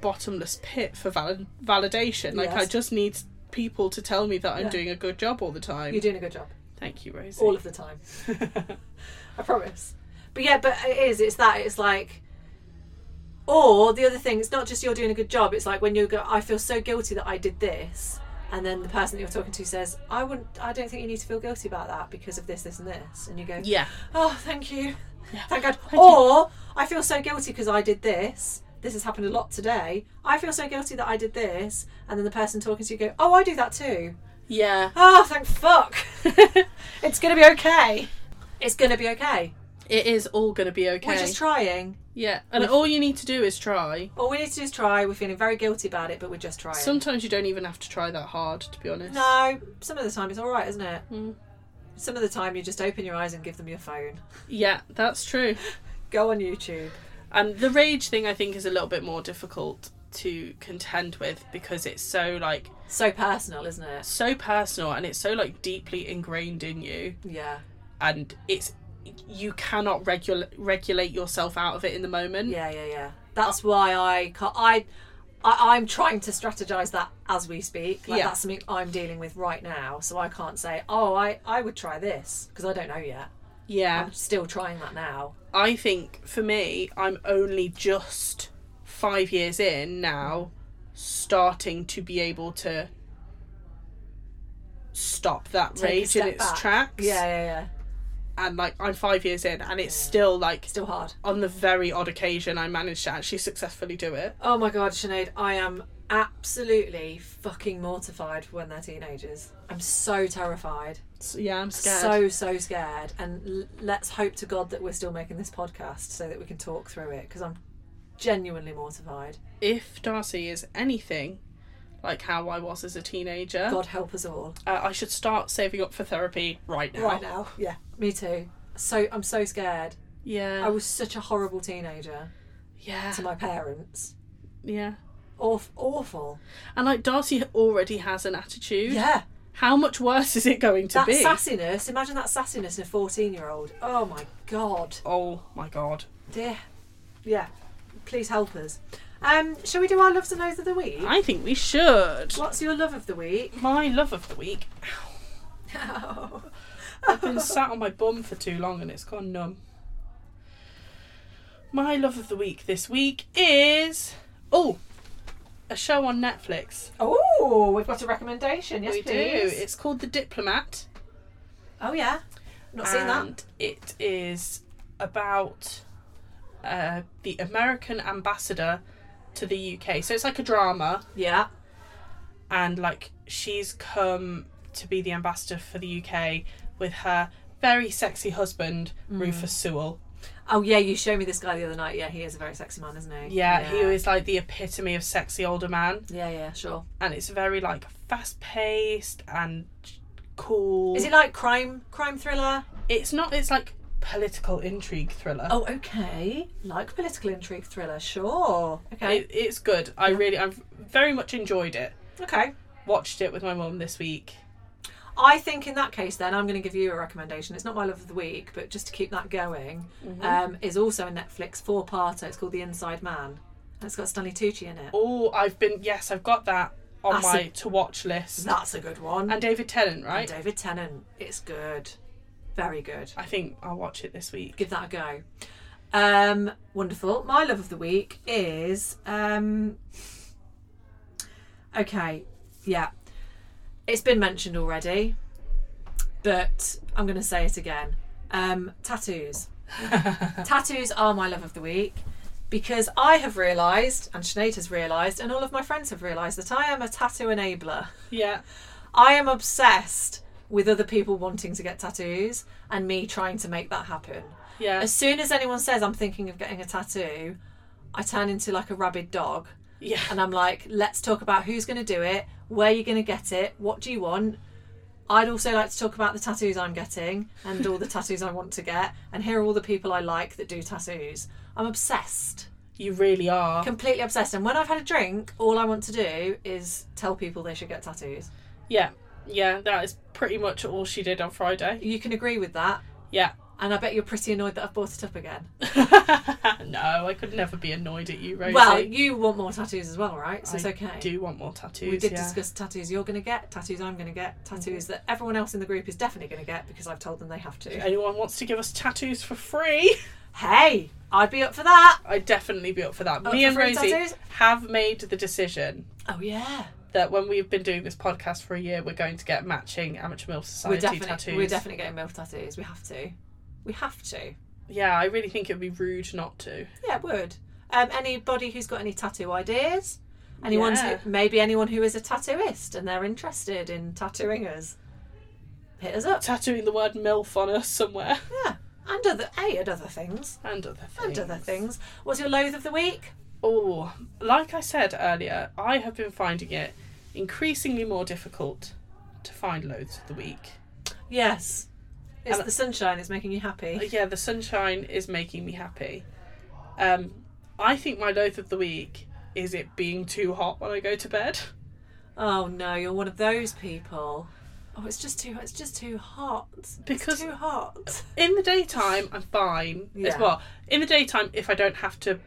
[SPEAKER 2] bottomless pit for valid- validation. Like I
[SPEAKER 1] Yes.
[SPEAKER 2] just need people to tell me that I'm
[SPEAKER 1] Yeah.
[SPEAKER 2] doing a good job all the time.
[SPEAKER 1] you're doing a good job.
[SPEAKER 2] Thank you, Rosie.
[SPEAKER 1] all of the time. [LAUGHS] I promise. But yeah, but it is. It's that. It's like, or the other thing. It's not just you're doing a good job. It's like when you go, I feel so guilty that I did this, and then the person that you're talking to says, I wouldn't. I don't think you need to feel guilty about that because of this, this, and this. And you go,
[SPEAKER 3] Yeah.
[SPEAKER 1] Oh, thank you. Thank God.
[SPEAKER 3] you.
[SPEAKER 1] or I feel so guilty because I did this. This has happened a lot today. I feel so guilty that I did this, and then the person talking to you go, "Oh, I do that too."
[SPEAKER 2] Yeah.
[SPEAKER 1] Oh, thank [LAUGHS] fuck. it's going to be okay. It's going to be okay.
[SPEAKER 2] It is all going to be okay.
[SPEAKER 1] We're just trying.
[SPEAKER 2] yeah. And all you need to do is try.
[SPEAKER 1] All we need to do is try. We're feeling very guilty about it, but we're just trying.
[SPEAKER 2] Sometimes you don't even have to try that hard, to be honest.
[SPEAKER 1] no, some of the time it's all right, isn't it?
[SPEAKER 2] Mm.
[SPEAKER 1] Some of the time you just open your eyes and give them your phone.
[SPEAKER 2] Yeah, that's true.
[SPEAKER 1] Go on YouTube.
[SPEAKER 2] And the rage thing, I think, is a little bit more difficult to contend with because it's so like
[SPEAKER 1] So personal, isn't it?
[SPEAKER 2] so personal and it's so like deeply ingrained in you
[SPEAKER 1] Yeah.
[SPEAKER 2] and it's you cannot regulate regulate yourself out of it in the moment
[SPEAKER 1] Yeah, yeah, yeah. That's why I ca I, I I'm trying to strategize that as we speak. Like
[SPEAKER 2] Yeah.
[SPEAKER 1] that's something I'm dealing with right now, so I can't say, "Oh, I I would try this" because I don't know yet.
[SPEAKER 2] yeah
[SPEAKER 1] I'm still trying that now.
[SPEAKER 2] I think for me, I'm only just five years in now, starting to be able to stop that
[SPEAKER 1] Take a
[SPEAKER 2] rage in
[SPEAKER 1] step
[SPEAKER 2] its
[SPEAKER 1] back.
[SPEAKER 2] tracks.
[SPEAKER 1] Yeah, yeah, yeah.
[SPEAKER 2] And like, I'm five years in, and it's still like,
[SPEAKER 1] Still hard.
[SPEAKER 2] on the very odd occasion, I managed to actually successfully do it.
[SPEAKER 1] Oh my god, Sinead, I am absolutely fucking mortified when they're teenagers. I'm so terrified.
[SPEAKER 2] So, yeah, I'm scared.
[SPEAKER 1] So, so scared. And l- let's hope to God that we're still making this podcast so that we can talk through it because I'm genuinely mortified.
[SPEAKER 2] if Darcy is anything like how I was as a teenager,
[SPEAKER 1] God help us all.
[SPEAKER 2] uh, I should start saving up for therapy right now.
[SPEAKER 1] Right now. Yeah. Me too. So, I'm so scared. I
[SPEAKER 2] Yeah.
[SPEAKER 1] was such a horrible teenager
[SPEAKER 2] Yeah.
[SPEAKER 1] to my parents.
[SPEAKER 2] Yeah.
[SPEAKER 1] Awf- awful.
[SPEAKER 2] And like Darcy already has an attitude.
[SPEAKER 1] Yeah.
[SPEAKER 2] How much worse is it going to
[SPEAKER 1] That
[SPEAKER 2] be?
[SPEAKER 1] sassiness, imagine that sassiness in a 14 year old. Oh my god.
[SPEAKER 2] oh my god.
[SPEAKER 1] Dear. Yeah. Please help us. Um, shall we do our loves and lows of the week?
[SPEAKER 2] I think we should.
[SPEAKER 1] What's your love of the week? [LAUGHS]
[SPEAKER 2] My love of the week. I've been sat on my bum for too long and it's gone numb. My love of the week this week is oh, a show on Netflix.
[SPEAKER 1] Oh, we've got a recommendation. Yes,
[SPEAKER 2] we
[SPEAKER 1] please.
[SPEAKER 2] do. It's called The Diplomat.
[SPEAKER 1] Oh yeah. Not seen that.
[SPEAKER 2] and it is about uh, the American ambassador to the UK. So it's like a drama,
[SPEAKER 1] Yeah.
[SPEAKER 2] and like she's come to be the ambassador for the UK with her very sexy husband
[SPEAKER 1] Mm.
[SPEAKER 2] Rufus Sewell.
[SPEAKER 1] Oh yeah, you showed me this guy the other night. Yeah, he is a very sexy man, isn't he?
[SPEAKER 2] Yeah, he is like the epitome of sexy older man,
[SPEAKER 1] Yeah, yeah, sure.
[SPEAKER 2] and it's very like fast paced and cool.
[SPEAKER 1] Is it like crime crime thriller?
[SPEAKER 2] It's not. It's like political intrigue thriller.
[SPEAKER 1] Oh, okay. Like political intrigue thriller, sure. Okay.
[SPEAKER 2] It, it's good. I really, I've very much enjoyed it.
[SPEAKER 1] okay.
[SPEAKER 2] watched it with my mum this week.
[SPEAKER 1] I think in that case, then I'm going to give you a recommendation. It's not my love of the week, but just to keep that going,
[SPEAKER 2] Mm-hmm.
[SPEAKER 1] um, is also a Netflix four-parter. It's called The Inside Man. And it's got Stanley Tucci in it.
[SPEAKER 2] Oh, I've been yes, I've got that on
[SPEAKER 1] That's
[SPEAKER 2] my
[SPEAKER 1] a-
[SPEAKER 2] to watch list.
[SPEAKER 1] That's a good one.
[SPEAKER 2] And David Tennant,
[SPEAKER 1] And
[SPEAKER 2] right?
[SPEAKER 1] David Tennant. It's good, very good.
[SPEAKER 2] I think I'll watch it this week.
[SPEAKER 1] Give that a go. Um, wonderful. My love of the week is um, okay. Yeah, it's been mentioned already, but I'm going to say it again. Um, tattoos. tattoos are my love of the week because I have realised, and Sinead has realised, and all of my friends have realised that I am a tattoo enabler.
[SPEAKER 2] yeah.
[SPEAKER 1] I am obsessed with other people wanting to get tattoos and me trying to make that happen.
[SPEAKER 2] Yeah.
[SPEAKER 1] As soon as anyone says I'm thinking of getting a tattoo, I turn into like a rabid dog
[SPEAKER 2] Yeah.
[SPEAKER 1] and I'm like, let's talk about who's going to do it, where you're going to get it, what do you want. I'd also like to talk about the tattoos I'm getting and all the
[SPEAKER 2] [LAUGHS]
[SPEAKER 1] tattoos I want to get, and here are all the people I like that do tattoos. I'm obsessed,
[SPEAKER 2] You really are.
[SPEAKER 1] completely obsessed. And when I've had a drink, all I want to do is tell people they should get tattoos.
[SPEAKER 2] Yeah. Yeah, that is pretty much all she did on Friday.
[SPEAKER 1] You can agree with that.
[SPEAKER 2] Yeah.
[SPEAKER 1] And I bet you're pretty annoyed that I've brought it up again.
[SPEAKER 2] [LAUGHS] no, I could never be annoyed at you, Rosie.
[SPEAKER 1] Well, you want more tattoos as well, right? So it's
[SPEAKER 2] I
[SPEAKER 1] okay.
[SPEAKER 2] do want more tattoos.
[SPEAKER 1] We did
[SPEAKER 2] yeah. Mm-hmm.
[SPEAKER 1] discuss tattoos you're going to get, tattoos I'm going to get, tattoos that everyone else in the group is definitely going to get because I've told them they have
[SPEAKER 2] If
[SPEAKER 1] to.
[SPEAKER 2] anyone wants to give us tattoos for free, [LAUGHS]
[SPEAKER 1] Hey, I'd be up for that.
[SPEAKER 2] I'd definitely be up for that.
[SPEAKER 1] Up
[SPEAKER 2] Me
[SPEAKER 1] Oh, for free
[SPEAKER 2] and Rosie
[SPEAKER 1] tattoos?
[SPEAKER 2] have made the decision
[SPEAKER 1] Oh yeah,
[SPEAKER 2] that when we've been doing this podcast for a year, we're going to get matching Amateur Mill Society
[SPEAKER 1] we're definitely
[SPEAKER 2] tattoos.
[SPEAKER 1] we're definitely getting milf tattoos. We have to. We have to.
[SPEAKER 2] yeah, I really think it would be rude not to.
[SPEAKER 1] Yeah, it would. Um, anybody who's got any tattoo ideas, anyone
[SPEAKER 2] Yeah.
[SPEAKER 1] who, maybe anyone who is a tattooist and they're interested in tattooing us, hit us up.
[SPEAKER 2] Tattooing the word MILF on
[SPEAKER 1] [LAUGHS]
[SPEAKER 2] us somewhere.
[SPEAKER 1] Yeah, and other a and other things.
[SPEAKER 2] And other
[SPEAKER 1] And
[SPEAKER 2] things.
[SPEAKER 1] other things. What's your loathe of the week?
[SPEAKER 2] Oh, like I said earlier, I have been finding it increasingly more difficult to find loads of the week.
[SPEAKER 1] Yes, it's
[SPEAKER 2] And-
[SPEAKER 1] the sunshine. It's making you happy.
[SPEAKER 2] yeah, the sunshine is making me happy. Um, I think my loath of the week is it being too hot when I go to bed.
[SPEAKER 1] Oh no, you're one of those people. Oh, it's just too. It's just too hot.
[SPEAKER 2] Because-
[SPEAKER 1] it's too hot.
[SPEAKER 2] In the daytime, I'm fine as
[SPEAKER 1] Yeah.
[SPEAKER 2] well. In the daytime, if I don't have to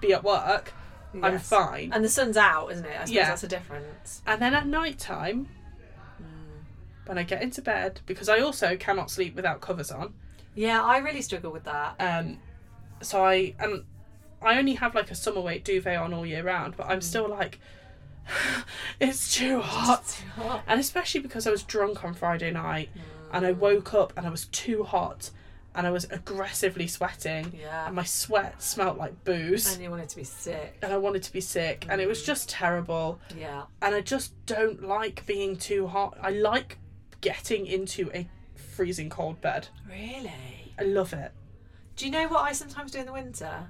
[SPEAKER 2] be at work, I'm
[SPEAKER 1] Yes.
[SPEAKER 2] fine.
[SPEAKER 1] And the sun's out, isn't it? I suppose
[SPEAKER 2] Yeah.
[SPEAKER 1] that's a difference.
[SPEAKER 2] And then at night time, when I get into bed, because I also cannot sleep without covers on.
[SPEAKER 1] Yeah, I really struggle with that.
[SPEAKER 2] Um, so I and I only have like a summer weight duvet on all year round, but I'm
[SPEAKER 1] Mm.
[SPEAKER 2] still like, [SIGHS] it's too hot.
[SPEAKER 1] It's too hot.
[SPEAKER 2] and especially because I was drunk on Friday night and I woke up and I was too hot and I was aggressively sweating
[SPEAKER 1] Yeah.
[SPEAKER 2] and my sweat smelt like booze
[SPEAKER 1] And you want it to be sick.
[SPEAKER 2] and I wanted to be sick and it was just terrible
[SPEAKER 1] Yeah.
[SPEAKER 2] and I just don't like being too hot. I like getting into a freezing cold bed.
[SPEAKER 1] Really?
[SPEAKER 2] I love it.
[SPEAKER 1] Do you know what I sometimes do in the winter?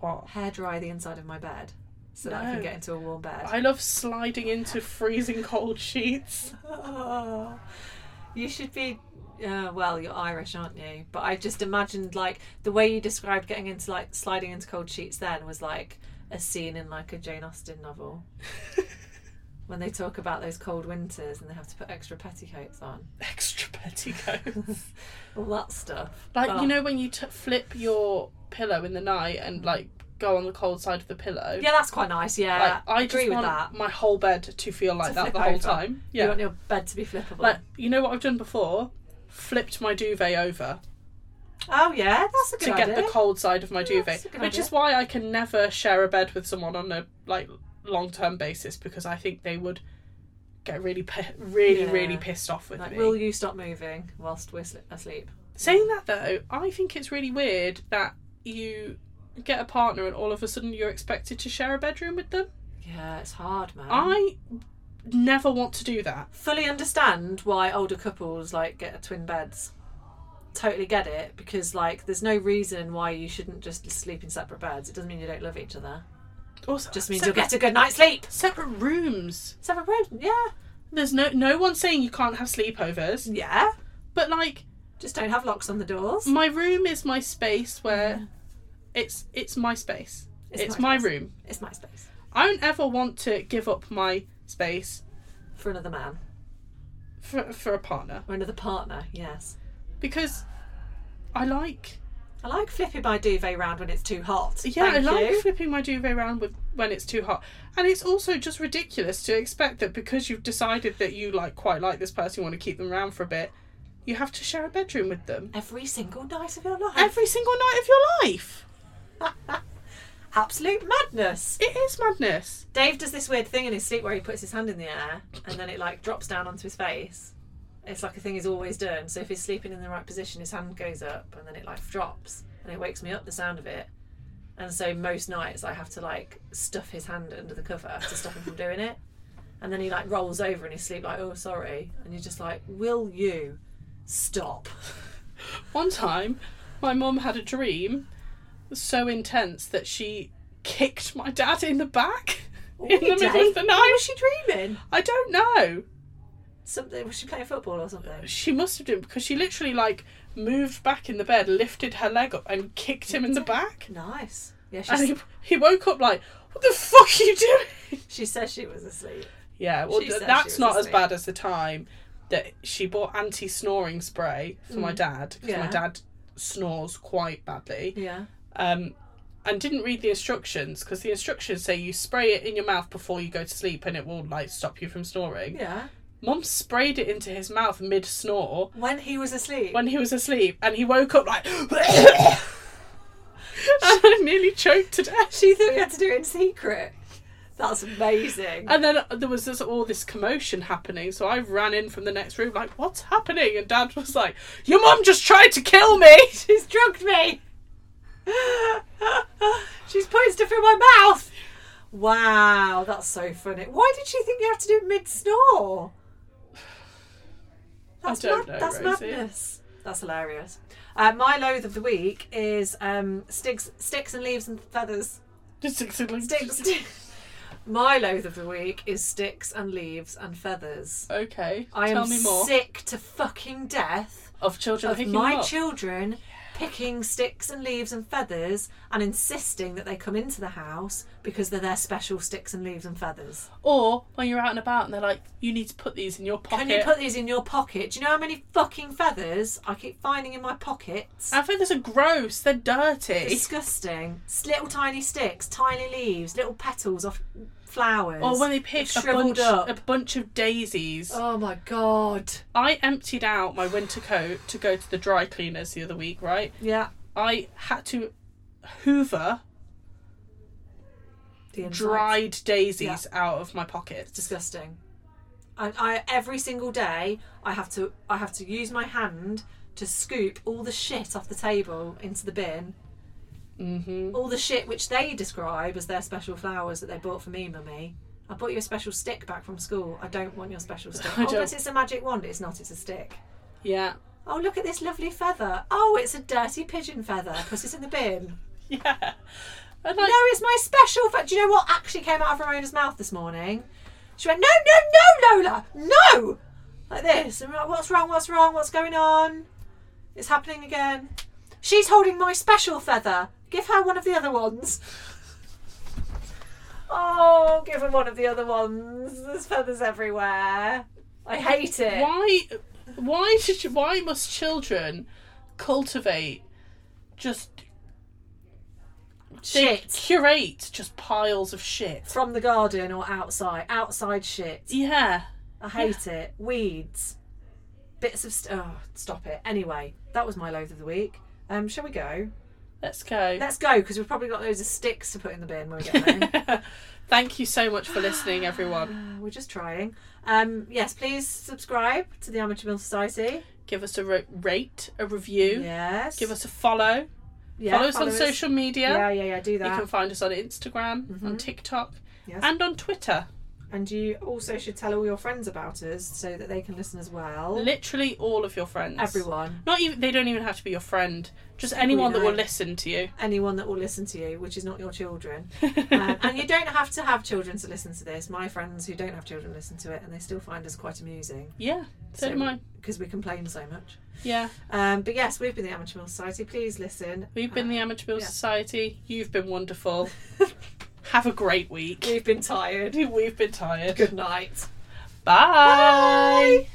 [SPEAKER 2] What?
[SPEAKER 1] Hair dry the inside of my bed so that I
[SPEAKER 2] No.
[SPEAKER 1] can get into a warm bed.
[SPEAKER 2] I love sliding into freezing cold sheets. [LAUGHS]
[SPEAKER 1] Oh, [LAUGHS] you should be. Uh, well, you're Irish, aren't you? But I just imagined like the way you described getting into like sliding into cold sheets. Then was like a scene in like a Jane Austen novel when they talk about those cold winters and they have to put extra petticoats on,
[SPEAKER 2] Extra petticoats.
[SPEAKER 1] all that stuff.
[SPEAKER 2] like
[SPEAKER 1] Oh.
[SPEAKER 2] you know when you t- flip your pillow in the night and like go on the cold side of the pillow.
[SPEAKER 1] Yeah, that's quite nice. Yeah,
[SPEAKER 2] Like, I
[SPEAKER 1] agree
[SPEAKER 2] just
[SPEAKER 1] with
[SPEAKER 2] want
[SPEAKER 1] that.
[SPEAKER 2] my whole bed to feel like
[SPEAKER 1] To
[SPEAKER 2] that
[SPEAKER 1] flip
[SPEAKER 2] the whole
[SPEAKER 1] over.
[SPEAKER 2] time.
[SPEAKER 1] You
[SPEAKER 2] Yeah.
[SPEAKER 1] want your bed to be flippable.
[SPEAKER 2] like you know what I've done before? Flipped my duvet over
[SPEAKER 1] oh yeah, that's a good
[SPEAKER 2] to
[SPEAKER 1] idea.
[SPEAKER 2] get the cold side of my
[SPEAKER 1] that's
[SPEAKER 2] duvet,
[SPEAKER 1] a good
[SPEAKER 2] which
[SPEAKER 1] idea.
[SPEAKER 2] is why I can never share a bed with someone on a like long term basis because I think they would get really pi- really
[SPEAKER 1] Yeah.
[SPEAKER 2] really pissed off with
[SPEAKER 1] like,
[SPEAKER 2] me.
[SPEAKER 1] will you stop moving whilst we're sli- asleep?
[SPEAKER 2] Saying that though, I think it's really weird that you get a partner and all of a sudden you're expected to share a bedroom with them.
[SPEAKER 1] Yeah, it's hard, man.
[SPEAKER 2] I never want to do that.
[SPEAKER 1] fully understand why older couples like get twin beds. Totally get it because like there's no reason why you shouldn't just sleep in separate beds. It doesn't mean you don't love each other.
[SPEAKER 2] Also,
[SPEAKER 1] Just means
[SPEAKER 2] separate,
[SPEAKER 1] you'll get a good night's sleep.
[SPEAKER 2] separate rooms.
[SPEAKER 1] Separate bed, yeah,
[SPEAKER 2] There's no no one saying you can't have sleepovers,
[SPEAKER 1] yeah.
[SPEAKER 2] but like
[SPEAKER 1] Just don't have locks on the doors.
[SPEAKER 2] my room is my space where it's it's my space. It's,
[SPEAKER 1] It's
[SPEAKER 2] my,
[SPEAKER 1] my space.
[SPEAKER 2] room.
[SPEAKER 1] It's my space
[SPEAKER 2] I don't ever want to give up my space
[SPEAKER 1] for another man
[SPEAKER 2] for for a partner
[SPEAKER 1] or another partner. Yes,
[SPEAKER 2] because I like
[SPEAKER 1] I like flipping my duvet round when it's too hot.
[SPEAKER 2] yeah
[SPEAKER 1] Thank
[SPEAKER 2] I like
[SPEAKER 1] you.
[SPEAKER 2] flipping my duvet around with when it's too hot, and it's also just ridiculous to expect that because you've decided that you like quite like this person, you want to keep them around for a bit, you have to share a bedroom with them
[SPEAKER 1] every single night of your life.
[SPEAKER 2] every single night of your life.
[SPEAKER 1] Absolute madness.
[SPEAKER 2] It is madness.
[SPEAKER 1] Dave does this weird thing in his sleep where he puts his hand in the air and then it like drops down onto his face. It's like a thing he's always done. So if he's sleeping in the right position, his hand goes up and then it like drops and it wakes me up the sound of it. And so most nights I have to like stuff his hand under the cover to stop him from doing it. And then he like rolls over in his sleep like, oh sorry. And you're just like, will you stop?
[SPEAKER 2] One time, my mum had a dream so intense that she kicked my dad in the back in the middle
[SPEAKER 1] Dave,
[SPEAKER 2] of the
[SPEAKER 1] What
[SPEAKER 2] night.
[SPEAKER 1] was she dreaming?
[SPEAKER 2] I don't know.
[SPEAKER 1] Something was she playing football or something?
[SPEAKER 2] She must have done because she literally like moved back in the bed, lifted her leg up, and kicked him in the back.
[SPEAKER 1] Nice. Yeah,
[SPEAKER 2] And
[SPEAKER 1] she,
[SPEAKER 2] he, he woke up like, "What the fuck are you doing?" [LAUGHS]
[SPEAKER 1] she says she was asleep.
[SPEAKER 2] Yeah, well,
[SPEAKER 1] She
[SPEAKER 2] th-
[SPEAKER 1] said she
[SPEAKER 2] that's
[SPEAKER 1] was
[SPEAKER 2] not as
[SPEAKER 1] asleep.
[SPEAKER 2] bad as the time that she bought anti-snoring spray for my dad because
[SPEAKER 1] Mm. Yeah.
[SPEAKER 2] my dad snores quite badly
[SPEAKER 1] Yeah.
[SPEAKER 2] um, and didn't read the instructions because the instructions say you spray it in your mouth before you go to sleep and it will like stop you from snoring.
[SPEAKER 1] Yeah.
[SPEAKER 2] Mum sprayed it into his mouth mid snore
[SPEAKER 1] When he was asleep.
[SPEAKER 2] when he was asleep and he woke up like [LAUGHS] and I nearly choked to death.
[SPEAKER 1] she thought he had to do it in secret. That's amazing.
[SPEAKER 2] [LAUGHS] And then there was this, all this commotion happening, so I ran in from the next room like, "What's happening?" And Dad was like, "Your mum just tried to kill me." [LAUGHS]
[SPEAKER 1] She's drugged me. [GASPS] She's put stuff in my mouth. Wow, that's so funny. Why did she think you have to do it mid
[SPEAKER 2] [SIGHS]
[SPEAKER 1] snore? That's
[SPEAKER 2] don't
[SPEAKER 1] mad-
[SPEAKER 2] know,
[SPEAKER 1] That's
[SPEAKER 2] Rosie.
[SPEAKER 1] madness. That's hilarious. Uh, my loathe of the week is um, sticks, sticks and leaves and feathers.
[SPEAKER 2] Just [LAUGHS]
[SPEAKER 1] Sticks. [LAUGHS] my loathe of the week is sticks and leaves and feathers.
[SPEAKER 2] Okay,
[SPEAKER 1] I
[SPEAKER 2] tell
[SPEAKER 1] am
[SPEAKER 2] me more
[SPEAKER 1] sick to fucking death
[SPEAKER 2] of children
[SPEAKER 1] of
[SPEAKER 2] picking
[SPEAKER 1] my
[SPEAKER 2] them up.
[SPEAKER 1] children picking sticks and leaves and feathers and insisting that they come into the house because they're their special sticks and leaves and feathers.
[SPEAKER 2] or when you're out and about and they're like, "You need to put these in your pocket."
[SPEAKER 1] Can you put these in your pocket? Do you know how many fucking feathers I keep finding in my pockets?
[SPEAKER 2] I think those are gross. They're dirty.
[SPEAKER 1] Disgusting. It's little tiny sticks, tiny leaves, little petals off flowers.
[SPEAKER 2] Or when they pick
[SPEAKER 1] It's
[SPEAKER 2] a
[SPEAKER 1] shriveled
[SPEAKER 2] bunch,
[SPEAKER 1] up.
[SPEAKER 2] a bunch of daisies.
[SPEAKER 1] Oh my god.
[SPEAKER 2] I emptied out my winter coat to go to the dry cleaners the other week, right?
[SPEAKER 1] Yeah.
[SPEAKER 2] I had to hoover
[SPEAKER 1] The insides.
[SPEAKER 2] dried daisies out of my pocket.
[SPEAKER 1] disgusting. I, I every single day I have to I have to use my hand to scoop all the shit off the table into the bin.
[SPEAKER 2] Mm-hmm.
[SPEAKER 1] All the shit which they describe as their special flowers that they bought for me, mummy. I bought you a special stick back from school. I don't want your
[SPEAKER 2] [LAUGHS]
[SPEAKER 1] special stick.
[SPEAKER 2] I
[SPEAKER 1] Oh, but
[SPEAKER 2] don't-
[SPEAKER 1] it's a magic wand. It's not. It's a stick.
[SPEAKER 2] Yeah.
[SPEAKER 1] Oh, look at this lovely feather. Oh, it's a dirty pigeon feather. Put it in the bin.
[SPEAKER 2] Yeah. [LAUGHS] And
[SPEAKER 1] No,
[SPEAKER 2] I,
[SPEAKER 1] it's my special feather. Do you know what actually came out of Ramona's mouth this morning? She went, no, no, no, Lola, no! Like this. And we're like, what's wrong, what's wrong, what's going on? It's happening again. She's holding my special feather. Give her one of the other ones. Oh, give her one of the other ones. There's feathers everywhere. I hate it.
[SPEAKER 2] why, why should, you- why must children cultivate just they
[SPEAKER 1] Shit.
[SPEAKER 2] curate just piles of shit?
[SPEAKER 1] From the garden or outside. Outside shit.
[SPEAKER 2] Yeah.
[SPEAKER 1] I hate it. Weeds, bits of st- oh, stop it. Anyway, that was my loathe of the week. Um, shall we go?
[SPEAKER 2] Let's go.
[SPEAKER 1] Let's go because we've probably got loads of sticks to put in the bin when we
[SPEAKER 2] [LAUGHS]
[SPEAKER 1] get home.
[SPEAKER 2] Thank you so much for listening, everyone.
[SPEAKER 1] Uh, We're just trying. Um, yes, please subscribe to the Amateur Mill Society.
[SPEAKER 2] Give us a ra- rate, a review.
[SPEAKER 1] Yes.
[SPEAKER 2] Give us a follow.
[SPEAKER 1] Yeah,
[SPEAKER 2] follow us on
[SPEAKER 1] us.
[SPEAKER 2] social media.
[SPEAKER 1] Yeah, yeah, yeah. Do
[SPEAKER 2] You
[SPEAKER 1] that. Mm-hmm.
[SPEAKER 2] can find us on Instagram, on TikTok,
[SPEAKER 1] Yes.
[SPEAKER 2] and on Twitter.
[SPEAKER 1] And you also should tell all your friends about us so that they can listen as well.
[SPEAKER 2] Literally all of your friends.
[SPEAKER 1] Everyone,
[SPEAKER 2] Not even they don't even have to be your friend. Just anyone that
[SPEAKER 1] know.
[SPEAKER 2] will listen to you.
[SPEAKER 1] anyone that will listen to you, which is not your children. um, and you don't have to have children to listen to this. My friends who don't have children listen to it, and they still find us quite amusing
[SPEAKER 2] yeah. So do mine.
[SPEAKER 1] because we complain so much.
[SPEAKER 2] Yeah.
[SPEAKER 1] Um, but yes, we've been the Amateur Mill Society. Please listen. [LAUGHS]
[SPEAKER 2] We've been the
[SPEAKER 1] Uh,
[SPEAKER 2] Amateur Bill
[SPEAKER 1] yeah.
[SPEAKER 2] Society. You've been wonderful. have a great week.
[SPEAKER 1] [LAUGHS] We've been tired.
[SPEAKER 2] We've been tired.
[SPEAKER 1] Good night.
[SPEAKER 2] Bye.